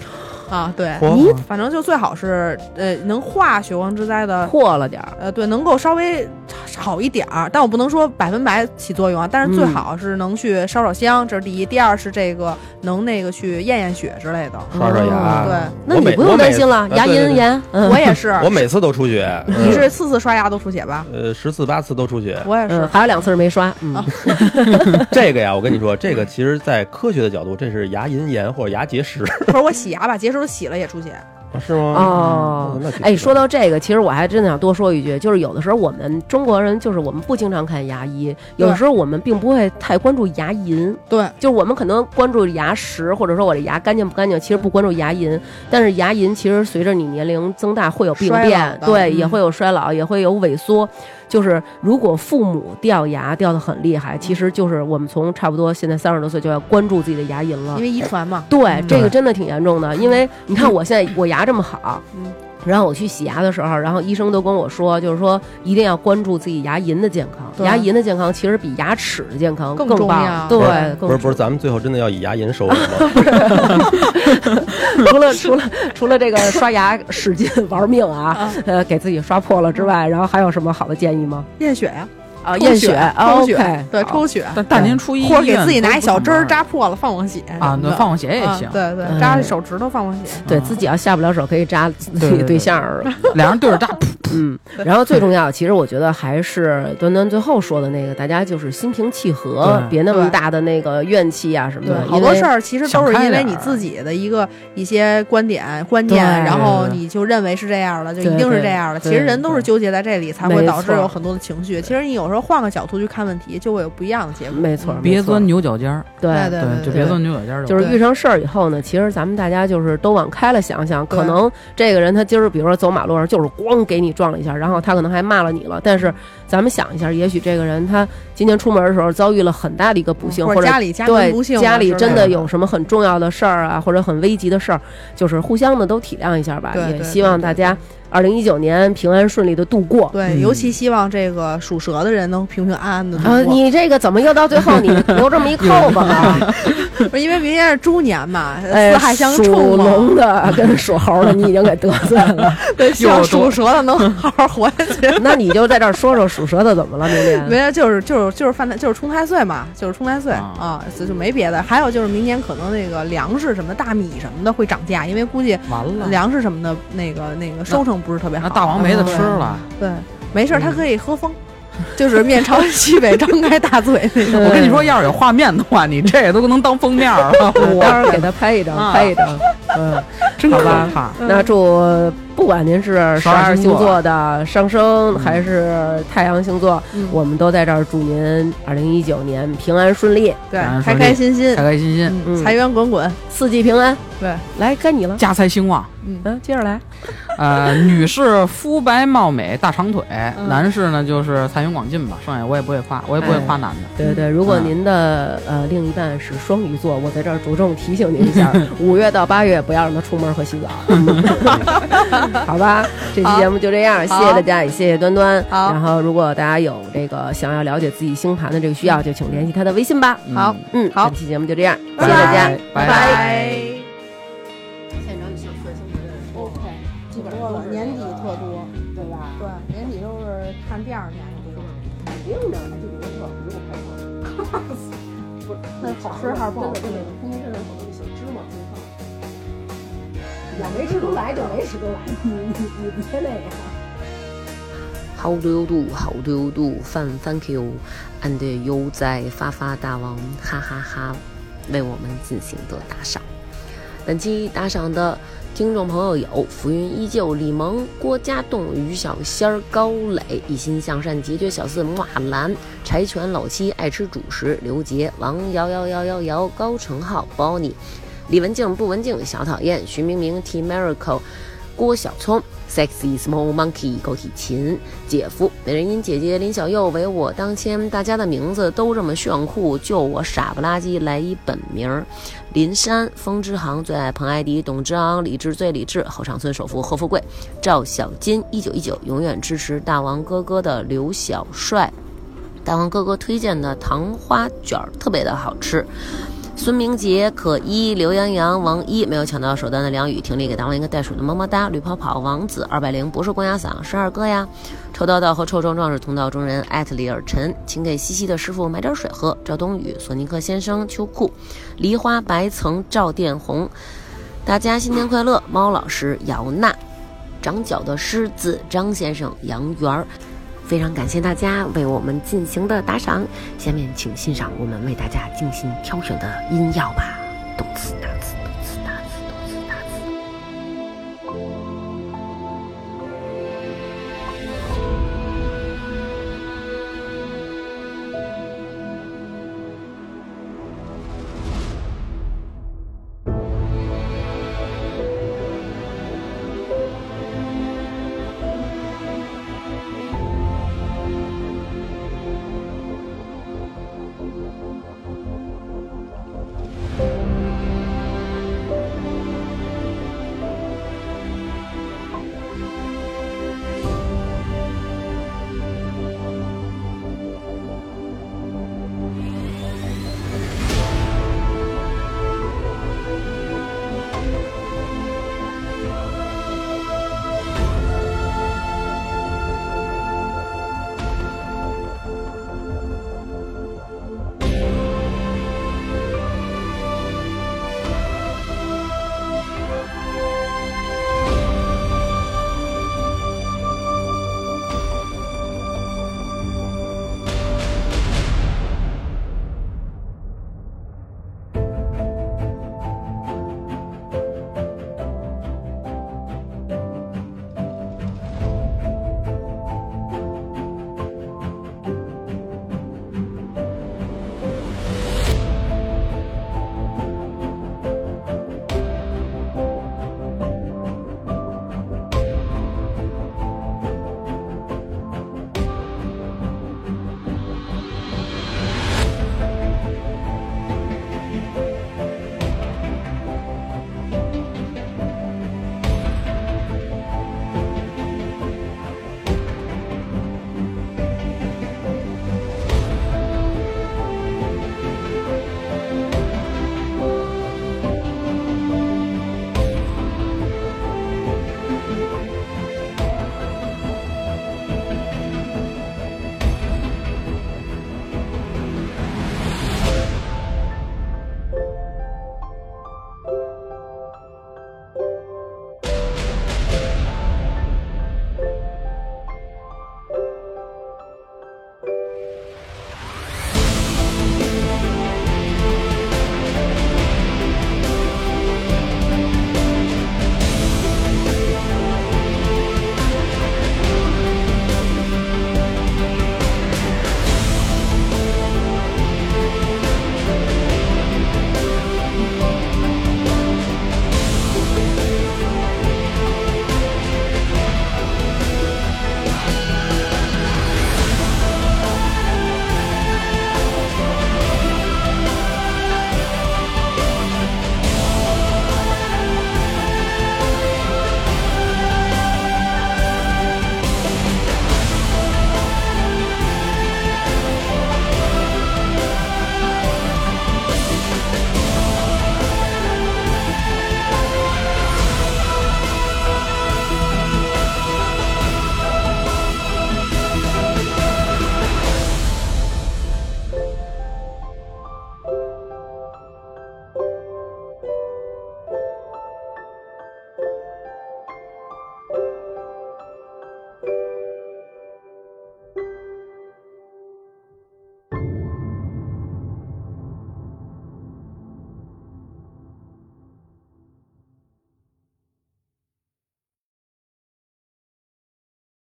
Speaker 3: 啊，对，
Speaker 2: 嚯
Speaker 3: 反正就最好是呃能化血光之灾的，
Speaker 1: 破了点儿，
Speaker 3: 呃，对，能够稍微好一点儿，但我不能说百分百起作用啊，但是最好是能去烧烧香，这是第一，第二是这个能那个去验验血之类的。
Speaker 2: 刷刷牙。啊
Speaker 3: 对
Speaker 1: 哦那
Speaker 2: 我
Speaker 1: 你
Speaker 2: 每
Speaker 1: 不用
Speaker 2: 我每
Speaker 1: 担心了，
Speaker 2: 呃
Speaker 1: 牙
Speaker 2: 对对
Speaker 1: 龈
Speaker 2: 对
Speaker 1: 炎，嗯
Speaker 3: 我也是，
Speaker 2: 我每次 都出血，
Speaker 3: 你
Speaker 2: 嗯
Speaker 3: 是次次刷牙都出血吧？
Speaker 2: 呃十次八次都出 血。
Speaker 3: 我也是
Speaker 1: 嗯，，还有两次是没刷，嗯
Speaker 3: 啊
Speaker 2: 这个呀，我跟你说，这个其实，在科学的角度，这是牙龈炎或者牙结石，
Speaker 3: 不是我洗牙吧，结石都洗了也出血。
Speaker 2: 是吗？
Speaker 1: 哦
Speaker 2: 那挺，
Speaker 1: 哎，
Speaker 2: 奇怪
Speaker 1: 说到这个，其实我还真的想多说一句，就是有的时候我们中国人就是我们不经常看牙医，有的时候我们并不会太关注牙龈，
Speaker 3: 对，
Speaker 1: 就是我们可能关注牙石，或者说我这牙干净不干净，其实不关注牙龈。但是牙龈其实随着你年龄增大会有病
Speaker 3: 衰老
Speaker 1: 变，
Speaker 3: 的
Speaker 1: 对，
Speaker 3: 嗯
Speaker 1: 也会有衰老，也会有萎缩。就是如果父母掉牙掉的很厉害，其
Speaker 3: 嗯
Speaker 1: 实就是我们从差不多现在三十多岁就要关注自己的牙龈了
Speaker 3: 因。为遗传嘛。
Speaker 1: 对，这
Speaker 2: 对
Speaker 1: 个真的挺严重的，因为你看我现在我牙这么好，
Speaker 3: 嗯
Speaker 1: 然后我去洗牙的时候，然后医生都跟我说，就是说一定要关注自己牙龈的健康，
Speaker 3: 对
Speaker 1: 牙龈的健康其实比牙齿的健康
Speaker 3: 更
Speaker 1: 棒，
Speaker 3: 重要
Speaker 1: 对
Speaker 2: 不是，
Speaker 1: 更
Speaker 2: 不是不是，咱们最后真的要以牙龈收尾吗？
Speaker 1: 除了除了除了这个刷牙使劲玩命啊，呃，给自己刷破了之
Speaker 3: 嗯
Speaker 1: 外，然后还有什么好的建议吗？
Speaker 3: 验血呀，
Speaker 1: 啊，
Speaker 3: 抽
Speaker 1: 验
Speaker 3: 血
Speaker 1: 血
Speaker 3: 抽血
Speaker 1: OK，
Speaker 3: 对，
Speaker 1: 好
Speaker 3: 抽血，
Speaker 4: 但大年初一
Speaker 3: 哎或者
Speaker 4: 医
Speaker 3: 给
Speaker 4: 院
Speaker 3: 自己
Speaker 4: 都
Speaker 3: 拿一
Speaker 4: 不
Speaker 3: 小
Speaker 4: 上
Speaker 3: 针儿
Speaker 4: 班
Speaker 3: 扎破了放放血
Speaker 4: 啊，对，放血也
Speaker 3: 啊
Speaker 4: 行，
Speaker 3: 对对，
Speaker 1: 嗯
Speaker 3: 扎手指头放放血。
Speaker 1: 对
Speaker 4: 啊
Speaker 1: 自己要下不了手，可以扎自
Speaker 4: 对
Speaker 1: 己
Speaker 4: 对对
Speaker 1: 对象 儿。
Speaker 4: 俩人对 着扎，
Speaker 1: 嗯，然后最重要，其实我觉得还是端端最后说的那个，大家就是心平气和，
Speaker 4: 对
Speaker 1: 别那么
Speaker 3: 对
Speaker 1: 大的那个怨气啊什么
Speaker 3: 对
Speaker 1: 的，，
Speaker 3: 好多事儿其实都是
Speaker 4: 想开
Speaker 3: 因为
Speaker 4: 点
Speaker 3: 你
Speaker 4: 儿
Speaker 3: 自己的一个一些观点、观念，
Speaker 1: 对
Speaker 3: 然后
Speaker 4: 对对
Speaker 3: 你就认为是这样了，就一
Speaker 1: 对
Speaker 3: 定是
Speaker 1: 对
Speaker 3: 这样了。其
Speaker 1: 对
Speaker 3: 实人都是
Speaker 1: 对
Speaker 3: 纠结在这里，才会
Speaker 1: 没
Speaker 3: 导致
Speaker 1: 错
Speaker 3: 有很多的情绪。其实你有时候换个角度去看问题，就会有不一样的结果。
Speaker 1: 没错
Speaker 3: 嗯，
Speaker 4: 别
Speaker 1: 没错
Speaker 4: 钻牛角尖儿，
Speaker 1: 对
Speaker 3: 对
Speaker 4: 就别钻牛角尖儿了，
Speaker 1: 就是
Speaker 3: 对
Speaker 1: 遇上事儿以后呢，其实咱们大家就是都往开了想想，可
Speaker 3: 对
Speaker 1: 能这个人他今儿比如说走马路上就是咣给你撞了一下，然后他可能还骂了你了，但是咱们想一下，也许这个人他今天出门的时候遭遇了很大的一个不幸，
Speaker 3: 或
Speaker 1: 或者
Speaker 3: 家里家
Speaker 1: 对
Speaker 3: 庭不幸啊
Speaker 1: 家
Speaker 3: 之
Speaker 1: 里
Speaker 3: 类
Speaker 1: 真
Speaker 3: 的
Speaker 1: 的有什么很重要的事儿啊，或者很危急的事儿，就是互相的都体谅一下吧。
Speaker 3: 对对
Speaker 1: 也
Speaker 3: 对
Speaker 1: 希望大家二零一九年平安顺利的度过。
Speaker 3: 对，
Speaker 4: 嗯
Speaker 3: 尤其希望这个属蛇的人能平平安安的度
Speaker 1: 啊，
Speaker 3: 过。
Speaker 1: 你这个怎么又到最后你留这么一扣子了？
Speaker 3: 不是因为明年是猪年嘛，
Speaker 1: 哎
Speaker 3: 四害相
Speaker 1: 属
Speaker 3: 冲嘛，
Speaker 1: 龙的跟属猴的你已经给得罪了，
Speaker 3: 对，希望属蛇的能好好活下去。
Speaker 1: 那你就在这儿说说属蛇的怎么了？明
Speaker 3: 没
Speaker 1: 年
Speaker 3: 有，就是就是就是犯太就是冲太岁嘛，就是冲太岁
Speaker 4: 啊
Speaker 3: 啊，就就没别的。还有就是明年可能那个粮食什么的、大米什么的会涨价，因为估计
Speaker 4: 完了，
Speaker 3: 粮食什么的那个那个收成不是特别好。
Speaker 4: 啊
Speaker 3: 啊
Speaker 4: 那大王没得吃 了，嗯
Speaker 3: 对，没事儿，他可以喝风，就是面朝西北张开大嘴那种。
Speaker 4: 我跟你说，要是有画面的话，你这都能当封面儿了，
Speaker 1: 啊到
Speaker 4: 我
Speaker 1: 时候给他拍一张，
Speaker 4: 啊
Speaker 1: 拍一张。嗯，
Speaker 4: 真
Speaker 1: 好
Speaker 4: 可
Speaker 1: 吧
Speaker 4: 怕。
Speaker 1: 那祝不管您是十
Speaker 4: 12
Speaker 1: 二
Speaker 4: 星
Speaker 1: 星
Speaker 4: 座嗯
Speaker 1: 座的上升还是太阳星座，
Speaker 3: 嗯
Speaker 1: 我们都在这儿祝您二零一九年平安顺利，
Speaker 3: 对
Speaker 4: 咱，说
Speaker 3: 开
Speaker 4: 这
Speaker 3: 开心心
Speaker 4: 开，开心心，
Speaker 3: 嗯财源滚滚。
Speaker 1: 四季平安。
Speaker 3: 对，
Speaker 1: 来该你了，
Speaker 4: 家财兴旺。
Speaker 1: 嗯，接着来。
Speaker 4: 呃，女士肤白貌美大长腿，
Speaker 3: 嗯
Speaker 4: 男士呢就是财源广进吧，剩下我也不会夸，我也不会夸男的。
Speaker 1: 对对，如
Speaker 3: 嗯
Speaker 1: 果您的呃另一半是双鱼座，我在这儿着重提醒您一 下，五月到八月不要让他出门和洗澡，好吧？这期节目就这样，谢
Speaker 3: 好
Speaker 1: 谢大家，也谢谢端端。
Speaker 3: 好
Speaker 1: 然后如果大家有这个想要了解自己星盘的这个需要，就请联系他的微信吧。
Speaker 4: 嗯
Speaker 3: 好，
Speaker 1: 嗯，
Speaker 3: 好
Speaker 1: 本期节目就这样，谢
Speaker 3: 拜
Speaker 1: 谢大家。
Speaker 4: 拜
Speaker 3: 拜。
Speaker 1: 基本
Speaker 3: 多了，年底特多，对吧？对，年底都是看第二年的多。 肯定的，就比如说，如果排不是，那好吃还是不好吃？
Speaker 1: 我没吃出来就没吃出来，你你你别那个。
Speaker 8: How do you do? How do you do? Fan thank you and you 在发发大王哈哈哈为我们进行的打赏。本期打赏的听众朋友有浮云依旧、李萌、郭家栋、于小仙儿、高磊、一心向善、杰决小四、马兰、柴犬老七、爱吃主食、刘杰、王瑶瑶瑶瑶瑶、高成浩、Bonnie、李文静、不文静、小讨厌、徐明明、T Miracle、郭小聪、Sexy Small Monkey、狗体琴、姐夫、美人音姐姐、林小佑、唯我当先，大家的名字都这么炫酷，就我傻不拉几来一本名儿。林珊、风之航最爱彭艾迪、董之昂、李志最理智、后场村首富贺富贵、赵小金、一九一九永远支持大王哥哥的刘小帅。大王哥哥推荐的糖花卷儿特别的好吃。孙明杰、可一、刘洋洋、王一没有抢到首单的梁宇，婷丽给大王一个袋鼠的么么哒，吕跑跑、王子、二百零不是公鸭嗓，是二哥呀。臭叨叨和臭壮壮是同道中人，艾特里尔陈，请给西西的师傅买点水喝。赵冬雨、索尼克先生、秋裤、梨花白层、赵殿红，大家新年快乐！猫老师、姚娜、长脚的狮子、张先生、杨元儿。非常感谢大家为我们进行的打赏，下面请欣赏我们为大家精心挑选的音药吧，动次。